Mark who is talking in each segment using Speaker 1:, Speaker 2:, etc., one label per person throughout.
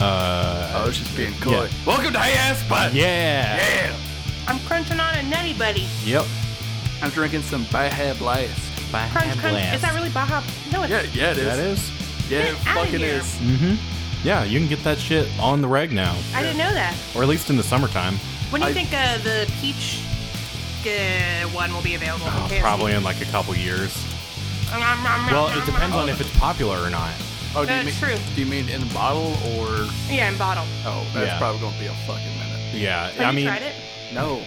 Speaker 1: was Oh, just being coy. Welcome to Hey Ass Bud.
Speaker 2: Uh, Yeah.
Speaker 1: Yeah.
Speaker 3: I'm crunching on a nutty buddy.
Speaker 2: Yep.
Speaker 1: I'm drinking some Baja Blast.
Speaker 2: Baja
Speaker 3: Crunch, crunch.
Speaker 2: Blast.
Speaker 3: Is that really Baja? No, it's
Speaker 1: Yeah, yeah, it is.
Speaker 2: That is.
Speaker 1: Yeah, it
Speaker 3: Get outta
Speaker 1: fucking
Speaker 3: here.
Speaker 1: is.
Speaker 2: Mm-hmm. Yeah, you can get that shit on the reg now,
Speaker 3: I didn't know that.
Speaker 2: or at least in the summertime.
Speaker 3: When do you
Speaker 1: I-
Speaker 3: think uh, the peach uh, one will be available?
Speaker 2: Oh,
Speaker 3: Okay,
Speaker 2: probably in like a couple years. Well, it depends on if it's popular or not.
Speaker 1: Oh, do you
Speaker 3: That's
Speaker 1: mean,
Speaker 3: true.
Speaker 1: Do you mean in a bottle or?
Speaker 3: Yeah, in bottle.
Speaker 1: Oh, that's
Speaker 2: Yeah.
Speaker 1: probably gonna be a fucking minute.
Speaker 2: Yeah,
Speaker 3: Have
Speaker 2: I
Speaker 3: you
Speaker 2: mean,
Speaker 3: tried it?
Speaker 1: No.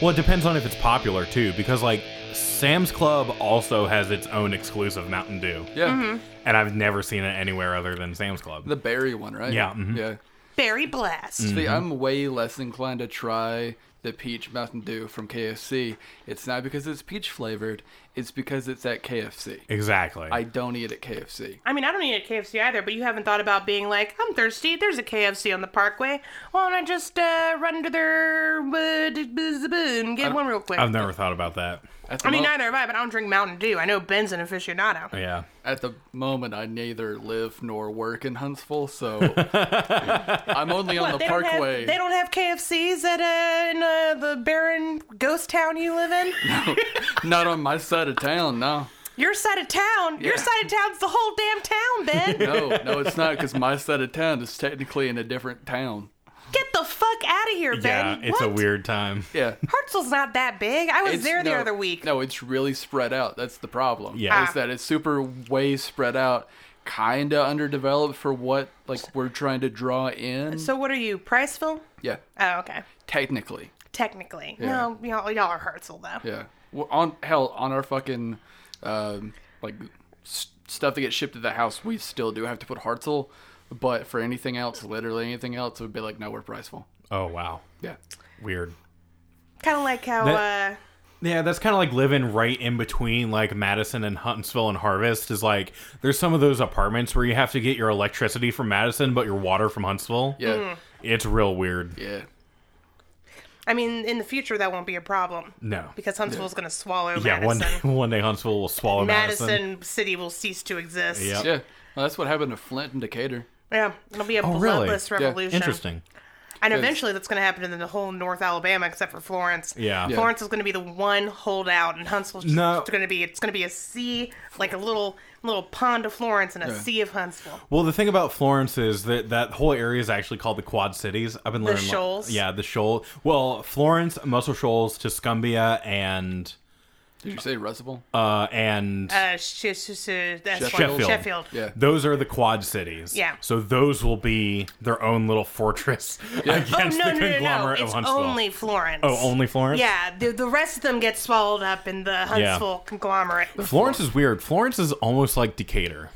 Speaker 2: well, it depends on if it's popular too, because like Sam's Club also has its own exclusive Mountain Dew,
Speaker 1: Yeah.
Speaker 3: Mm-hmm.
Speaker 2: and I've never seen it anywhere other than Sam's Club.
Speaker 1: The berry one, right?
Speaker 2: Yeah, mhm.
Speaker 1: Yeah.
Speaker 3: Berry blast.
Speaker 2: Mm.
Speaker 1: See, I'm way less inclined to try the peach Mountain Dew from KFC. It's not because it's peach flavored. It's because it's at KFC.
Speaker 2: exactly.
Speaker 1: I don't eat at KFC.
Speaker 3: I mean, I don't eat at KFC either, but you haven't thought about being like, I'm thirsty. There's a KFC on the parkway. Why don't I just uh, run to their uh, d- b- z- b- and get one real quick?
Speaker 2: I've never thought about that.
Speaker 1: At the
Speaker 3: I mean,
Speaker 1: mo-
Speaker 3: neither have I, but I don't drink Mountain Dew. I know Ben's an aficionado.
Speaker 2: Yeah.
Speaker 1: at the moment, I neither live nor work in Huntsville, so I'm only on
Speaker 3: What,
Speaker 1: the
Speaker 3: they don't have-
Speaker 1: Parkway.
Speaker 3: they don't have KFCs at uh, in, uh, the barren ghost town you live in.
Speaker 1: Not on my side of town, no.
Speaker 3: Your side of town. Your
Speaker 1: Yeah.
Speaker 3: side of town's the whole damn town, Ben.
Speaker 1: No, no, it's not because my side of town is technically in a different town.
Speaker 3: Get the fuck out of here,
Speaker 2: Yeah,
Speaker 3: Ben.
Speaker 2: it's a
Speaker 3: What?
Speaker 2: weird time.
Speaker 1: Yeah.
Speaker 3: Hartzell's not that big. I was
Speaker 1: It's-
Speaker 3: there the
Speaker 1: no-
Speaker 3: other weck.
Speaker 1: No, it's really spread out. That's the problem.
Speaker 2: Yeah.
Speaker 1: Is that it's super way spread out, kind of underdeveloped for what like we're trying to draw in.
Speaker 3: So what are you, Priceville?
Speaker 1: yeah,
Speaker 3: Oh, okay.
Speaker 1: technically.
Speaker 3: Technically,
Speaker 1: Yeah.
Speaker 3: no, y'all, y'all are Hartzell though.
Speaker 1: Yeah. Well, on hell on our fucking um, like s stuff that gets shipped to the house, we still do have to put Hartzell, but for anything else, literally anything else, it would be like no, we're Priceville.
Speaker 2: Oh wow,
Speaker 1: Yeah.
Speaker 2: weird.
Speaker 3: Kind of like how uh,
Speaker 2: Yeah, that's kind of like living right in between like Madison and Huntsville and Harvest is like there's some of those apartments where you have to get your electricity from Madison but your water from Huntsville.
Speaker 1: Yeah.
Speaker 3: Mm.
Speaker 2: It's real weird.
Speaker 1: Yeah.
Speaker 3: I mean, in the future that won't be a problem
Speaker 2: No.
Speaker 3: because Huntsville's going to swallow
Speaker 2: Yeah, one day,
Speaker 3: Madison.
Speaker 2: one day Huntsville will swallow Madison.
Speaker 3: Madison. City will cease to exist.
Speaker 2: Yep.
Speaker 1: Yeah. Well, that's what happened to Flint and Decatur.
Speaker 3: Yeah, it'll be a
Speaker 2: Oh, really?
Speaker 3: bloodless
Speaker 1: Yeah.
Speaker 3: revolution.
Speaker 2: Interesting.
Speaker 3: And eventually, that's going to happen in the whole North Alabama, except for Florence.
Speaker 2: Yeah. Yeah.
Speaker 3: Florence is going to be the one holdout, and Huntsville's just
Speaker 2: No.
Speaker 3: going to be it's going to be a sea, like a little little pond of Florence and a sea of Huntsville.
Speaker 2: Well, the thing about Florence is that that whole area is actually called the Quad Cities. I've been learning like-
Speaker 3: Shoals?
Speaker 2: yeah, the shoal. Well, Florence, Muscle Shoals, Tuscumbia and
Speaker 1: Did you say Russell?
Speaker 2: uh and
Speaker 3: Uh, sh- sh- sh- that's one.
Speaker 2: Sheffield.
Speaker 3: Sheffield.
Speaker 1: Yeah.
Speaker 2: Those are the quad cities.
Speaker 3: Yeah.
Speaker 2: So those will be their own little fortress
Speaker 3: Oh
Speaker 2: against
Speaker 3: no,
Speaker 2: the
Speaker 3: no, no,
Speaker 2: conglomerate
Speaker 3: no,
Speaker 2: of
Speaker 3: It's
Speaker 2: Huntsville.
Speaker 3: only Florence.
Speaker 2: oh, only Florence.
Speaker 3: Yeah, the, the rest of them get swallowed up in the Huntsville conglomerate,
Speaker 2: Florence is weird. Florence is almost like Decatur.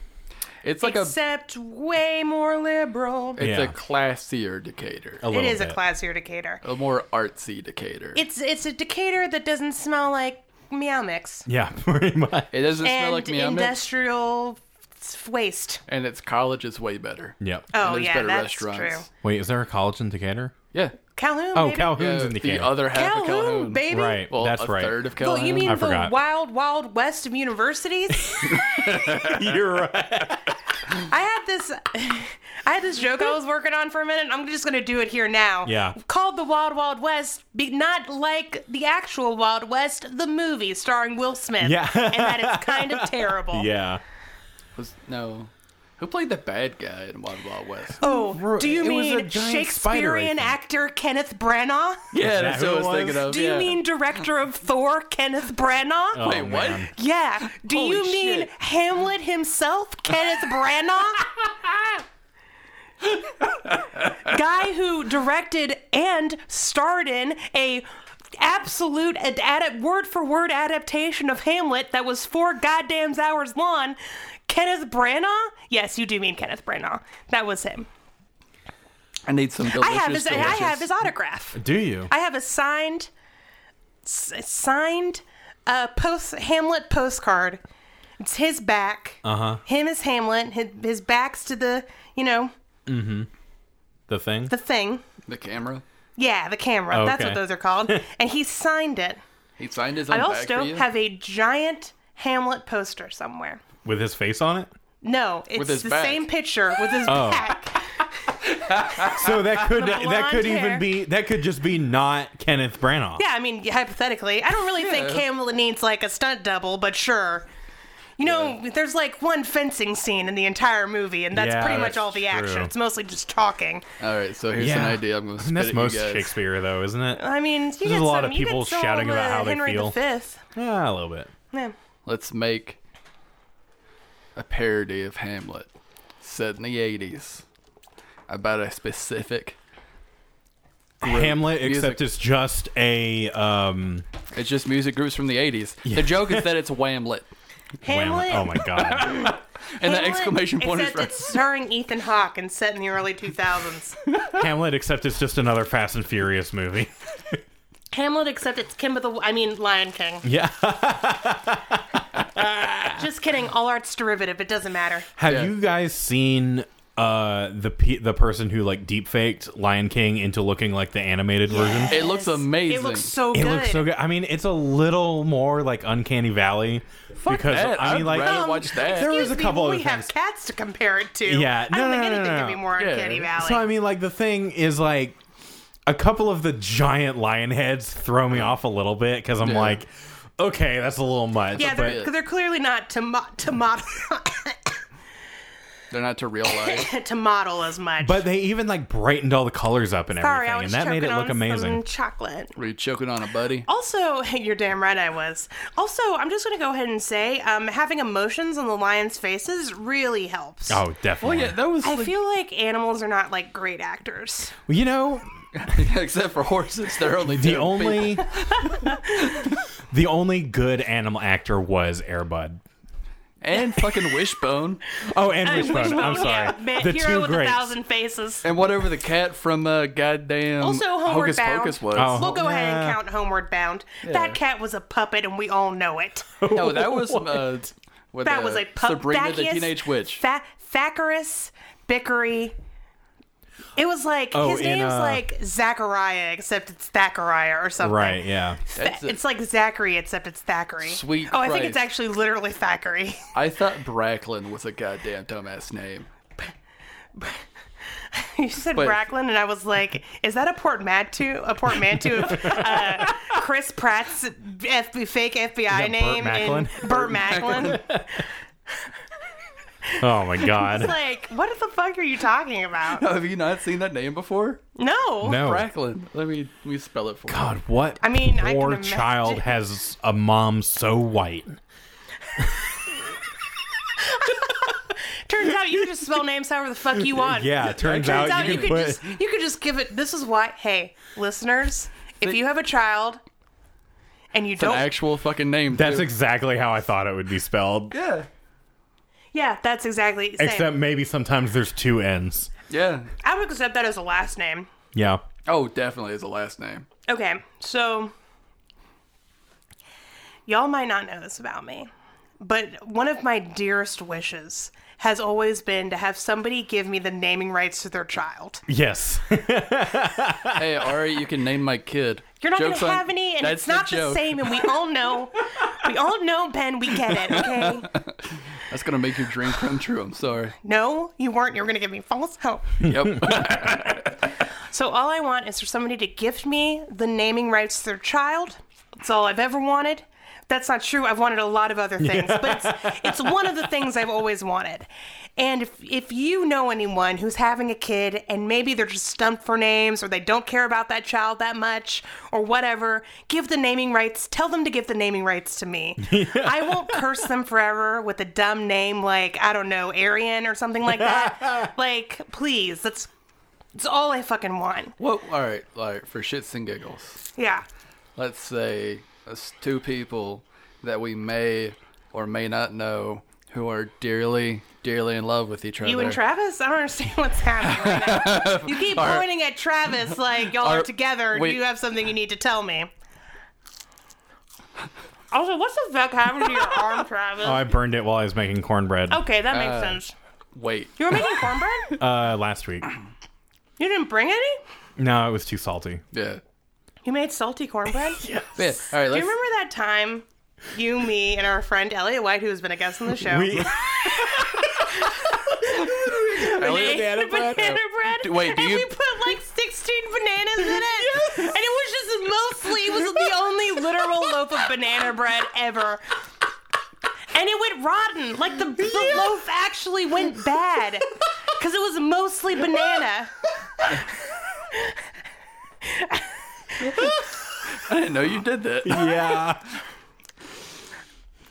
Speaker 1: It's like a it's
Speaker 3: except way more liberal.
Speaker 2: Yeah.
Speaker 1: a classier Decatur,
Speaker 2: A
Speaker 1: a,
Speaker 3: It
Speaker 2: little
Speaker 3: is a
Speaker 2: bit.
Speaker 3: classier Decatur.
Speaker 1: more artsy Decatur. It,
Speaker 3: It's it's a Decatur that doesn't smell like meow mix
Speaker 2: Yeah, pretty much.
Speaker 1: doesn't smell
Speaker 3: and
Speaker 1: like meow mix,
Speaker 3: industrial f- waste.
Speaker 1: and its college is way better.
Speaker 2: Yep.
Speaker 3: Oh
Speaker 1: there's
Speaker 3: yeah,
Speaker 1: better
Speaker 3: that's
Speaker 1: restaurants.
Speaker 3: true.
Speaker 2: Wait, is there a college in Decatur?
Speaker 1: Yeah.
Speaker 3: Calhoun.
Speaker 2: Oh,
Speaker 3: baby.
Speaker 2: Calhoun's
Speaker 1: Uh,
Speaker 2: in Decatur.
Speaker 1: the other half
Speaker 3: Calhoun,
Speaker 1: of Calhoun.
Speaker 3: baby.
Speaker 2: Right.
Speaker 1: Well,
Speaker 2: That's
Speaker 1: a
Speaker 2: right.
Speaker 1: third of
Speaker 3: Well,
Speaker 1: Calhoun.
Speaker 3: you mean
Speaker 2: I
Speaker 3: the
Speaker 2: forgot.
Speaker 3: wild, wild west of universities?
Speaker 2: You're right.
Speaker 3: I had this, I had this joke I was working on for a minute. I'm just gonna do it here now.
Speaker 2: Yeah.
Speaker 3: Called the Wild Wild West, be not like the actual Wild West, the movie starring Will Smith.
Speaker 2: Yeah.
Speaker 3: and that it's kind of terrible.
Speaker 2: Yeah.
Speaker 1: Was- no. Who played the bad guy in Wild Wild West?
Speaker 3: Oh, do you
Speaker 2: It was a
Speaker 3: mean
Speaker 2: giant spider, I
Speaker 3: Shakespearean
Speaker 2: think.
Speaker 3: actor Kenneth Branagh?
Speaker 1: yeah,
Speaker 2: that
Speaker 1: that's
Speaker 2: who
Speaker 1: what I
Speaker 2: it
Speaker 1: was,
Speaker 2: was?
Speaker 1: thinking of.
Speaker 3: Do you
Speaker 1: yeah.
Speaker 3: mean director of Thor, Kenneth Branagh?
Speaker 2: Oh,
Speaker 1: Wait, what?
Speaker 2: man.
Speaker 3: Yeah. Do
Speaker 1: Holy
Speaker 3: you mean
Speaker 1: shit.
Speaker 3: Hamlet himself, Kenneth Branagh? Guy who directed and starred in a absolute ad- ad- word for word adaptation of Hamlet that was four goddamn hours long. Kenneth Branagh? Yes, you do mean Kenneth Branagh. That was him.
Speaker 1: I need some delicious.
Speaker 3: I have his. I
Speaker 1: delicious.
Speaker 3: have his autograph.
Speaker 2: Do you?
Speaker 3: I have a signed, s- signed, uh, post Hamlet postcard. It's his back. Uh huh. Him is Hamlet. His, his back's to the, you know,
Speaker 2: the thing?
Speaker 3: the thing.
Speaker 1: the camera.
Speaker 3: Yeah, the camera. That's
Speaker 2: Okay.
Speaker 3: what those are called. and he signed it.
Speaker 1: He signed his own
Speaker 3: I
Speaker 1: back for
Speaker 3: also
Speaker 1: you?
Speaker 3: have a giant Hamlet poster somewhere.
Speaker 2: With his face on it?
Speaker 3: No, it's
Speaker 1: his
Speaker 3: the
Speaker 1: back.
Speaker 3: same picture with his back.
Speaker 2: So that could that could
Speaker 3: blonde hair.
Speaker 2: even be that could just be not Kenneth Branagh.
Speaker 3: Yeah, I mean, hypothetically, I don't really think
Speaker 1: Yeah.
Speaker 3: Hamill needs like a stunt double, but sure. You know, there's like one fencing scene in the entire movie, and that's
Speaker 2: Yeah,
Speaker 3: pretty much
Speaker 2: that's
Speaker 3: all the action.
Speaker 2: true.
Speaker 3: It's mostly just talking.
Speaker 1: All right, so here's an idea. I'm going to
Speaker 2: I
Speaker 1: spit
Speaker 2: mean, that's
Speaker 1: at
Speaker 2: most
Speaker 1: you guys.
Speaker 2: Shakespeare though, isn't it?
Speaker 3: I mean, you
Speaker 2: There's
Speaker 3: get
Speaker 2: a lot of
Speaker 3: some- you get
Speaker 2: people
Speaker 3: some,
Speaker 2: shouting about
Speaker 3: uh,
Speaker 2: how they
Speaker 3: Henry
Speaker 2: feel. Oh
Speaker 3: V.
Speaker 2: Yeah, a little bit.
Speaker 3: Yeah.
Speaker 1: Let's make a parody of Hamlet set in the 80s about a specific.
Speaker 2: Hamlet,
Speaker 1: music.
Speaker 2: except it's just a um,
Speaker 1: It's just music groups from the 80s. The joke is that it's Whamlet.
Speaker 3: Hamlet.
Speaker 2: Wham- oh my god!
Speaker 1: And the
Speaker 3: Hamlet,
Speaker 1: exclamation point is
Speaker 3: Except
Speaker 1: right.
Speaker 3: it's starring Ethan Hawke and set in the early 2000s.
Speaker 2: Hamlet, except it's just another Fast and Furious movie.
Speaker 3: Hamlet, except it's Kimba the. I mean, Lion King. Uh,
Speaker 2: Yeah.
Speaker 3: Just kidding. All art's derivative. It doesn't matter.
Speaker 2: Have
Speaker 1: Yeah.
Speaker 2: you guys seen uh, the pe- the person who like deep faked Lion King into looking like the animated version?
Speaker 1: It looks
Speaker 3: Yes.
Speaker 1: amazing.
Speaker 3: It looks so
Speaker 2: It
Speaker 3: good.
Speaker 2: looks so good. I mean, it's a little more like Uncanny Valley because
Speaker 1: that.
Speaker 2: I
Speaker 1: I'd
Speaker 2: mean, like
Speaker 1: rather- watch that.
Speaker 2: There was
Speaker 3: excuse
Speaker 2: a
Speaker 3: me,
Speaker 2: couple
Speaker 3: we
Speaker 2: other
Speaker 3: have
Speaker 2: things.
Speaker 3: cats to compare it to.
Speaker 2: Yeah,
Speaker 3: I don't
Speaker 2: no,
Speaker 3: think
Speaker 2: no, no,
Speaker 3: anything
Speaker 2: no,
Speaker 3: could be
Speaker 2: no.
Speaker 3: more uncanny
Speaker 1: Yeah.
Speaker 3: valley.
Speaker 2: So I mean, like the thing is like a couple of the giant lion heads throw me off a little bit because I'm
Speaker 1: Yeah.
Speaker 2: like, okay, that's a little much.
Speaker 3: yeah,
Speaker 2: but
Speaker 3: they're, they're clearly not to, mo- to model
Speaker 1: They're not to real life.
Speaker 3: to model as much.
Speaker 2: but they even like brightened all the colors up and
Speaker 3: sorry, I
Speaker 2: everything,
Speaker 3: was
Speaker 2: and that made it
Speaker 3: choking
Speaker 2: look
Speaker 3: on
Speaker 2: amazing. Oh,
Speaker 3: Some chocolate.
Speaker 1: Were you choking on a buddy?
Speaker 3: Also, you're damn right I was. Also, I'm just gonna go ahead and say, um, having emotions on the lions' faces really helps.
Speaker 2: Oh, definitely.
Speaker 1: that was.
Speaker 3: I feel like animals are not like great actors.
Speaker 2: you know,
Speaker 1: except for horses, they're only
Speaker 2: the
Speaker 1: doing people.
Speaker 2: only the only good animal actor was Airbud.
Speaker 1: and fucking Wishbone
Speaker 2: Oh, and Wishbone. I'm sorry.
Speaker 3: Yeah, man,
Speaker 2: the
Speaker 3: hero
Speaker 2: two
Speaker 3: with
Speaker 2: greats.
Speaker 3: a thousand faces.
Speaker 1: and whatever the cat from uh, goddamn
Speaker 3: Also, Homeward
Speaker 1: Hocus
Speaker 3: Bound.
Speaker 1: Pocus was.
Speaker 2: Oh.
Speaker 3: We'll go ahead and
Speaker 2: Yeah.
Speaker 3: count Homeward Bound. That cat was a puppet, and we all know it.
Speaker 1: No, that was uh, with,
Speaker 3: That
Speaker 1: uh,
Speaker 3: was a puppet.
Speaker 1: Sabrina the Teenage Witch.
Speaker 3: Fa- Thackerus, Bickery. It was like
Speaker 2: Oh,
Speaker 3: his
Speaker 2: in,
Speaker 3: name's
Speaker 2: uh,
Speaker 3: like Zachariah, except it's Thackeraya or something.
Speaker 2: Right. Yeah.
Speaker 3: Tha-
Speaker 1: That's it.
Speaker 3: it's like Zachary, except it's Thackeray.
Speaker 1: Sweet
Speaker 3: Oh, I think it's
Speaker 1: Christ.
Speaker 3: actually literally Thackeray.
Speaker 1: I thought Bracklin was a goddamn dumbass name.
Speaker 3: you said
Speaker 1: But-
Speaker 3: Bracklin, and I was like, "Is that a portmanteau? A portmanteau of uh, Chris Pratt's FB, fake FBI
Speaker 2: Is that Burt
Speaker 3: name
Speaker 2: Macklin?
Speaker 3: and Burt Macklin?"
Speaker 2: Oh my God.
Speaker 3: like, what the fuck are you talking about?
Speaker 1: Have you not seen that name before?
Speaker 3: No.
Speaker 2: no.
Speaker 1: Bracklin. Let me let me spell it for you.
Speaker 2: Oh. God, what? I
Speaker 3: mean, I
Speaker 2: poor
Speaker 3: can
Speaker 2: child
Speaker 3: imagine.
Speaker 2: has a mom so white.
Speaker 3: Turns out you can just spell names however the fuck you want.
Speaker 2: Yeah, turns,
Speaker 3: Turns
Speaker 2: out,
Speaker 3: out
Speaker 2: you
Speaker 3: you
Speaker 2: can
Speaker 3: could
Speaker 2: put.
Speaker 3: just you could just give it. This is why. Hey, listeners, if you have a child and you
Speaker 1: It's an
Speaker 3: don't,
Speaker 1: actual fucking name.
Speaker 2: That's
Speaker 1: too.
Speaker 2: exactly how I thought it would be spelled.
Speaker 1: yeah,
Speaker 3: yeah, that's exactly. Same.
Speaker 2: Except maybe sometimes there's two N's.
Speaker 1: yeah.
Speaker 3: I would accept that as a last name.
Speaker 2: Yeah.
Speaker 1: Oh, definitely is a last name.
Speaker 3: Okay, so y'all might not know this about me, but one of my dearest wishes has always been to have somebody give me the naming rights to their child.
Speaker 2: Yes.
Speaker 1: Hey, Ari, you can name my kid.
Speaker 3: You're not
Speaker 1: Joke's
Speaker 3: gonna
Speaker 1: on-
Speaker 3: have any, and
Speaker 1: That's
Speaker 3: it's not the,
Speaker 1: joke.
Speaker 3: same, and we all know. We all know, Ben, we get it, okay?
Speaker 1: That's gonna make your dream come true. I'm sorry.
Speaker 3: No, you weren't. You were going to give me false hope.
Speaker 1: Yep.
Speaker 3: So, all I want is for somebody to gift me the naming rights to their child. That's all I've ever wanted. That's not true. I've wanted a lot of other things, but it's, it's one of the things I've always wanted. And if, if you know anyone who's having a kid and maybe they're just stumped for names or they don't care about that child that much or whatever, give the naming rights. Tell them to give the naming rights to me. I won't curse them forever with a dumb name like, I don't know, Arian or something like that. like, please, that's. It's all I fucking want.
Speaker 1: well, all right, all right. For shits and giggles,
Speaker 3: Yeah.
Speaker 1: let's say us two people that we may or may not know who are dearly, dearly in love with each other.
Speaker 3: You and Travis? I don't understand what's happening right now. You keep
Speaker 1: Our-
Speaker 3: pointing at Travis like y'all
Speaker 1: Our-
Speaker 3: are together.
Speaker 1: wait.
Speaker 3: You have something you need to tell me. Also, what's the fuck happened to your arm, Travis?
Speaker 2: Oh, I burned it while I was making cornbread
Speaker 3: okay, that makes
Speaker 1: Uh,
Speaker 3: sense.
Speaker 1: Wait,
Speaker 3: You were making cornbread?
Speaker 2: uh, last week.
Speaker 3: You didn't bring any?
Speaker 2: No, it was too salty.
Speaker 1: yeah,
Speaker 3: You made salty cornbread? Do you
Speaker 1: yeah. All right, let's.
Speaker 3: remember that time you, me, and our friend Elliot White, who's been a guest on the show,
Speaker 2: We,
Speaker 1: Elliot-
Speaker 3: banana bread.
Speaker 1: Do- wait, do
Speaker 3: and
Speaker 1: you-
Speaker 3: we put like 16 bananas in it. And it was just mostly, it was the only literal loaf of banana bread ever. And it went rotten. Like the, the loaf actually went bad because it was mostly banana.
Speaker 1: I didn't know you did that.
Speaker 2: Yeah.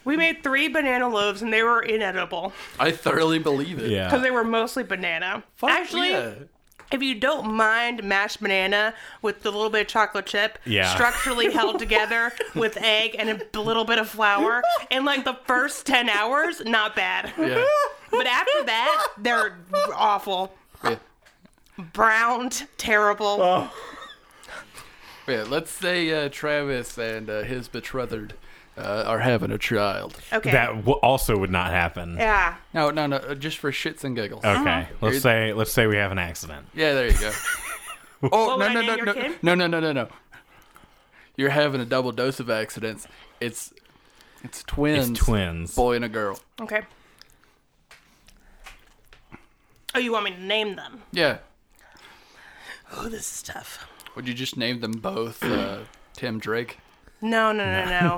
Speaker 3: We made three banana loaves and they were inedible
Speaker 1: I thoroughly believe it.
Speaker 2: Yeah.
Speaker 3: because they were mostly banana.
Speaker 1: Fuck
Speaker 3: Actually,
Speaker 1: yeah.
Speaker 3: if you don't mind mashed banana with the little bit of chocolate chip
Speaker 2: Yeah.
Speaker 3: structurally held together with egg and a little bit of flour in like the first 10 hours, not bad.
Speaker 1: Yeah.
Speaker 3: But after that, they're awful.
Speaker 1: yeah.
Speaker 3: Browned, terrible.
Speaker 2: Oh,
Speaker 1: Yeah, let's say uh, Travis and uh, his betrothed uh, are having a child.
Speaker 3: okay.
Speaker 2: That w- also would not happen.
Speaker 3: yeah. Uh-huh.
Speaker 1: No, no, no, uh, just for shits and giggles.
Speaker 2: Okay. Let's say let's say we have an accident.
Speaker 1: Yeah, there you go. oh,
Speaker 3: would
Speaker 1: no,
Speaker 3: I
Speaker 1: no,
Speaker 3: name
Speaker 1: no,
Speaker 3: your
Speaker 1: no,
Speaker 3: kid?
Speaker 1: no, no, no, no, no. You're having a double dose of accidents. It's it's twins.
Speaker 2: twins.
Speaker 1: Boy and a girl.
Speaker 3: Okay. Oh, you want me to name them?
Speaker 1: Yeah.
Speaker 3: Oh, this is tough.
Speaker 1: Would you just name them both uh, Tim Drake?
Speaker 3: No, no, no,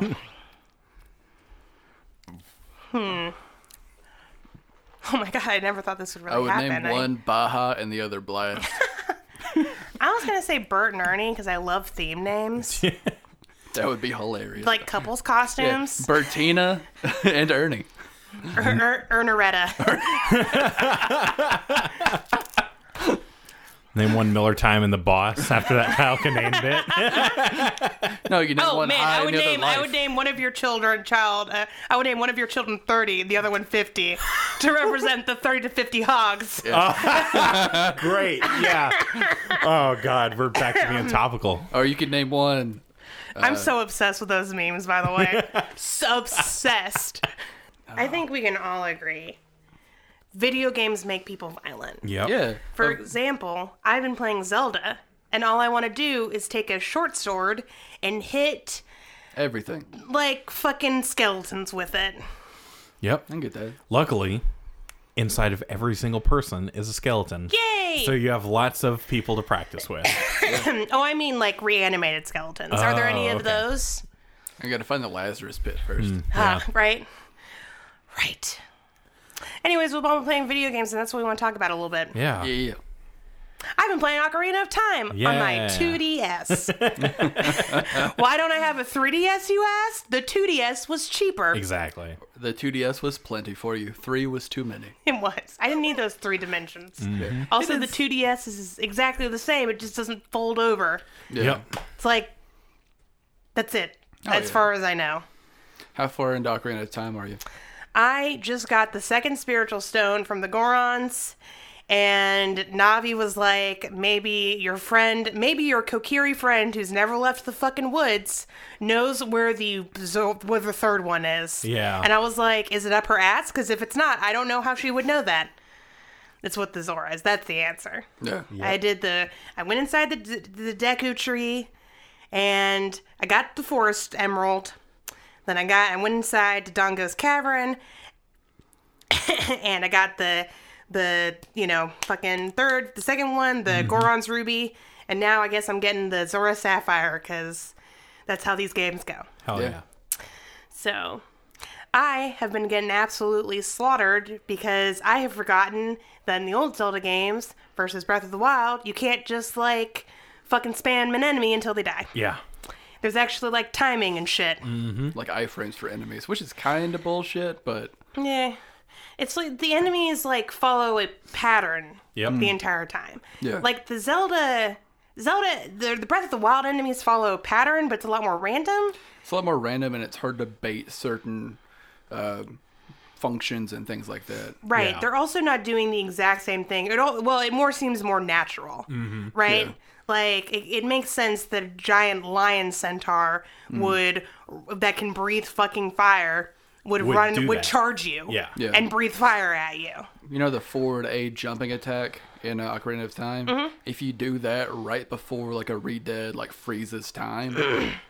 Speaker 3: no. hmm. Oh my god, I never thought this would really
Speaker 1: I would
Speaker 3: happen.
Speaker 1: name
Speaker 3: I-
Speaker 1: one Baja and the other Blast.
Speaker 3: I, was gonna say Bert and Ernie because I love theme names,
Speaker 1: that would be hilarious.
Speaker 3: like couples
Speaker 1: Yeah,
Speaker 3: costumes.
Speaker 1: Bertina and Ernie.
Speaker 3: Er- er- Erneretta.
Speaker 2: Name one Miller time and the boss after that Falconane bit.
Speaker 1: No, you name one
Speaker 3: Oh man,
Speaker 1: high
Speaker 3: I would
Speaker 1: and the other
Speaker 3: name
Speaker 1: life.
Speaker 3: I would name one of your children child. Uh, I would name one of your children thirty, the other one fifty, to represent the thirty to fifty hogs.
Speaker 2: Great. Yeah. Oh God, we're back to being topical.
Speaker 1: Or you could name one
Speaker 2: Uh,
Speaker 3: I'm so obsessed with those memes, by the way. so obsessed. I think we can all agree. Video games make people violent.
Speaker 2: Yep.
Speaker 1: Yeah.
Speaker 3: For
Speaker 2: Um,
Speaker 3: example, I've been playing Zelda, and all I want to do is take a short sword and hit
Speaker 1: Everything.
Speaker 3: like fucking skeletons with it.
Speaker 2: Yep.
Speaker 1: I can get that.
Speaker 2: Luckily, inside of every single person is a skeleton.
Speaker 3: Yay!
Speaker 2: So you have lots of people to practice with.
Speaker 3: oh, I mean like reanimated skeletons. Are there any
Speaker 2: Oh,
Speaker 3: of
Speaker 2: okay.
Speaker 3: those?
Speaker 1: I gotta find the Lazarus pit first.
Speaker 3: Ah, right? Right. Anyways, we've all been playing video games, and that's what we want to talk about a little bit.
Speaker 2: Yeah.
Speaker 1: Yeah.
Speaker 3: I've been playing Ocarina of Time on my
Speaker 2: Yeah.
Speaker 3: 2DS. Why don't I have a 3DS, you asked? The 2DS was cheaper.
Speaker 2: Exactly.
Speaker 1: The 2DS was plenty for you. Three was too many.
Speaker 3: It was. I didn't need those three dimensions. Also, the 2DS is exactly the same, it just doesn't fold over.
Speaker 1: Yeah.
Speaker 2: Yep.
Speaker 3: It's like, that's it, as
Speaker 1: yeah.
Speaker 3: far as I know.
Speaker 1: How far in Ocarina of Time are you?
Speaker 3: I just got the second spiritual stone from the Gorons. And Navi was like, maybe your friend, maybe your Kokiri friend who's never left the fucking woods knows where the zo- where the third one is.
Speaker 2: Yeah.
Speaker 3: And I was like, is it up her ass? Because if it's not, I don't know how she would know that. It's what the Zora is. That's the answer.
Speaker 1: Yeah.
Speaker 3: I did the. I went inside the the Deku tree, and I got the forest emerald. Then I got. I went inside to Dongo's cavern, and I got the the you know fucking third, the second one, the Goron's ruby, and now I guess I'm getting the Zora sapphire because that's how these games go.
Speaker 1: Oh,
Speaker 2: Hell
Speaker 1: Yeah.
Speaker 2: yeah.
Speaker 3: So, I have been getting absolutely slaughtered because I have forgotten that in the old Zelda games versus Breath of the Wild, you can't just like fucking spam an enemy until they die.
Speaker 2: Yeah.
Speaker 3: There's actually like timing and shit.
Speaker 1: Like iframes for enemies, which is kind of bullshit, but
Speaker 3: Yeah. It's like the enemies like follow a pattern
Speaker 2: Yep.
Speaker 3: the entire time.
Speaker 1: Yeah.
Speaker 3: Like the Zelda Zelda the, the Breath of the Wild enemies follow a pattern, but it's a lot more random.
Speaker 1: it's a lot more random and it's hard to bait certain um functions and things like that.
Speaker 3: Right.
Speaker 2: Yeah.
Speaker 3: They're also not doing the exact same thing. It all, well, it more seems more natural,
Speaker 2: Mm-hmm.
Speaker 3: right?
Speaker 1: Yeah.
Speaker 3: Like it, it makes sense that a
Speaker 2: Mm.
Speaker 3: giant lion centaur would that can breathe fucking fire would,
Speaker 2: Would
Speaker 3: run
Speaker 2: do
Speaker 3: would
Speaker 2: that.
Speaker 3: charge you
Speaker 2: Yeah.
Speaker 1: Yeah.
Speaker 3: and breathe fire at you.
Speaker 1: You know the forward A jumping attack in uh, Ocarina of Time.
Speaker 3: Mm-hmm.
Speaker 1: If you do that right before like a redead like freezes time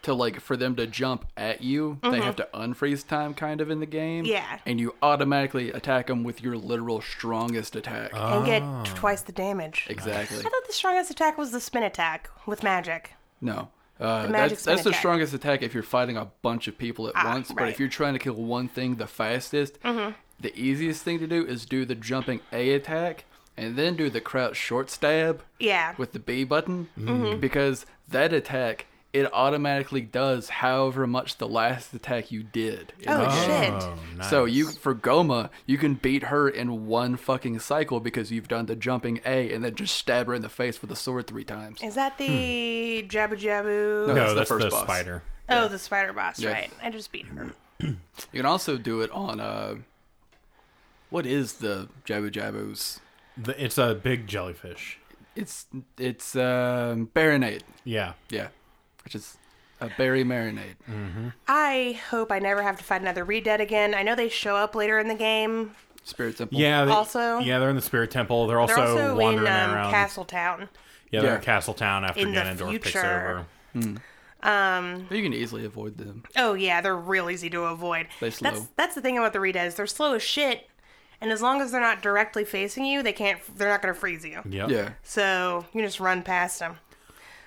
Speaker 1: to like for them to jump at you, they have to unfreeze time kind of in the game.
Speaker 3: Mm-hmm. Yeah.
Speaker 1: and you automatically attack them with your literal strongest attack.
Speaker 3: And
Speaker 2: Oh.
Speaker 3: get t- twice the damage.
Speaker 1: Exactly.
Speaker 3: I thought the strongest attack was the spin attack with magic.
Speaker 1: No. Uh,
Speaker 3: magic
Speaker 1: that's
Speaker 3: spin
Speaker 1: that's the
Speaker 3: attack.
Speaker 1: strongest attack if you're fighting a bunch of people at once. But
Speaker 3: Ah, right. Mm-hmm.
Speaker 1: if you're trying to kill one thing the fastest, the easiest thing to do is do the jumping A attack and then do the crouch short stab
Speaker 3: Yeah.
Speaker 1: with the B button
Speaker 3: Mm-hmm.
Speaker 1: because that attack it automatically does however much the last attack you did. in
Speaker 3: oh,
Speaker 1: the game.
Speaker 3: shit.
Speaker 1: So
Speaker 2: nice.
Speaker 1: you for Goma, you can beat her in one fucking cycle because you've done the jumping A and then just stab her in the face with a sword three times.
Speaker 3: Is that
Speaker 2: Hmm.
Speaker 3: the Jabu Jabu?
Speaker 1: No.
Speaker 2: no,
Speaker 1: that's the
Speaker 2: that's the,
Speaker 1: first boss.
Speaker 2: spider.
Speaker 3: Oh, the spider boss,
Speaker 1: Yeah.
Speaker 3: right. I just beat her.
Speaker 1: You can also do it on uh, what is the Jabu Jabu's?
Speaker 2: The, it's a big jellyfish.
Speaker 1: It's it's um, baronade,
Speaker 2: Yeah.
Speaker 1: yeah, which is a berry marinade.
Speaker 2: Mm.
Speaker 3: I hope I never have to fight another Redead again. I know they show up later in the game.
Speaker 1: Spirit temple.
Speaker 2: Yeah. They,
Speaker 3: Also-
Speaker 2: Yeah, they're in the spirit temple. They're
Speaker 3: They're
Speaker 2: also,
Speaker 3: also, in um,
Speaker 2: wandering around.
Speaker 3: Castletown.
Speaker 2: yeah, they're
Speaker 1: Yeah.
Speaker 2: in Castle Town after
Speaker 3: In the
Speaker 2: Ganondorf picks
Speaker 3: future.
Speaker 2: over.
Speaker 1: you can easily avoid them.
Speaker 3: Oh yeah, they're real easy to avoid.
Speaker 1: They
Speaker 3: That's
Speaker 1: slow.
Speaker 3: that's the thing about the Redeads. They're slow as shit, and as long as they're not directly facing you, they can't. They're not gonna freeze you.
Speaker 2: Yep.
Speaker 1: Yeah,
Speaker 3: So you just run past them.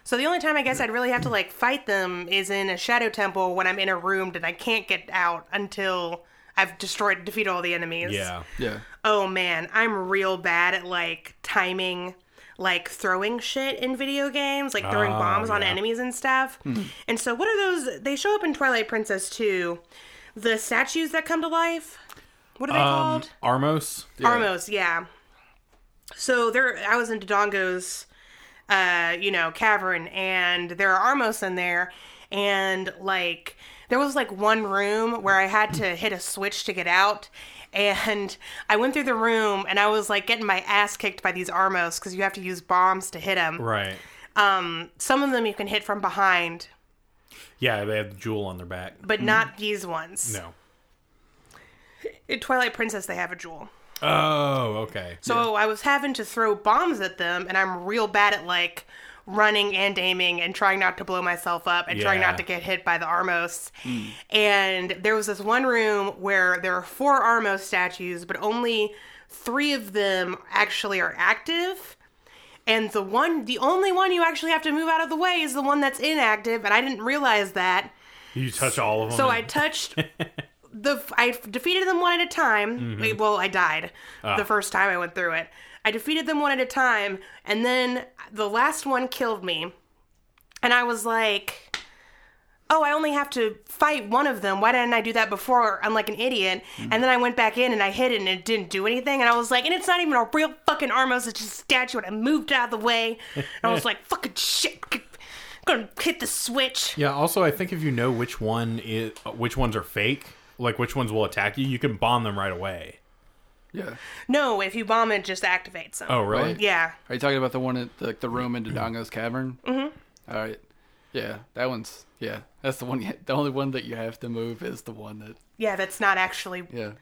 Speaker 3: So the only time I guess I'd really have to like fight them is in a shadow temple when I'm in a room and I can't get out until I've destroyed defeated all the enemies.
Speaker 2: Yeah.
Speaker 1: yeah.
Speaker 3: Oh man, I'm real bad at like timing like throwing shit in video games, like throwing
Speaker 2: Ah,
Speaker 3: bombs on
Speaker 2: yeah. Hmm.
Speaker 3: enemies and stuff. And so what are those they show up in Twilight Princess 2, the statues that come to life? What are they
Speaker 2: Um,
Speaker 3: called?
Speaker 2: Armos.
Speaker 3: Armos, yeah. So there, I was in Dodongo's, uh, you know, cavern, and there are Armos in there, and like there was like one room where I had to hit a switch to get out, and I went through the room and I was like getting my ass kicked by these Armos because you have to use bombs to hit them.
Speaker 2: Right.
Speaker 3: Some of them you can hit from behind,
Speaker 2: Yeah, they have the jewel on their back.
Speaker 3: but not these ones.
Speaker 2: Mm-hmm. No.
Speaker 3: In Twilight Princess, they have a jewel.
Speaker 2: Oh, okay.
Speaker 3: So I was having to throw bombs at them, and I'm real bad at like running and aiming and trying not to blow myself up and trying
Speaker 2: Yeah.
Speaker 3: not to get hit by the Armos. And there was this one room where there are four Armos statues, but only three of them actually are active. And the one, the only one you actually have to move out of the way is the one that's inactive, and I didn't realize that.
Speaker 2: You touch all of them.
Speaker 3: So I
Speaker 2: and-
Speaker 3: touched the I defeated them one at a time. Wait, well, I died the first time I went through it. I defeated them one at a time, and then the last one killed me. And I was like, "Oh, I only have to fight one of them. Why didn't I do that before? I'm like an idiot." And then I went back in and I hit it, and it didn't do anything. And I was like, "And it's not even a real fucking Armos; it's just a statue." And I moved out of the way, and I was like, "Fucking shit." Gonna hit the switch.
Speaker 2: Yeah. Also, I think if you know which one is, which ones are fake, like which ones will attack you, you can bomb them right away.
Speaker 1: yeah.
Speaker 3: No, if you bomb it, it just activates them.
Speaker 2: Oh, really?
Speaker 1: Right.
Speaker 3: Yeah.
Speaker 1: Are you talking about the one at the, like the room in Dodongo's cavern? Mm-hmm. right. Yeah, that one's yeah. That's the one. You, the only one that you have to move is the one that
Speaker 3: Yeah, that's not actually
Speaker 1: yeah.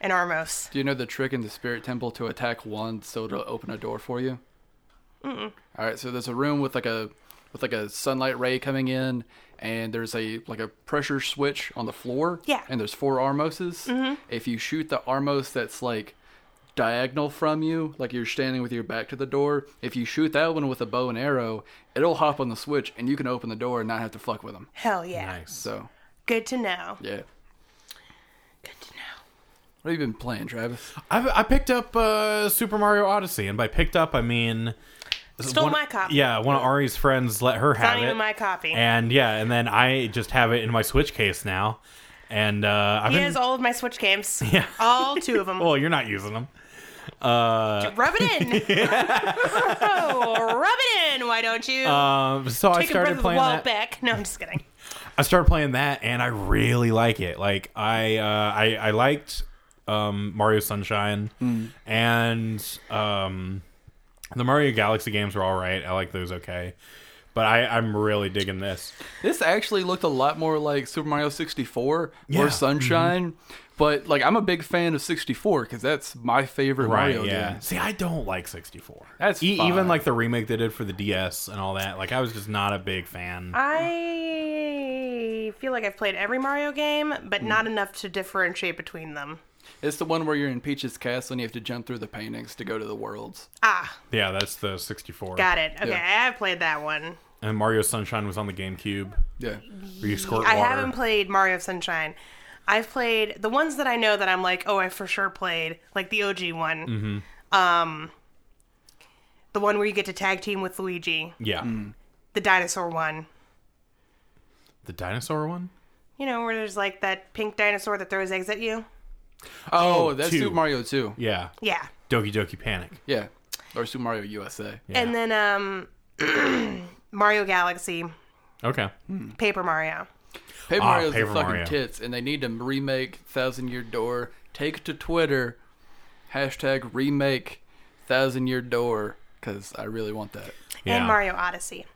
Speaker 3: an Armos.
Speaker 1: Do you know the trick in the spirit temple to attack one so it'll open a door for you? All right, so there's a room with like a with like a sunlight ray coming in, and there's a like a pressure switch on the floor.
Speaker 3: Yeah. Mm-hmm.
Speaker 1: And there's four Armoses. If you shoot the Armos that's like diagonal from you, like you're standing with your back to the door, if you shoot that one with a bow and arrow, it'll hop on the switch and you can open the door and not have to fuck with them.
Speaker 3: Hell yeah.
Speaker 2: Nice.
Speaker 1: So
Speaker 3: Good to know.
Speaker 1: yeah.
Speaker 3: Good to know.
Speaker 1: What have you been playing, Travis?
Speaker 2: I, I picked up uh, Super Mario Odyssey, and by picked up, I mean
Speaker 3: Stole
Speaker 2: one-
Speaker 3: my copy. Mm.
Speaker 2: Yeah, one of Ari's friends let her have
Speaker 3: Not
Speaker 2: it,
Speaker 3: even my copy.
Speaker 2: and yeah, and then I just have it in my Switch case now, and uh, I've
Speaker 3: he
Speaker 2: been.
Speaker 3: has all of my Switch games.
Speaker 2: Yeah.
Speaker 3: All two of them.
Speaker 2: well, you're not using them.
Speaker 3: Rub it in. oh, rub it in. Why don't you?
Speaker 2: Um, so I
Speaker 3: Take a breath
Speaker 2: started
Speaker 3: of the
Speaker 2: playing
Speaker 3: wall
Speaker 2: that.
Speaker 3: back. No, I'm just kidding.
Speaker 2: I started playing that, and I really like it. Like I, uh, I, I liked um, Mario Sunshine, and um, the Mario Galaxy games were all right. I like those okay, But I, I'm really digging this.
Speaker 1: This actually looked a lot more like Super Mario 64
Speaker 2: Yeah. Mm-hmm.
Speaker 1: or Sunshine, but like I'm a big fan of 64 because that's my favorite
Speaker 2: Right?
Speaker 1: Mario
Speaker 2: yeah.
Speaker 1: game.
Speaker 2: See, I don't like 64.
Speaker 1: That's
Speaker 2: E-
Speaker 1: fine.
Speaker 2: even like the remake they did for the DS and all that. Like I was just not a big fan.
Speaker 3: I feel like I've played every Mario game, but
Speaker 2: Mm.
Speaker 3: not enough to differentiate between them.
Speaker 1: It's the one where you're in Peach's castle and you have to jump through the paintings to go to the worlds.
Speaker 3: Ah,
Speaker 2: yeah, that's the 64.
Speaker 3: got it. Okay,
Speaker 1: Yeah.
Speaker 3: I've played that one.
Speaker 2: And Mario Sunshine was on the GameCube.
Speaker 1: Yeah,
Speaker 2: Where you squirt
Speaker 3: I
Speaker 2: water.
Speaker 3: haven't played Mario Sunshine. I've played the ones that I know that I'm like, oh, I for sure played, like the OG one. Um, the one where you get to tag team with Luigi,
Speaker 2: yeah.
Speaker 3: the dinosaur one.
Speaker 2: The dinosaur one?
Speaker 3: You know, where there's like that pink dinosaur that throws eggs at you.
Speaker 1: Oh, that's
Speaker 2: two.
Speaker 1: Super Mario 2.
Speaker 2: Yeah.
Speaker 3: Yeah.
Speaker 2: Doki Doki Panic.
Speaker 1: Yeah. Or Super Mario USA.
Speaker 3: And then um, Mario Galaxy,
Speaker 2: Okay.
Speaker 3: Paper Mario.
Speaker 1: Paper
Speaker 2: Ah,
Speaker 1: Mario's
Speaker 2: Paper
Speaker 1: the fucking
Speaker 2: Mario.
Speaker 1: tits, and they need to remake Thousand Year Door. Take to Twitter, hashtag remake Thousand Year Door, because I really want that.
Speaker 2: Yeah.
Speaker 3: and Mario Odyssey.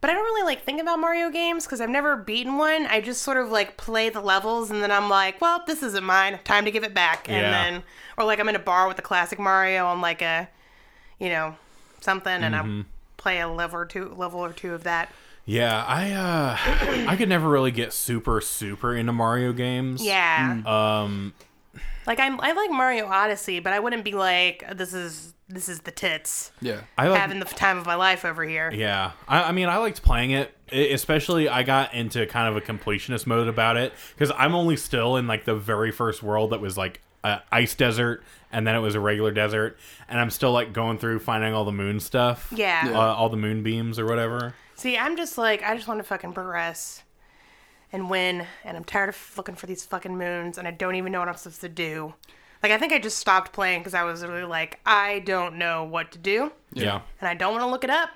Speaker 3: But I don't really like think about Mario games because I've never beaten one. I just sort of like play the levels and then I'm like, well, this isn't mine. Time to give it back. And
Speaker 2: Yeah.
Speaker 3: then, or like I'm in a bar with a classic Mario on like a, you know, something, and
Speaker 2: Mm-hmm.
Speaker 3: I play a level or two, level or two of that.
Speaker 2: Yeah, I uh I could never really get super super into Mario games.
Speaker 3: Yeah.
Speaker 2: Um
Speaker 3: Like I'm, I like Mario Odyssey, but I wouldn't be like, this is this is the tits
Speaker 1: Yeah.
Speaker 2: I like
Speaker 3: having the time of my life over here.
Speaker 2: Yeah, I, I mean, I liked playing it. E- Especially, I got into kind of a completionist mode about it because I'm only still in like the very first world that was like a ice desert, and then it was a regular desert, and I'm still like going through finding all the moon stuff.
Speaker 3: Yeah.
Speaker 2: uh, all the moon beams or whatever.
Speaker 3: See, I'm just like, I just want to fucking progress and win, and I'm tired of looking for these fucking moons, and I don't even know what I'm supposed to do. Like, I think I just stopped playing because I was really like, I don't know what to do,
Speaker 2: Yeah.
Speaker 3: and I don't want to look it up.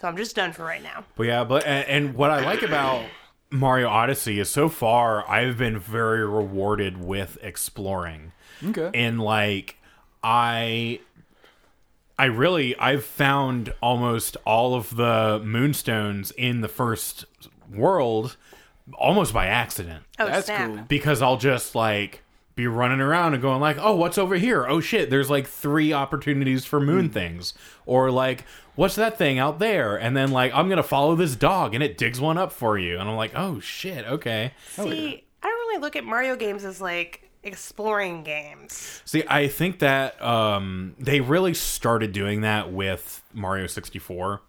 Speaker 3: So I'm just done for right now.
Speaker 2: but yeah, but and, and what I like about Mario Odyssey is so far I've been very rewarded with exploring.
Speaker 1: Okay.
Speaker 2: and like i i really i've found almost all of the moonstones in the first world almost by accident
Speaker 3: Oh,
Speaker 1: that's
Speaker 3: snap.
Speaker 1: cool.
Speaker 2: because i'll just like be running around and going like oh what's over here oh shit there's like three opportunities for moon things or like what's that thing out there and then like i'm gonna follow this dog and it digs one up for you and i'm like oh shit okay
Speaker 3: See, I don't really look at Mario games as like exploring games.
Speaker 2: See, I think that um, they really started doing that with Mario 64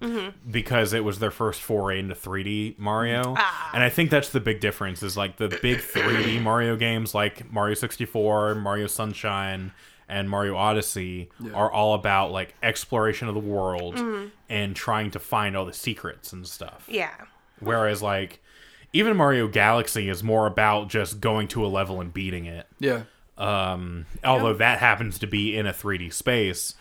Speaker 2: because it was their first foray into 3D Mario. And I think that's the big difference is like the big 3D Mario games like Mario 64, Mario Sunshine, and Mario Odyssey are all about like exploration of the world and trying to find all the secrets and stuff.
Speaker 3: Yeah.
Speaker 2: Whereas like even Mario Galaxy is more about just going to a level and beating it
Speaker 1: Yeah.
Speaker 2: um, although that happens to be in a 3D space.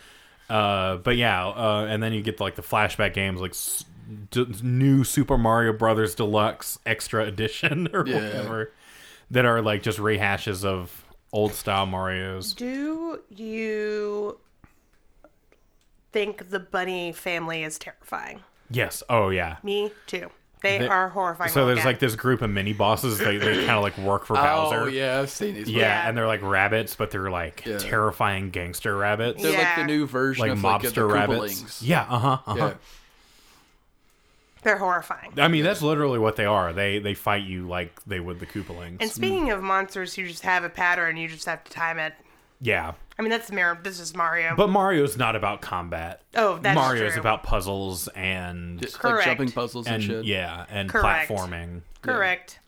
Speaker 2: Uh, but yeah, uh, and then you get like the flashback games, like s- d- new Super Mario Brothers Deluxe Extra Edition or
Speaker 1: Yeah.
Speaker 2: whatever, that are like just rehashes of old style Mario's.
Speaker 3: Do you think the bunny family is terrifying?
Speaker 2: Yes. Oh yeah.
Speaker 3: Me too. They,
Speaker 2: They-
Speaker 3: are horrifying.
Speaker 2: So
Speaker 3: to look
Speaker 2: there's
Speaker 3: at.
Speaker 2: like this group of mini bosses. They, they kind of like work for Bowser.
Speaker 1: Oh yeah, I've seen these.
Speaker 2: yeah.
Speaker 3: Yeah.
Speaker 2: and they're like rabbits, but they're like
Speaker 1: Yeah.
Speaker 2: terrifying gangster rabbits,
Speaker 1: They're like
Speaker 3: Yeah.
Speaker 1: the new version
Speaker 2: like
Speaker 1: of like, uh, the
Speaker 2: mobster rabbits.
Speaker 1: Koopalings.
Speaker 2: Yeah. Uh huh. Uh huh.
Speaker 1: Yeah.
Speaker 3: they're horrifying.
Speaker 2: I mean, that's literally what they are. They they fight you like they would the Koopalings.
Speaker 3: And speaking of monsters, you just have a pattern. You just have to time it.
Speaker 2: yeah,
Speaker 3: I mean, that's Mario. This is Mario.
Speaker 2: but Mario's not about combat.
Speaker 3: Oh, that's
Speaker 2: Mario's
Speaker 3: true.
Speaker 2: about puzzles and
Speaker 1: It's
Speaker 3: Correct.
Speaker 1: Like jumping puzzles and,
Speaker 2: and
Speaker 1: shit.
Speaker 2: yeah and
Speaker 3: Correct.
Speaker 2: platforming.
Speaker 3: Correct.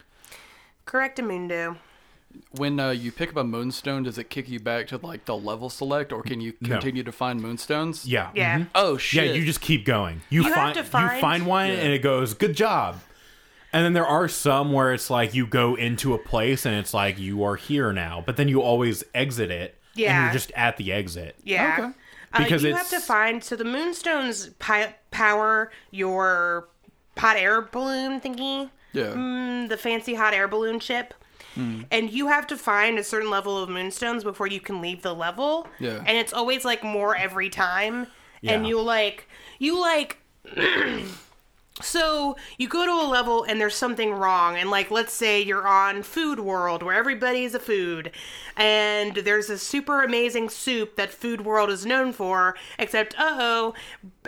Speaker 3: Correct, Amundo.
Speaker 1: When uh, you pick up a moonstone, does it kick you back to like the level select, or can you continue to find moonstones?
Speaker 2: Yeah,
Speaker 3: Yeah.
Speaker 2: mhm.
Speaker 1: Oh
Speaker 2: yeah.
Speaker 1: shit!
Speaker 2: You just keep going. You,
Speaker 3: have
Speaker 2: find,
Speaker 3: to find-
Speaker 2: you find one
Speaker 1: Yeah.
Speaker 2: and it goes good job. And then there are some where it's like you go into a place and it's like you are here now, but then you always exit it. and
Speaker 3: Yeah.
Speaker 2: you're just at the exit.
Speaker 3: Yeah.
Speaker 1: Okay.
Speaker 3: Uh,
Speaker 2: Because
Speaker 3: you
Speaker 2: it's-
Speaker 3: have to find so the moonstones pi- power your hot air balloon thingy.
Speaker 1: yeah.
Speaker 3: Mm, the fancy hot air balloon ship. And you have to find a certain level of moonstones before you can leave the level.
Speaker 1: Yeah.
Speaker 3: And it's always like more every time. And
Speaker 2: Yeah.
Speaker 3: you like you like So you go to a level and there's something wrong, and like let's say you're on Food World where everybody's a food, and there's a super amazing soup that Food World is known for. Except, uh-oh,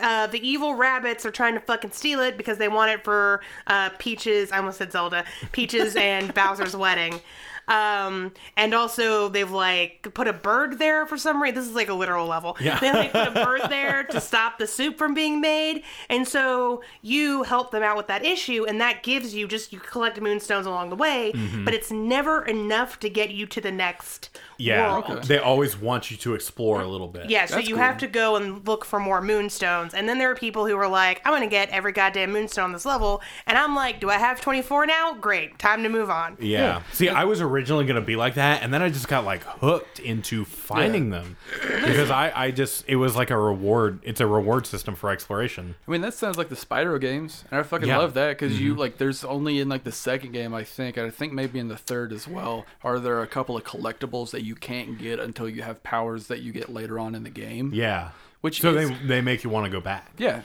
Speaker 3: uh the evil rabbits are trying to fucking steal it because they want it for uh, Peaches. I almost said Zelda, Peaches and Bowser's wedding. Um, and also they've like put a bird there for some reason. This is like a literal level.
Speaker 2: Yeah.
Speaker 3: They like put a bird there to stop the soup from being made. And so you help them out with that issue, and that gives you just you collect moonstones along the way,
Speaker 1: Mm-hmm.
Speaker 3: but it's never enough to get you to the next
Speaker 2: Yeah,
Speaker 3: world.
Speaker 2: they always want you to explore a little bit.
Speaker 3: Yeah, so
Speaker 1: That's
Speaker 3: you
Speaker 1: cool.
Speaker 3: have to go and look for more moonstones. And then there are people who are like, I'm going to get every goddamn moonstone on this level. And I'm like, do I have 24 now? Great. Time to move on.
Speaker 2: Yeah. See, I was originally going to be like that, and then I just got like hooked into finding them because I, I just it was like a reward. It's a reward system for exploration.
Speaker 1: I mean, that sounds like the Spyro games, and I fucking
Speaker 2: Yeah. Mm-hmm.
Speaker 1: love that because you like. There's only in like the second game, I think, and I think maybe in the third as well. Are there a couple of collectibles that you can't get until you have powers that you get later on in the game?
Speaker 2: Yeah.
Speaker 1: Which
Speaker 2: so
Speaker 1: is-
Speaker 2: they they make you want to go back.
Speaker 1: yeah,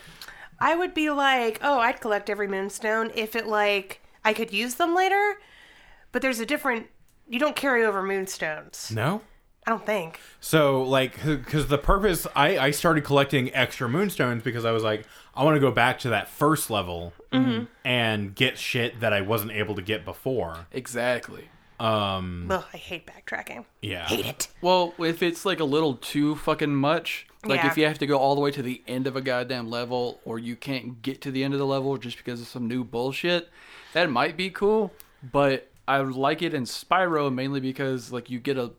Speaker 3: I would be like, oh, I'd collect every moonstone if it like I could use them later. But there's a different. You don't carry over moonstones.
Speaker 2: No.
Speaker 3: I don't think.
Speaker 2: So like because the purpose I I started collecting extra moonstones because I was like I want to go back to that first level
Speaker 3: Mm-hmm.
Speaker 2: and get shit that I wasn't able to get before.
Speaker 1: exactly.
Speaker 3: Ugh, I hate backtracking.
Speaker 2: Yeah.
Speaker 3: Hate it.
Speaker 1: Well, if it's like a little too fucking much, like
Speaker 3: Yeah.
Speaker 1: if you have to go all the way to the end of a goddamn level, or you can't get to the end of the level just because of some new bullshit, that might be cool. But I like it in Spyro mainly because like you get a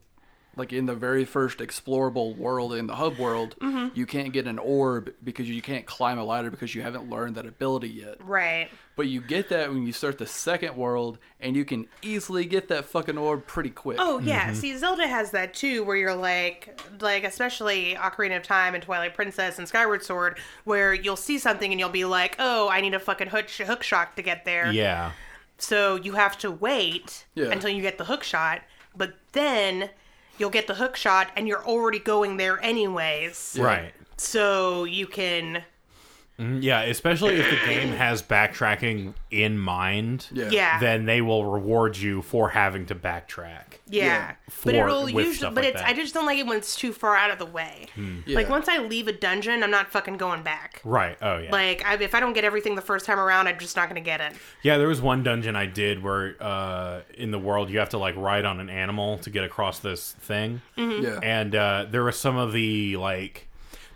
Speaker 1: like in the very first explorable world in the hub world,
Speaker 3: Mm-hmm.
Speaker 1: you can't get an orb because you can't climb a ladder because you haven't learned that ability yet.
Speaker 3: Right.
Speaker 1: But you get that when you start the second world, and you can easily get that fucking orb pretty quick.
Speaker 3: Oh yeah. See, Zelda has that too, where you're like, like especially Ocarina of Time and Twilight Princess and Skyward Sword, where you'll see something and you'll be like, oh, I need a fucking hook, hook shock to get there.
Speaker 2: Yeah.
Speaker 3: So you have to wait
Speaker 1: Yeah.
Speaker 3: until you get the hook shot, but then you'll get the hook shot and you're already going there anyways.
Speaker 2: Right.
Speaker 3: So you can
Speaker 2: Yeah, especially if the game has backtracking in mind.
Speaker 3: yeah.
Speaker 2: Then they will reward you for having to backtrack.
Speaker 3: yeah.
Speaker 1: yeah,
Speaker 3: but
Speaker 2: for-
Speaker 3: it'll
Speaker 2: with
Speaker 3: usually
Speaker 2: stuff
Speaker 3: but
Speaker 2: like
Speaker 3: it's
Speaker 2: that. Hmm.
Speaker 3: I just don't like it when it's too far out of the way. Like
Speaker 1: Yeah.
Speaker 3: once I leave a dungeon, I'm not fucking going back.
Speaker 2: Right. Oh yeah.
Speaker 3: Like I, if I don't get everything the first time around, I'm just not going to get it.
Speaker 2: yeah, there was one dungeon I did where uh in the world you have to like ride on an animal to get across this thing.
Speaker 3: Mm-hmm.
Speaker 1: yeah.
Speaker 2: And uh there were some of the like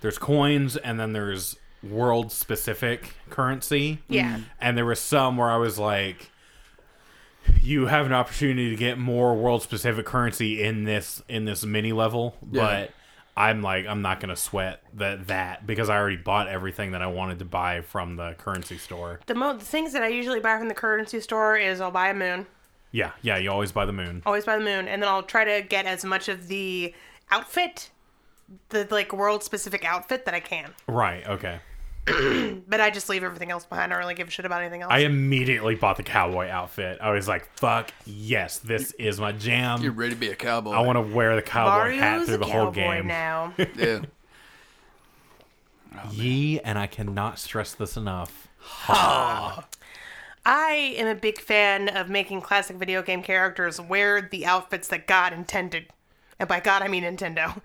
Speaker 2: there's coins and then there's world specific currency.
Speaker 3: Yeah.
Speaker 2: And there were some where I was like you have an opportunity to get more world specific currency in this in this mini level,
Speaker 1: Yeah.
Speaker 2: but I'm like I'm not gonna sweat that that because I already bought everything that I wanted to buy from the currency store.
Speaker 3: The mo the things that I usually buy from the currency store is I'll buy a moon.
Speaker 2: Yeah, yeah, you always buy the moon.
Speaker 3: always by the moon and then i'll try to get as much of the outfit the like world specific outfit that i can
Speaker 2: Right, okay.
Speaker 3: but i just leave everything else behind i don't really give a shit about anything else
Speaker 2: I immediately bought the cowboy outfit. I was like, fuck yes, this is my jam.
Speaker 1: You're ready to be a cowboy.
Speaker 2: I want to wear the cowboy hat
Speaker 3: Mario's
Speaker 2: through
Speaker 3: a
Speaker 2: the whole
Speaker 3: cowboy
Speaker 2: game.
Speaker 3: now
Speaker 1: yeah.
Speaker 2: Ye, and I cannot stress this enough.
Speaker 3: i am a big fan of making classic video game characters wear the outfits that god intended and by god i mean nintendo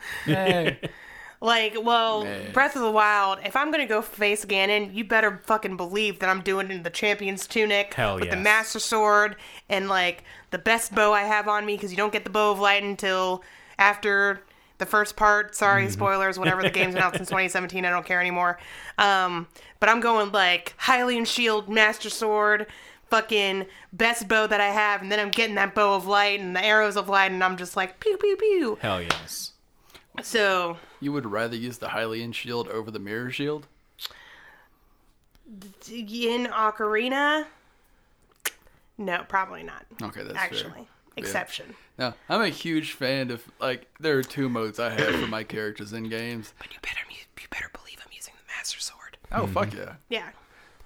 Speaker 3: like well
Speaker 1: Yes.
Speaker 3: breath of the wild if i'm gonna go face ganon you better fucking believe that i'm doing it in the champion's tunic
Speaker 2: Hell
Speaker 3: with the
Speaker 2: yes.
Speaker 3: master sword and like the best bow I have on me because you don't get the bow of light until after the first part. Sorry,
Speaker 2: Mm-hmm.
Speaker 3: spoilers. Whatever the game's been out since 2017, I don't care anymore. Um, but I'm going like Hylian shield, master sword, fucking best bow that I have, and then I'm getting that bow of light and the arrows of light, and I'm just like pew pew pew.
Speaker 2: Hell yes.
Speaker 3: So
Speaker 1: You would rather use the Hylian shield over the mirror shield?
Speaker 3: in Ocarina, no, probably not.
Speaker 1: Okay, that's
Speaker 3: Actually,
Speaker 1: fair.
Speaker 3: exception.
Speaker 1: Now, I'm a huge fan of like there are two modes I have for my characters in games.
Speaker 3: But you better you better believe I'm using the master sword.
Speaker 1: Oh
Speaker 2: Mm-hmm.
Speaker 1: fuck yeah.
Speaker 3: Yeah.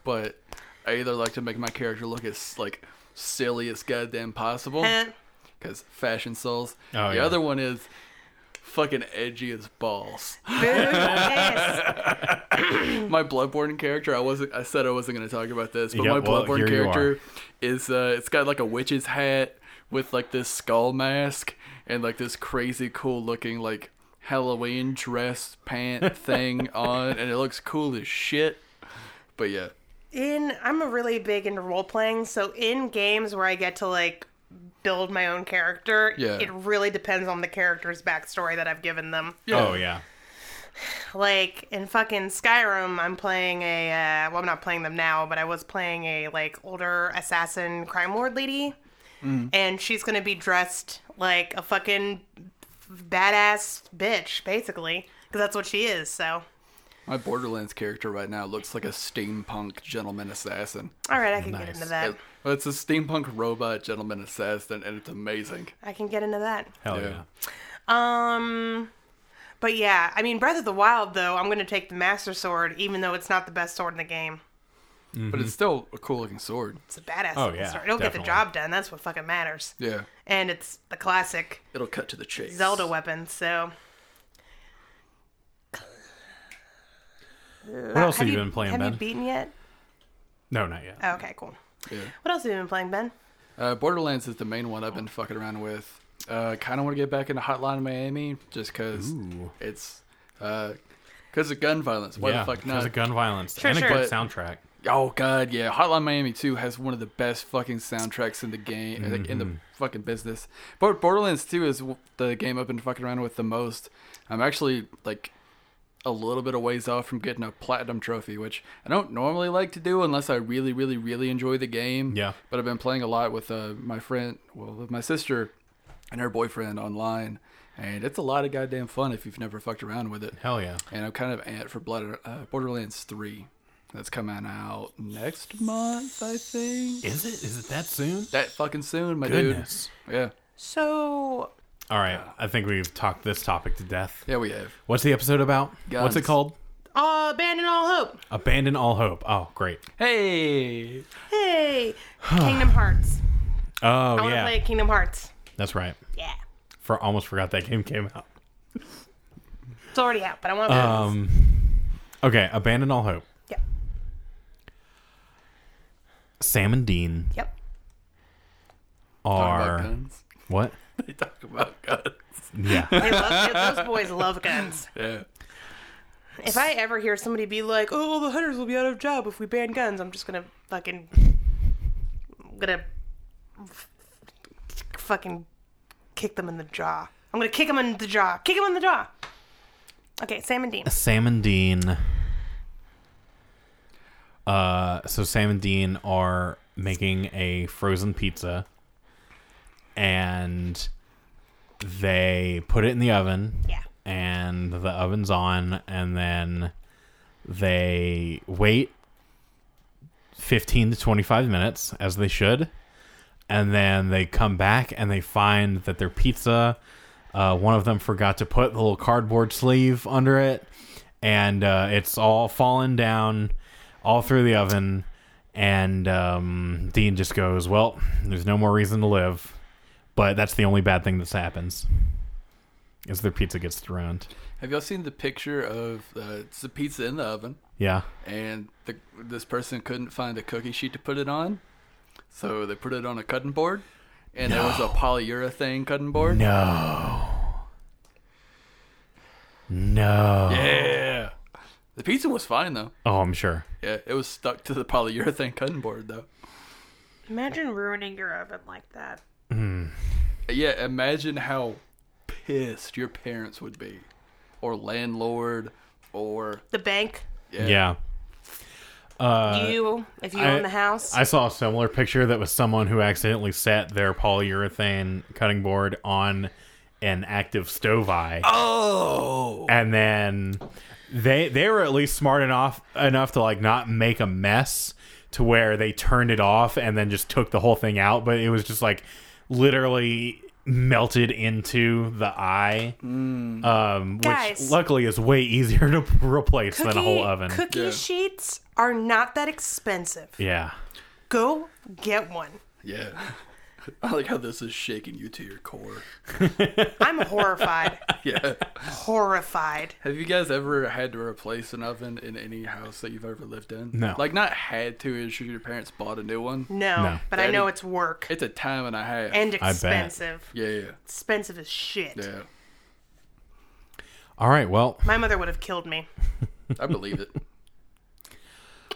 Speaker 1: But I either like to make my character look as like silly as goddamn possible
Speaker 3: Eh.
Speaker 1: cuz fashion souls.
Speaker 2: Oh,
Speaker 1: the
Speaker 2: yeah.
Speaker 1: other one is fucking edgy as balls.
Speaker 3: yes.
Speaker 1: my Bloodborne character, I wasn't. I said I wasn't going to talk about this, but
Speaker 2: Yeah,
Speaker 1: my
Speaker 2: well,
Speaker 1: Bloodborne
Speaker 2: here you are.
Speaker 1: character is uh, it's got like a witch's hat with like this skull mask and like this crazy cool looking like Halloween dress pant thing on, and it looks cool as shit. But yeah,
Speaker 3: In I'm a really big into role playing, so in games where I get to like build my own character,
Speaker 1: Yeah.
Speaker 3: it really depends on the character's backstory that I've given them.
Speaker 1: yeah.
Speaker 2: Oh yeah.
Speaker 3: Like in fucking Skyrim, I'm playing a uh, well, I'm not playing them now, but I was playing a like older assassin crime lord lady,
Speaker 2: Mm.
Speaker 3: and she's gonna be dressed like a fucking badass bitch, basically, because that's what she is. So,
Speaker 1: My Borderlands character right now looks like a steampunk gentleman assassin.
Speaker 3: all right, I can get into that.
Speaker 1: It- It's a steampunk robot gentleman assassin, and it's amazing.
Speaker 3: I can get into that.
Speaker 2: Hell
Speaker 1: Yeah.
Speaker 2: yeah.
Speaker 3: Um, but yeah, I mean, Breath of the Wild, though, I'm gonna take the Master Sword, even though it's not the best sword in the game.
Speaker 1: But
Speaker 2: Mm-hmm.
Speaker 1: it's still a cool looking sword.
Speaker 3: It's a badass
Speaker 2: Oh,
Speaker 3: fucking
Speaker 2: yeah,
Speaker 3: sword. It'll get the
Speaker 2: definitely.
Speaker 3: job done. That's what fucking matters.
Speaker 1: Yeah,
Speaker 3: And it's the classic
Speaker 1: it'll cut to the chase.
Speaker 3: Zelda weapon. So
Speaker 2: What else have you been playing,
Speaker 3: Have
Speaker 2: Ben?
Speaker 3: you beaten yet?
Speaker 2: no, not yet.
Speaker 3: Oh, okay, cool.
Speaker 1: Yeah.
Speaker 3: What else have you been playing, Ben?
Speaker 1: Uh, Borderlands is the main one I've been fucking around with. Uh, kind of want to get back into Hotline Miami just because
Speaker 2: Ooh.
Speaker 1: it's because of gun violence. Why
Speaker 2: yeah,
Speaker 1: the fuck
Speaker 2: because
Speaker 1: not?
Speaker 2: of gun violence and
Speaker 3: sure.
Speaker 2: a
Speaker 1: But-
Speaker 2: good soundtrack.
Speaker 1: oh god, yeah. Hotline Miami 2 has one of the best fucking soundtracks in the game, like, in the fucking business. But Borderlands 2 is w- the game I've been fucking around with the most. I'm actually like a little bit of ways off from getting a platinum trophy, which I don't normally like to do unless I really, really, really enjoy the game.
Speaker 2: Yeah.
Speaker 1: But I've been playing a lot with uh, my friend, well, with my sister and her boyfriend online, and it's a lot of goddamn fun if you've never fucked around with it.
Speaker 2: Hell yeah.
Speaker 1: And I'm kind of amped for Blood, uh, Borderlands 3. That's coming out next month, I think.
Speaker 2: Is it? Is it that soon?
Speaker 1: That fucking soon, my
Speaker 2: Goodness.
Speaker 1: dude. Yeah.
Speaker 3: So
Speaker 2: All right. I think we've talked this topic to death.
Speaker 1: Yeah, we have.
Speaker 2: What's the episode about? What's it
Speaker 1: Guns.
Speaker 2: called?
Speaker 3: uh, abandon all hope.
Speaker 2: Abandon all hope. Oh, great.
Speaker 1: Hey.
Speaker 3: Hey, Kingdom Hearts.
Speaker 2: Oh
Speaker 3: I want to
Speaker 2: yeah,
Speaker 3: play Kingdom Hearts.
Speaker 2: that's right.
Speaker 3: Yeah,
Speaker 2: For almost forgot that game came out.
Speaker 3: it's already out, but I want to. Um,
Speaker 2: Um, okay. Abandon all hope.
Speaker 3: yep,
Speaker 2: Sam and Dean
Speaker 3: yep.
Speaker 1: Talk about
Speaker 2: are
Speaker 1: guns.
Speaker 2: what?
Speaker 1: They talk about guns.
Speaker 2: Yeah.
Speaker 3: They love, those boys love guns.
Speaker 1: Yeah.
Speaker 3: If I ever hear somebody be like, "Oh, all the hunters will be out of job if we ban guns," I'm just gonna fucking, I'm gonna f- fucking kick them in the jaw. I'm gonna kick them in the jaw. Kick them in the jaw. Okay, Sam and Dean.
Speaker 2: Sam and Dean. Uh, so Sam and Dean are making a frozen pizza, and they put it in the oven.
Speaker 3: Yeah.
Speaker 2: And the oven's on, and then they wait fifteen to twenty-five minutes, as they should, and then they come back and they find that their pizza. Uh, one of them forgot to put the little cardboard sleeve under it, and uh, it's all fallen down all through the oven. And um, Dean just goes, "Well, there's no more reason to live." But that's the only bad thing that happens is their pizza gets thrown.
Speaker 1: Have y'all seen the picture of uh, it's the pizza in the oven?
Speaker 2: Yeah,
Speaker 1: and the, this person couldn't find a cookie sheet to put it on, so they put it on a cutting board, and there was a polyurethane cutting board.
Speaker 2: no, no.
Speaker 1: Yeah, the pizza was fine though.
Speaker 2: Oh, I'm sure.
Speaker 1: Yeah, it was stuck to the polyurethane cutting board though.
Speaker 3: Imagine ruining your oven like that.
Speaker 1: Yeah, imagine how pissed your parents would be, or landlord, or
Speaker 3: The bank,
Speaker 1: Yeah.
Speaker 2: yeah. Uh,
Speaker 3: you, if you
Speaker 2: I-
Speaker 3: own the house.
Speaker 2: I saw a similar picture that was someone who accidentally set their polyurethane cutting board on an active stove eye,
Speaker 1: oh,
Speaker 2: and then they they were at least smart enough enough to like not make a mess to where they turned it off and then just took the whole thing out, but it was just like literally melted into the eye, um, which
Speaker 3: Guys.
Speaker 2: luckily is way easier to replace than a whole oven.
Speaker 3: Cookie
Speaker 1: Yeah.
Speaker 3: sheets are not that expensive.
Speaker 2: yeah.
Speaker 3: Go get one.
Speaker 1: yeah. I like how this is shaking you to your core.
Speaker 3: I'm horrified.
Speaker 1: Yeah.
Speaker 3: horrified.
Speaker 1: Have you guys ever had to replace an oven in any house that you've ever lived in?
Speaker 2: No.
Speaker 1: Like not had to. It's just your parents bought a new one.
Speaker 3: No,
Speaker 2: No.
Speaker 3: but I
Speaker 1: Daddy-
Speaker 3: know it's work
Speaker 1: It's a time and a half.
Speaker 3: and
Speaker 2: bet.
Speaker 3: expensive.
Speaker 1: yeah, yeah,
Speaker 3: Expensive as shit.
Speaker 1: yeah.
Speaker 2: All right, well,
Speaker 3: My mother would have killed me.
Speaker 1: I believe it.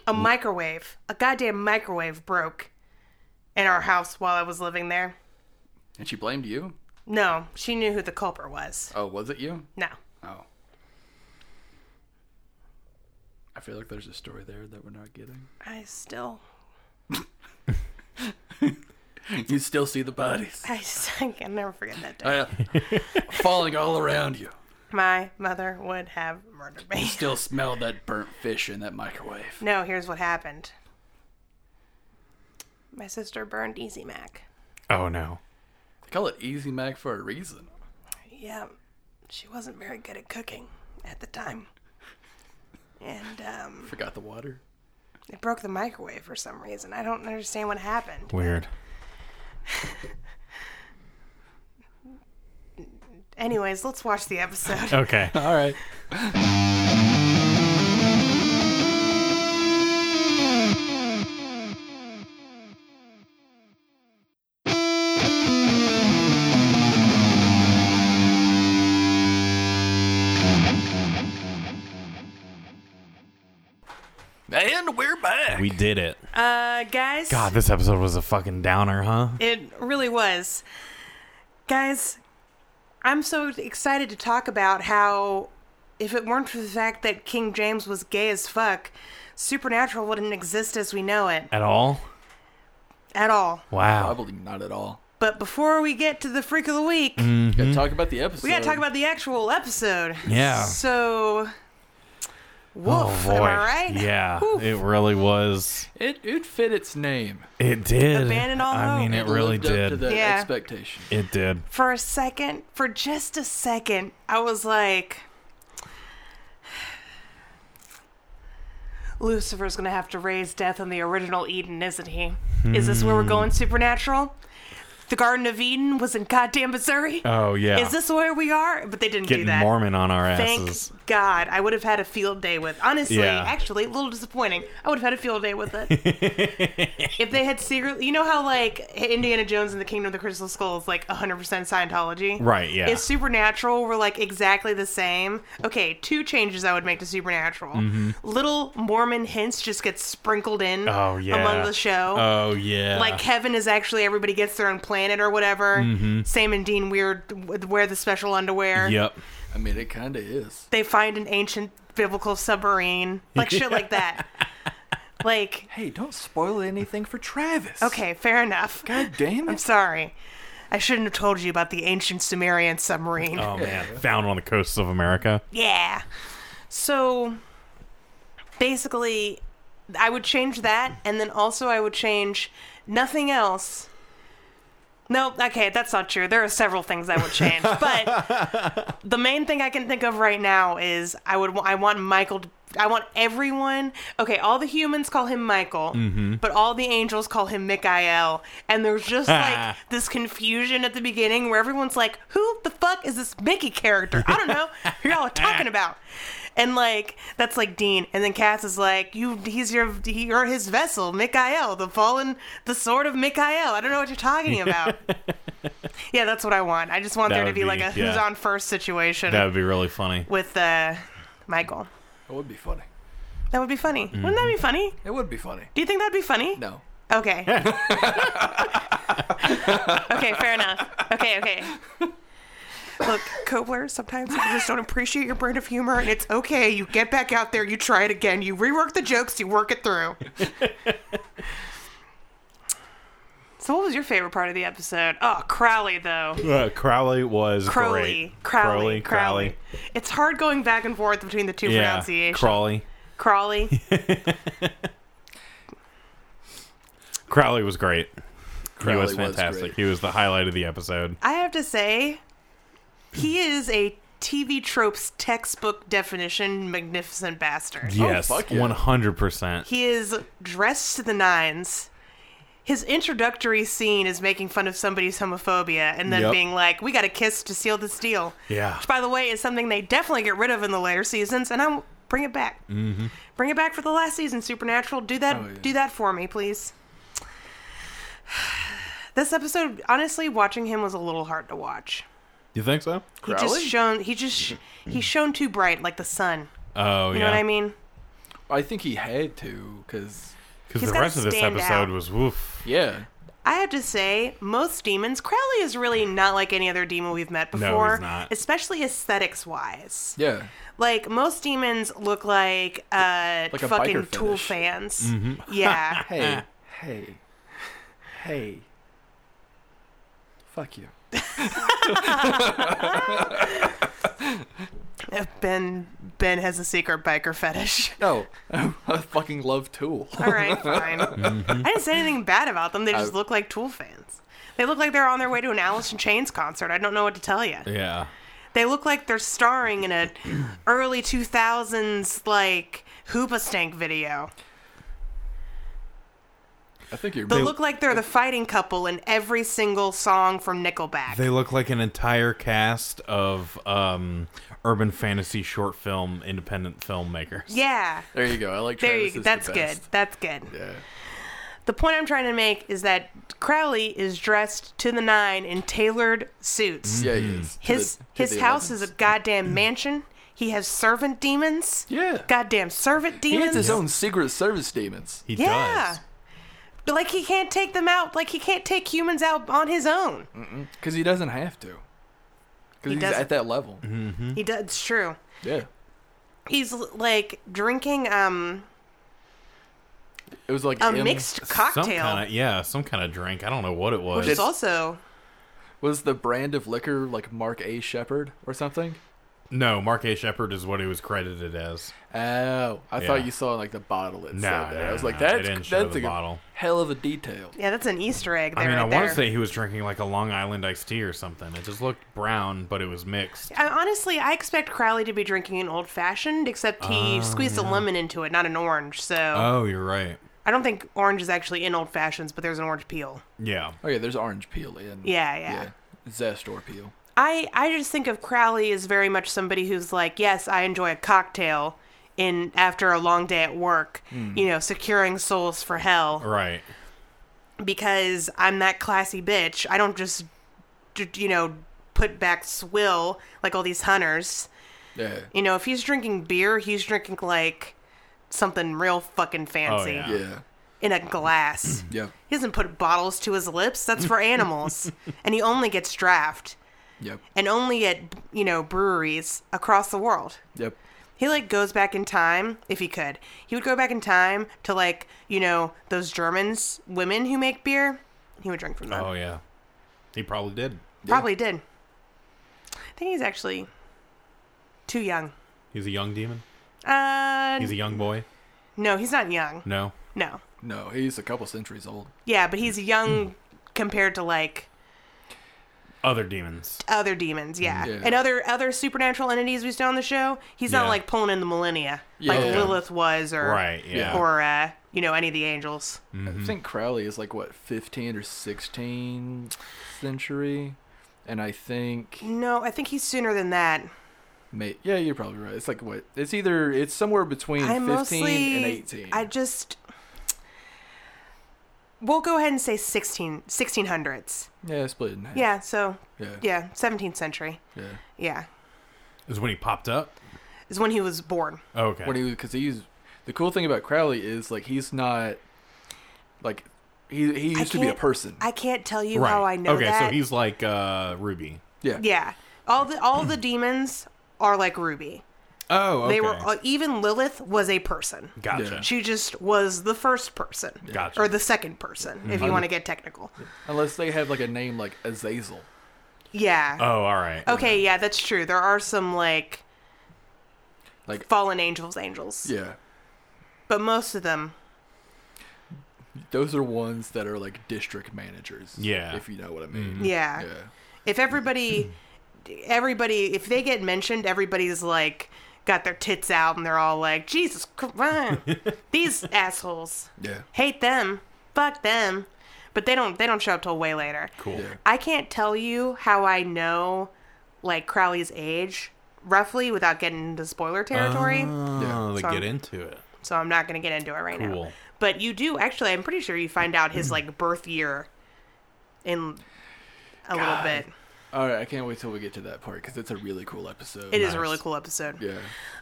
Speaker 3: A microwave, a goddamn microwave broke in our house while I was living there.
Speaker 1: And she blamed you.
Speaker 3: No, she knew who the culprit was.
Speaker 1: Oh, was it you?
Speaker 3: No.
Speaker 1: Oh. I feel like there's a story there that we're not getting.
Speaker 3: I still,
Speaker 1: You still see the bodies
Speaker 3: I, s- I can never forget that day.
Speaker 1: Uh, falling all around you.
Speaker 3: My mother would have murdered me.
Speaker 1: Still smell that burnt fish in that microwave.
Speaker 3: No, here's what happened. My sister burned Easy Mac.
Speaker 2: oh no.
Speaker 1: They call it Easy Mac for a reason.
Speaker 3: Yeah, she wasn't very good at cooking at the time. And um,
Speaker 1: Forgot the water.
Speaker 3: it broke the microwave for some reason. I don't understand what happened.
Speaker 2: Weird.
Speaker 3: Anyways, let's watch the episode.
Speaker 2: Okay.
Speaker 1: All right. And we're back.
Speaker 2: We did it.
Speaker 3: Uh, guys,
Speaker 2: God, this episode was a fucking downer, huh?
Speaker 3: it really was. Guys, I'm so excited to talk about how, if it weren't for the fact that King James was gay as fuck, Supernatural wouldn't exist as we know it
Speaker 2: At all?
Speaker 3: at all.
Speaker 2: Wow.
Speaker 1: Probably not at all.
Speaker 3: But before we get to the freak of the week,
Speaker 1: We
Speaker 2: Mm-hmm.
Speaker 1: gotta talk about the episode.
Speaker 3: we gotta talk about the actual episode.
Speaker 2: Yeah.
Speaker 3: So,
Speaker 2: Oh
Speaker 3: woof,
Speaker 2: boy.
Speaker 3: am I right?
Speaker 2: Yeah,
Speaker 3: Woof.
Speaker 2: it really was.
Speaker 1: it. It fit its name.
Speaker 2: It did.
Speaker 3: Abandon all
Speaker 2: I mean,
Speaker 3: hope.
Speaker 2: it really
Speaker 1: lived Up to
Speaker 2: did.
Speaker 1: the
Speaker 3: Yeah.
Speaker 1: expectation.
Speaker 2: It did.
Speaker 3: For a second, for just a second, I was like, Lucifer's gonna have to raise death in the original Eden, isn't he? Is this where we're going
Speaker 2: Hmm.
Speaker 3: supernatural? The Garden of Eden was in goddamn Missouri?
Speaker 2: Oh yeah.
Speaker 3: Is this where we are? But they didn't do
Speaker 2: getting
Speaker 3: that.
Speaker 2: Mormon on our
Speaker 3: Thank
Speaker 2: asses?
Speaker 3: God. I would have had a field day with honestly,
Speaker 2: Yeah.
Speaker 3: actually, a little disappointing. I would have had a field day with it. if they had secretly you know how like Indiana Jones and the Kingdom of the Crystal Skull is like 100% Scientology?
Speaker 2: Right, yeah.
Speaker 3: Is Supernatural were like exactly the same? Okay, two changes I would make to Supernatural.
Speaker 2: Mm-hmm.
Speaker 3: Little Mormon hints just get sprinkled in
Speaker 2: Oh yeah.
Speaker 3: among the show
Speaker 2: Oh yeah.
Speaker 3: like heaven is actually everybody gets their own planet or whatever.
Speaker 2: Mm-hmm.
Speaker 3: Same in Dean Weird with- wear the special underwear.
Speaker 2: Yep.
Speaker 1: I mean, it kind of is.
Speaker 3: They find an ancient biblical submarine, like shit like that. Like,
Speaker 1: Hey, don't spoil anything for Travis.
Speaker 3: okay, fair enough.
Speaker 1: God damn
Speaker 3: I'm
Speaker 1: it.
Speaker 3: sorry. I shouldn't have told you about the ancient Sumerian submarine.
Speaker 2: Oh man. Found on the coasts of America.
Speaker 3: Yeah. So basically, I would change that, and then also I would change nothing else. No, okay, that's not true. There are several things I would change, but the main thing I can think of right now is I would wa- I want Michael. to- I want everyone. Okay, all the humans call him Michael, but all the angels call him Michael, and there's just like this confusion at the beginning where everyone's like, "Who the fuck is this Mickey character? I don't know who y'all are talking about." And like that's like Dean, and then Cass is like, "You, he's your, he, you're his vessel, Michael, the fallen, the sword of Michael. I don't know what you're talking about." yeah, that's what I want. I just want
Speaker 2: That
Speaker 3: there to
Speaker 2: would
Speaker 3: be,
Speaker 2: be-
Speaker 3: like a who's
Speaker 2: yeah.
Speaker 3: on first situation
Speaker 2: That would be really funny.
Speaker 3: with uh, Michael.
Speaker 1: It would be funny.
Speaker 3: That would be funny.
Speaker 2: Mm-hmm.
Speaker 3: Wouldn't that be funny?
Speaker 1: It would be funny.
Speaker 3: Do you think that'd be funny?
Speaker 1: No.
Speaker 3: Okay. okay, fair enough. Okay, okay. Look, Kobler, sometimes people just don't appreciate your brand of humor, and it's okay. You get back out there, you try it again, you rework the jokes, you work it through. so, what was your favorite part of the episode? Oh, Crowley, though.
Speaker 2: Uh, Crowley was
Speaker 3: Crowley.
Speaker 2: great.
Speaker 3: Crowley.
Speaker 2: Crowley.
Speaker 3: Crowley. It's hard going back and forth between the two
Speaker 2: Yeah.
Speaker 3: pronunciations.
Speaker 2: Crawley.
Speaker 3: Crawley.
Speaker 2: Crowley was great.
Speaker 1: Crowley
Speaker 2: he was
Speaker 1: was
Speaker 2: fantastic.
Speaker 1: great.
Speaker 2: He was the highlight of the episode.
Speaker 3: I have to say, he is a TV tropes textbook definition magnificent bastard.
Speaker 2: Yes,
Speaker 1: fuck yeah.
Speaker 2: one hundred percent.
Speaker 3: He is dressed to the nines. his introductory scene is making fun of somebody's homophobia and then
Speaker 2: Yep.
Speaker 3: being like, "We got to kiss to seal this deal."
Speaker 2: Yeah.
Speaker 3: Which, by the way, is something they definitely get rid of in the later seasons, and I'm bring it back. Mm-hmm. Bring it back for the last season, Supernatural. Do that.
Speaker 1: Oh, yeah.
Speaker 3: Do that for me, please. This episode, honestly, watching him was a little hard to watch.
Speaker 2: You think so?
Speaker 3: He just
Speaker 1: Crowley?
Speaker 3: shone. He just sh- he shone too bright, like the sun.
Speaker 2: Oh,
Speaker 3: You
Speaker 2: yeah.
Speaker 3: know what I mean?
Speaker 1: I think he had to, because,
Speaker 2: Because
Speaker 3: He's
Speaker 2: the
Speaker 3: gotta
Speaker 2: rest of this
Speaker 3: stand
Speaker 2: episode
Speaker 3: out.
Speaker 2: was woof.
Speaker 1: yeah.
Speaker 3: I have to say, most demons, Crowley is really not like any other demon we've met
Speaker 2: he's
Speaker 3: before,
Speaker 2: not.
Speaker 3: especially aesthetics wise.
Speaker 1: Yeah.
Speaker 3: Like most demons look like uh
Speaker 1: Like a
Speaker 3: fucking
Speaker 1: biker
Speaker 3: tool
Speaker 1: fetish. Mm-hmm.
Speaker 3: fans. Yeah.
Speaker 1: Hey, hey, hey. Fuck you.
Speaker 3: Ben Ben has a secret biker fetish.
Speaker 1: No, I fucking love Tool.
Speaker 3: All right, fine.
Speaker 1: Mm-hmm.
Speaker 3: I didn't say anything bad about them. They just
Speaker 1: I-
Speaker 3: look like tool fans. They look like they're on their way to an Alice in Chains concert. I don't know what to tell you.
Speaker 2: Yeah.
Speaker 3: They look like they're starring in a early 2000s like Hoopa Stank video.
Speaker 1: I think you're.
Speaker 3: They look like they're
Speaker 1: uh,
Speaker 3: the fighting couple in every single song from Nickelback.
Speaker 2: They look like an entire cast of um, urban fantasy short film independent filmmakers.
Speaker 3: yeah.
Speaker 1: there you go. I like.
Speaker 3: There
Speaker 1: Travis
Speaker 3: you go.
Speaker 1: is
Speaker 3: That's
Speaker 1: the
Speaker 3: good.
Speaker 1: best.
Speaker 3: That's good.
Speaker 1: Yeah.
Speaker 3: The point I'm trying to make is that Crowley is dressed to the nine in tailored suits.
Speaker 1: Yeah, he is. Mm-hmm. To
Speaker 3: His
Speaker 1: the- to
Speaker 3: his
Speaker 1: the
Speaker 3: house
Speaker 1: 11th.
Speaker 3: is a goddamn mansion. He has servant demons.
Speaker 1: Yeah.
Speaker 3: Goddamn servant
Speaker 1: He
Speaker 3: demons.
Speaker 1: has his own Secret Service demons.
Speaker 2: He
Speaker 3: yeah.
Speaker 2: does.
Speaker 3: But, Like he can't take them out. Like he can't take humans out on his own.
Speaker 1: Because he doesn't have to. Because he's
Speaker 3: doesn't.
Speaker 1: at that level.
Speaker 3: He does. It's true.
Speaker 1: Yeah.
Speaker 3: He's like drinking um
Speaker 1: It was like
Speaker 3: a
Speaker 1: M-
Speaker 3: mixed
Speaker 2: Some
Speaker 3: cocktail.
Speaker 2: kind of yeah, some kind of drink. I don't know what it was.
Speaker 3: Which is
Speaker 1: It's-
Speaker 3: also
Speaker 1: Was the brand of liquor like Mark A. Shepherd or something?
Speaker 2: no, Mark A. Shepard is what he was credited as.
Speaker 1: Oh, I
Speaker 2: Yeah.
Speaker 1: thought you saw like the bottle it
Speaker 2: No,
Speaker 1: said that.
Speaker 2: no,
Speaker 1: I was like,
Speaker 2: no, they
Speaker 1: that's
Speaker 2: didn't show
Speaker 1: that's
Speaker 2: the
Speaker 1: a
Speaker 2: bottle.
Speaker 1: hell of a detail.
Speaker 3: yeah, that's an Easter egg there.
Speaker 2: I mean,
Speaker 3: right
Speaker 2: I
Speaker 3: there.
Speaker 2: want to say he was drinking like a Long Island iced tea or something. It just looked brown, but it was mixed.
Speaker 3: I, honestly, I expect Crowley to be drinking an old fashioned, except he squeezed a lemon into it, not an orange. So
Speaker 2: Oh, you're right.
Speaker 3: I don't think orange is actually in old fashions, but there's an orange peel.
Speaker 2: Yeah.
Speaker 1: Oh yeah, there's orange peel in.
Speaker 3: Yeah, yeah.
Speaker 1: Zest or peel.
Speaker 3: I, I just think of Crowley as very much somebody who's like, yes, I enjoy a cocktail in after a long day at work, you know, securing souls for hell
Speaker 2: Right.
Speaker 3: because I'm that classy bitch. I don't just, d- you know, put back swill like all these hunters.
Speaker 1: Yeah.
Speaker 3: You know, if he's drinking beer, he's drinking like something real fucking fancy
Speaker 2: Oh, yeah.
Speaker 1: Yeah.
Speaker 3: in a glass.
Speaker 1: Yeah.
Speaker 3: he doesn't put bottles to his lips. That's for animals. and he only gets draft
Speaker 1: Yep.
Speaker 3: and only at, you know, breweries across the world.
Speaker 1: Yep.
Speaker 3: He like goes back in time if he could. He would go back in time to like, you know, those Germans women who make beer. He would drink from them.
Speaker 2: Oh yeah. He probably did.
Speaker 3: Probably did. I think he's actually too young.
Speaker 2: He's a young demon.
Speaker 3: Uh
Speaker 2: He's a young boy.
Speaker 3: no, he's not young.
Speaker 2: No.
Speaker 3: No.
Speaker 1: No, he's a couple centuries old.
Speaker 3: Yeah, but he's young
Speaker 1: Hmm.
Speaker 3: compared to like
Speaker 2: Other demons.
Speaker 3: other demons, yeah.
Speaker 1: Yeah.
Speaker 3: and other other supernatural entities we saw on the show. He's not
Speaker 2: Yeah.
Speaker 3: like pulling in the millennia like
Speaker 1: Yeah.
Speaker 3: Lilith was, or
Speaker 2: Right. Yeah. Hmm.
Speaker 3: or uh, you know any of the angels.
Speaker 2: Mm-hmm.
Speaker 1: I think Crowley is like what 15 or 16th century, and I think
Speaker 3: No, I think he's sooner than that.
Speaker 1: may, yeah, you're probably right. It's like what it's either it's somewhere between
Speaker 3: I
Speaker 1: 15
Speaker 3: mostly
Speaker 1: and 18.
Speaker 3: I just we'll go ahead and say 16 1600s.
Speaker 1: yeah, split in half.
Speaker 3: Yeah, so
Speaker 1: Yeah.
Speaker 3: yeah, 17th century.
Speaker 1: yeah.
Speaker 3: Yeah.
Speaker 2: Is when he popped up.
Speaker 3: Is when he was born.
Speaker 2: Okay.
Speaker 1: When he was because he's the cool thing about Crowley is like he's not like he he
Speaker 3: I
Speaker 1: used to be a
Speaker 3: can't-
Speaker 1: person.
Speaker 3: I can't tell you
Speaker 2: right.
Speaker 3: how I know
Speaker 2: okay,
Speaker 3: that.
Speaker 2: so he's like uh, Ruby.
Speaker 1: yeah.
Speaker 3: Yeah. All the all the demons are like Ruby.
Speaker 2: Oh, okay.
Speaker 3: They were uh, even Lilith was a person.
Speaker 2: gotcha.
Speaker 3: She just was the first person,
Speaker 2: Gotcha.
Speaker 3: or the second person, if you want to get technical.
Speaker 1: Unless they have like a name like Azazel.
Speaker 3: Yeah.
Speaker 2: Oh, all right.
Speaker 3: okay. Yeah, that's true. There are some like
Speaker 1: Like
Speaker 3: fallen angels, angels,
Speaker 1: yeah.
Speaker 3: but most of them.
Speaker 1: Those are ones that are like district managers.
Speaker 2: Yeah.
Speaker 1: If you know what I mean.
Speaker 3: Mm. Yeah.
Speaker 1: Mm. Yeah.
Speaker 3: If everybody, everybody, if they get mentioned, everybody's like got their tits out and they're all like, Jesus Christ, these assholes.
Speaker 1: Yeah.
Speaker 3: hate them, fuck them. but they don't they don't show up till way later.
Speaker 2: Cool.
Speaker 3: I can't tell you how I know like Crowley's age roughly without getting into spoiler territory.
Speaker 2: Oh, they
Speaker 3: So-
Speaker 2: get into it.
Speaker 3: so I'm not going to get into it right now.
Speaker 2: Cool.
Speaker 3: But you do actually I'm pretty sure you find out his like birth year in a little bit.
Speaker 1: All right, I can't wait till we get to that part because it's a really cool episode.
Speaker 3: It is a
Speaker 2: Nice.
Speaker 3: really cool episode.
Speaker 1: Yeah.